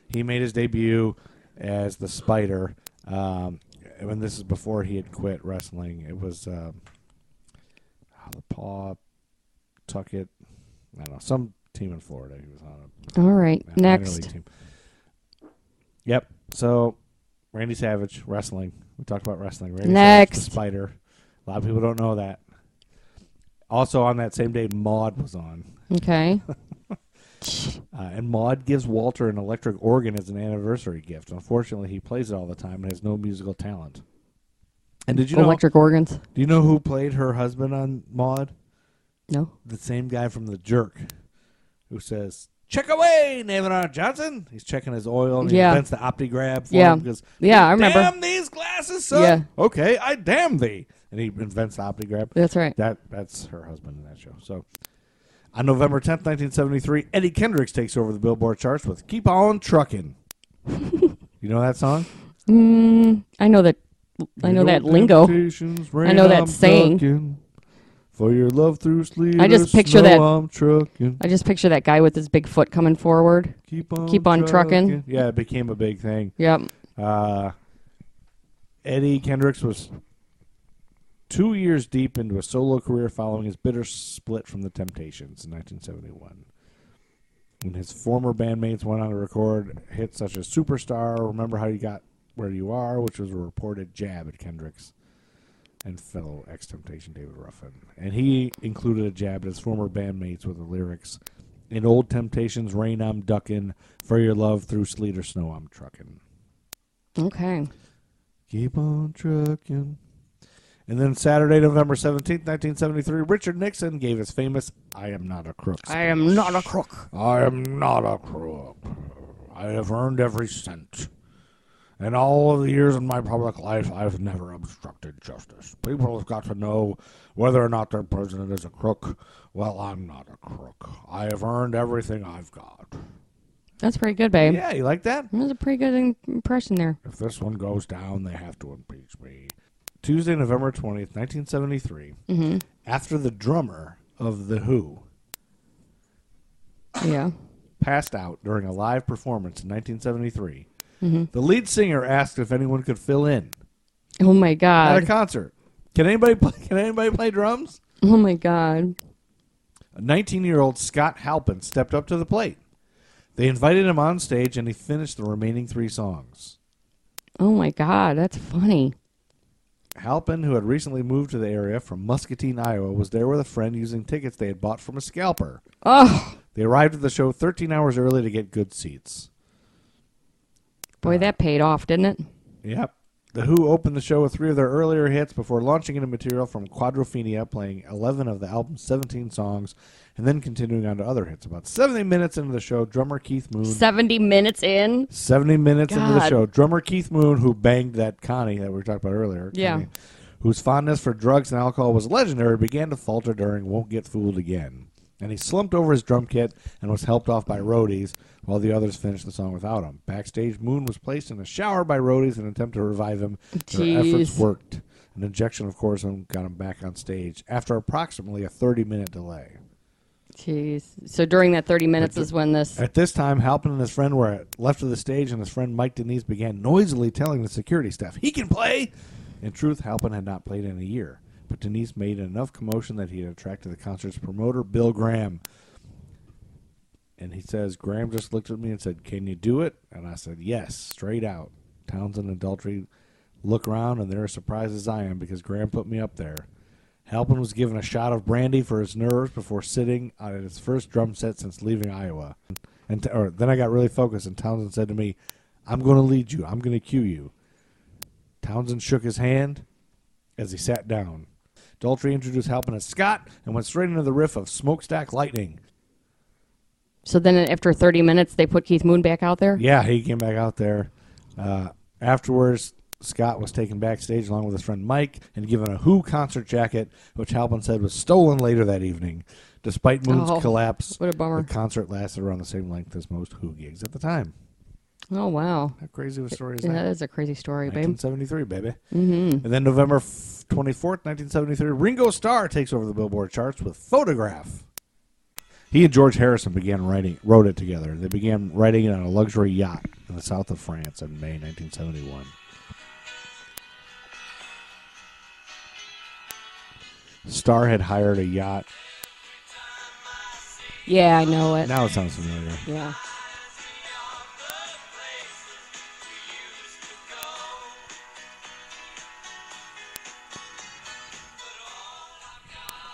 Speaker 4: He made his debut as the Spider. Um, when this is before he had quit wrestling, it was um, oh, the Paw Tucket. I don't know some team in Florida. He was on a
Speaker 3: All right,
Speaker 4: yeah, minor league
Speaker 3: next.
Speaker 4: team. Yep. So, Randy Savage wrestling. We talked about wrestling. Randy Savage, the
Speaker 3: Next.
Speaker 4: Spider. A lot of people don't know that. Also on that same day, Maud was on,
Speaker 3: Okay.
Speaker 4: uh, and Maud gives Walter an electric organ as an anniversary gift. Unfortunately, he plays it all the time and has no musical talent. And did you know?
Speaker 3: Electric organs.
Speaker 4: Do you know who played her husband on Maud?
Speaker 3: No.
Speaker 4: the same guy from The Jerk who says, Check away, Navin R. Johnson. He's checking his oil and he
Speaker 3: Yeah.
Speaker 4: invents the opti grab for
Speaker 3: Yeah.
Speaker 4: him because,
Speaker 3: Yeah, I remember.
Speaker 4: Damn these glasses, son.
Speaker 3: Yeah.
Speaker 4: Okay, I damn thee. And he invents the opti grab.
Speaker 3: That's right.
Speaker 4: That, that's her husband in that show. So on November 10th, 1973, Eddie Kendricks takes over the Billboard charts with Keep On Truckin'. you know that song?
Speaker 3: Mm, I know that. I know that lingo.
Speaker 4: I
Speaker 3: know that saying.
Speaker 4: For your love through sleep.
Speaker 3: I just picture that-
Speaker 4: I'm trucking.
Speaker 3: I just picture that guy with his big foot coming forward.
Speaker 4: Keep on,
Speaker 3: Keep on trucking.
Speaker 4: Yeah, it became a big thing.
Speaker 3: Yep.
Speaker 4: Uh, Eddie Kendricks was two years deep into a solo career following his bitter split from the Temptations in 1971. When his former bandmates went on to record hits such as Superstar, Remember How You Got Where You Are, which was a reported jab at Kendricks and fellow ex Temptation David Ruffin. And he included a jab at his former bandmates with the lyrics In Old Temptations, Rain I'm Duckin', For Your Love Through Sleet or Snow I'm Truckin'.
Speaker 3: Okay.
Speaker 4: Keep on trucking. And then Saturday, November 17th, 1973, Richard Nixon gave his famous I am not a crook.
Speaker 3: I am not a crook.
Speaker 4: I am not a crook. I have earned every cent. In all of the years in my public life, I've never obstructed justice. People have got to know whether or not their president is a crook. Well, I'm not a crook. I have earned everything I've got.
Speaker 3: That's pretty good, babe.
Speaker 4: Yeah, you like that?
Speaker 3: That was a pretty good im- impression there.
Speaker 4: If this one goes down, they have to impeach me. Tuesday, November 20th, 1973, after the drummer of The Who
Speaker 3: Yeah.
Speaker 4: passed out during a live performance in 1973, the lead singer asked if anyone could fill in
Speaker 3: Oh my
Speaker 4: at a
Speaker 3: god.
Speaker 4: concert. Can anybody play, can anybody play drums?
Speaker 3: Oh my god.
Speaker 4: A 19 year old Scott Halpin stepped up to the plate. They invited him on stage and he finished the remaining three songs.
Speaker 3: Oh my god. That's funny.
Speaker 4: Halpin, who had recently moved to the area from Muscatine, Iowa, was there with a friend using tickets they had bought from a scalper.
Speaker 3: Oh
Speaker 4: They arrived at the show 13 hours early to get good seats.
Speaker 3: boy, that paid off, didn't it?
Speaker 4: Yep. The Who opened the show with three of their earlier hits before launching into material from Quadrophenia, playing 11 of the album's 17 songs, and then continuing on to other hits. About 70 minutes into the show, drummer Keith Moon.
Speaker 3: Seventy minutes in.
Speaker 4: 70 minutes into the
Speaker 3: God.
Speaker 4: show, drummer Keith Moon, who banged that Connie that we were talking about earlier,
Speaker 3: Yeah.
Speaker 4: Connie, whose fondness for drugs and alcohol was legendary, began to falter during Won't Get Fooled Again. And he slumped over his drum kit and was helped off by roadies while the others finished the song without him. Backstage, Moon was placed in a shower by roadies in an attempt to revive him. Their efforts
Speaker 3: Jeez.
Speaker 4: worked. An injection, of course, got him back on stage after approximately a 30 minute delay.
Speaker 3: Jeez. So during that thirty minutes is when this
Speaker 4: At this time, Halpin and his friend were at left of the stage, and his friend Mike Denise began noisily telling the security staff, "He can play." In truth, Halpin had not played in a year, but Denise made enough commotion that he had attracted the concert's promoter, Bill Graham. And he says, Graham just looked at me and said, "Can you do it?" And I said, "Yes," straight out. Townsend and Daltrey look around, and they're as surprised as I am because Graham put me up there. Halpin was given a shot of brandy for his nerves before sitting on his first drum set since leaving Iowa. And t- or, then I got really focused, and Townsend said to me, I'm going to lead you. I'm going to cue you. Townsend shook his hand as he sat down. Daltrey introduced Halpin as Scott and went straight into the riff of Smokestack Lightning.
Speaker 3: So then after 30 minutes, they put Keith Moon back out there?
Speaker 4: Yeah, he came back out there. Uh, afterwards, Scott was taken backstage along with his friend Mike and given a Who concert jacket, which Halpin said was stolen later that evening. Despite Moon's
Speaker 3: Oh,
Speaker 4: collapse,
Speaker 3: what a bummer.
Speaker 4: the concert lasted around the same length as most Who gigs at the time.
Speaker 3: Oh, wow.
Speaker 4: How crazy of a story is
Speaker 3: Yeah,
Speaker 4: that?
Speaker 3: that is a crazy story, babe.
Speaker 4: 1973, baby. Mm-hmm. And then November f- 24th, 1973, Ringo Starr takes over the Billboard charts with Photograph. He and George Harrison began writing, wrote it together. They began writing it on a luxury yacht in the south of France in May 1971. Starr had hired a yacht.
Speaker 3: Yeah, I know it.
Speaker 4: Now it sounds familiar.
Speaker 3: Yeah.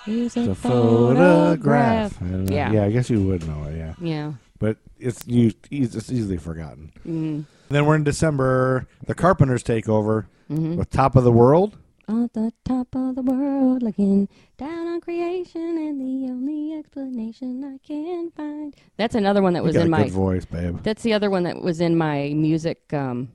Speaker 3: Here's a
Speaker 4: The photograph.
Speaker 3: Yeah.
Speaker 4: yeah, I guess you would know it. Yeah.
Speaker 3: Yeah.
Speaker 4: but it's you it's easily forgotten.
Speaker 3: Mm-hmm.
Speaker 4: Then we're in December. The Carpenters take over
Speaker 3: Mm-hmm.
Speaker 4: with "Top of the World."
Speaker 3: On the top of the world, looking down on creation, and the only explanation I can find. That's another one that was
Speaker 4: you got
Speaker 3: in
Speaker 4: a
Speaker 3: my.
Speaker 4: good voice, babe.
Speaker 3: That's the other one that was in my music um,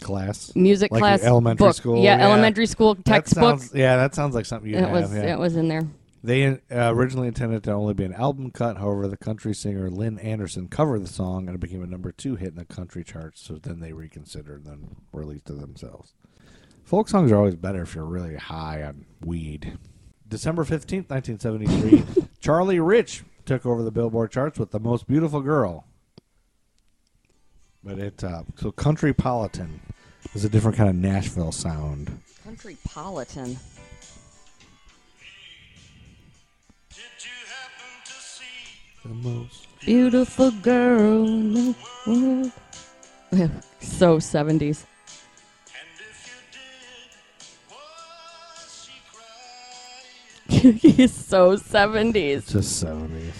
Speaker 4: Class,
Speaker 3: music
Speaker 4: Like
Speaker 3: class
Speaker 4: elementary
Speaker 3: book.
Speaker 4: school,
Speaker 3: Yeah,
Speaker 4: yeah.
Speaker 3: elementary school
Speaker 4: That
Speaker 3: textbook.
Speaker 4: sounds- yeah, that sounds like something you
Speaker 3: That
Speaker 4: have.
Speaker 3: was
Speaker 4: yeah.
Speaker 3: that was in there.
Speaker 4: They uh, originally intended to only be an album cut. However, the country singer Lynn Anderson covered the song and it became a number two hit in the country charts. So then they reconsidered and then released it themselves. Folk songs are always better if you're really high on weed. December 15th, 1973, Charlie Rich took over the Billboard charts with The Most Beautiful Girl. But it, uh, so Country Politan is a different kind of Nashville sound.
Speaker 3: Country Politan.
Speaker 4: The most.
Speaker 3: Beautiful girl in the world. so 70s. He's so 70s.
Speaker 4: Just 70s.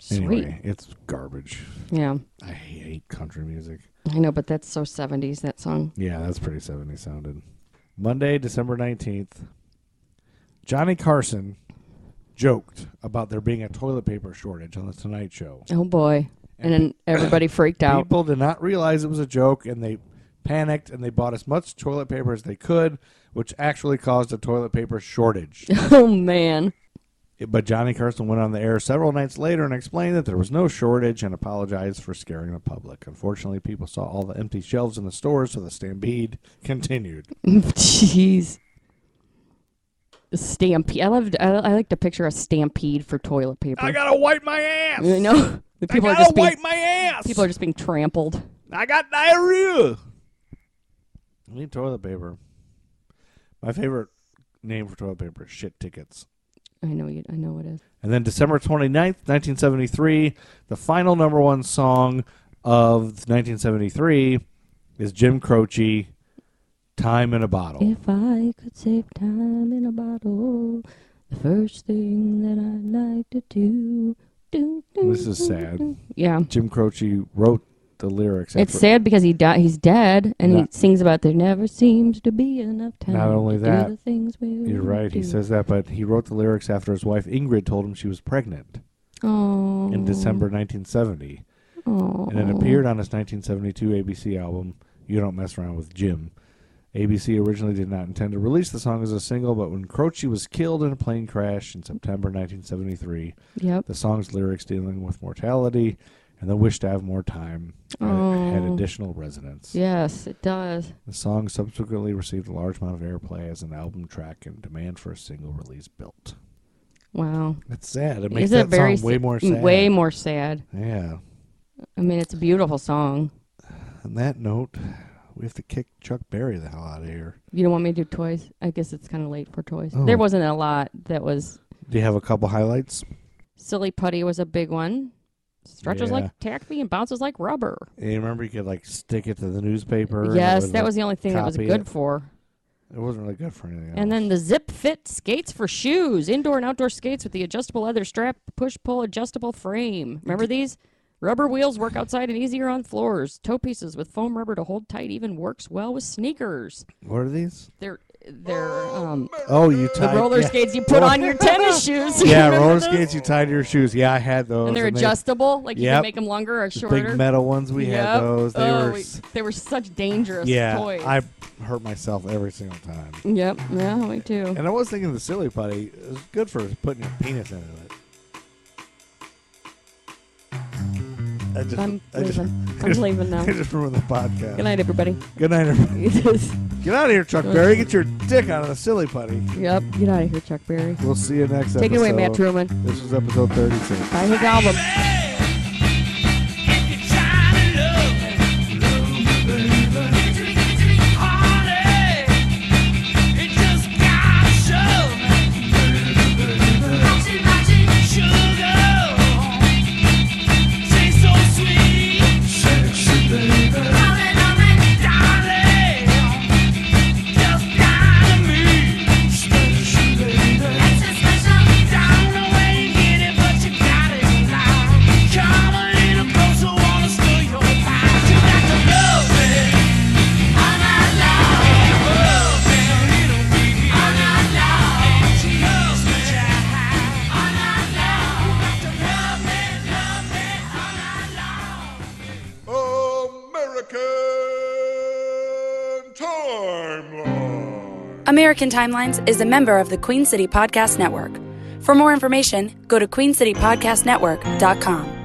Speaker 3: Sweet.
Speaker 4: Anyway, it's garbage.
Speaker 3: Yeah.
Speaker 4: I hate country music.
Speaker 3: I know, but that's so 70s, that song.
Speaker 4: Yeah, that's pretty 70s sounded. Monday, December 19th, Johnny Carson joked about there being a toilet paper shortage on The Tonight Show.
Speaker 3: Oh, boy. And then everybody freaked out.
Speaker 4: People did not realize it was a joke and they panicked and they bought as much toilet paper as they could, which actually caused a toilet paper shortage.
Speaker 3: Oh, man.
Speaker 4: But Johnny Carson went on the air several nights later and explained that there was no shortage and apologized for scaring the public. Unfortunately, people saw all the empty shelves in the stores, so the stampede continued.
Speaker 3: Jeez. Stampede. I loved. I, I like to picture a stampede for toilet paper.
Speaker 4: I gotta wipe my ass.
Speaker 3: you know, the
Speaker 4: I
Speaker 3: people are
Speaker 4: gotta
Speaker 3: just being
Speaker 4: wipe my ass.
Speaker 3: people are just being trampled.
Speaker 4: I got diarrhea. I need toilet paper. My favorite name for toilet paper is shit tickets.
Speaker 3: I know you. I know it is.
Speaker 4: And then December 29th, 1973, the final number one song of 1973 is Jim Croce, Time in a Bottle.
Speaker 6: If I could save time in a bottle, the first thing that I'd like to do. do, do
Speaker 4: This is sad.
Speaker 3: Yeah,
Speaker 4: Jim Croce wrote the lyrics.
Speaker 3: it's
Speaker 4: after-
Speaker 3: sad because he died. He's dead, and he
Speaker 4: Not-
Speaker 3: sings about there never seems to be enough time.
Speaker 4: Not only
Speaker 3: to do
Speaker 4: that,
Speaker 3: the things we
Speaker 4: You're
Speaker 3: wanna
Speaker 4: right. He
Speaker 3: do.
Speaker 4: says that, but he wrote the lyrics after his wife Ingrid told him she was pregnant
Speaker 3: "Oh,
Speaker 4: in December 1970.
Speaker 3: oh,
Speaker 4: and it appeared on his 1972 ABC album, You Don't Mess Around with Jim. ABC originally did not intend to release the song as a single, but when Croce was killed in a plane crash in September 1973,
Speaker 3: yep."
Speaker 4: the song's lyrics dealing with mortality and the wish to have more time had, had
Speaker 3: Oh.
Speaker 4: additional resonance.
Speaker 3: Yes, it does.
Speaker 4: The song subsequently received a large amount of airplay as an album track, and demand for a single release built.
Speaker 3: Wow,
Speaker 4: That's sad. It makes
Speaker 3: It's a
Speaker 4: that
Speaker 3: very
Speaker 4: song way
Speaker 3: s-
Speaker 4: more sad.
Speaker 3: Way more sad.
Speaker 4: yeah.
Speaker 3: I mean, it's a beautiful song.
Speaker 4: On that note, we have to kick Chuck Berry the hell out of here.
Speaker 3: You don't want me to do toys? I guess it's kind of late for toys.
Speaker 4: Oh.
Speaker 3: There wasn't a lot that was.
Speaker 4: Do you have a couple highlights?
Speaker 3: Silly Putty was a big one. Stretches
Speaker 4: Yeah.
Speaker 3: like taffy and bounces like rubber.
Speaker 4: You remember you could like stick it to the newspaper. and it
Speaker 3: yes,
Speaker 4: would,
Speaker 3: that
Speaker 4: like-
Speaker 3: was the only thing that was
Speaker 4: copy
Speaker 3: good
Speaker 4: it.
Speaker 3: for.
Speaker 4: It wasn't really good for anything.
Speaker 3: And
Speaker 4: else.
Speaker 3: then the Zip Fit skates for shoes, indoor and outdoor skates with the adjustable leather strap, push pull adjustable frame. Remember these? Rubber wheels work outside and easier on floors. Toe pieces with foam rubber to hold tight even works well with sneakers.
Speaker 4: what are these?
Speaker 3: They're they're um
Speaker 4: Oh, you
Speaker 3: the
Speaker 4: tied
Speaker 3: roller
Speaker 4: yeah.
Speaker 3: skates you put on your tennis shoes.
Speaker 4: Yeah,
Speaker 3: Remember
Speaker 4: roller
Speaker 3: those?
Speaker 4: skates. You tied to your shoes. Yeah, I had those.
Speaker 3: And they're
Speaker 4: they-
Speaker 3: adjustable, like you
Speaker 4: Yep.
Speaker 3: can make them longer or
Speaker 4: the
Speaker 3: shorter.
Speaker 4: Big metal ones. We had
Speaker 3: Yep.
Speaker 4: those. They
Speaker 3: oh,
Speaker 4: were.
Speaker 3: we-
Speaker 4: s-
Speaker 3: they were such dangerous
Speaker 4: yeah,
Speaker 3: toys.
Speaker 4: I hurt myself every single time.
Speaker 3: Yep, yeah, me too.
Speaker 4: And I was thinking the silly putty is good for putting your penis into it. I just,
Speaker 3: I'm
Speaker 4: I just,
Speaker 3: leaving. I'm leaving now.
Speaker 4: I just ruined the podcast.
Speaker 3: Good night, everybody.
Speaker 4: Good night, everybody. Get out of here, Chuck
Speaker 3: Good
Speaker 4: Berry. Get your dick out of the silly putty.
Speaker 3: Yep. Get out of here, Chuck Berry.
Speaker 4: We'll see you next episode.
Speaker 3: Take it away, Matt Truman.
Speaker 4: This is episode 36.
Speaker 3: Buy his album.
Speaker 7: Come on in and close, I wanna steal your pie. You got to love it. I'm not loud. Love it, it'll be me. I'm not loud. She loves me. I'm not loud. You got to love me, love me. I'm not loud.
Speaker 8: American Timeline.
Speaker 1: American Timelines is a member of the Queen City Podcast Network. For more information, go to queencitypodcastnetwork.com.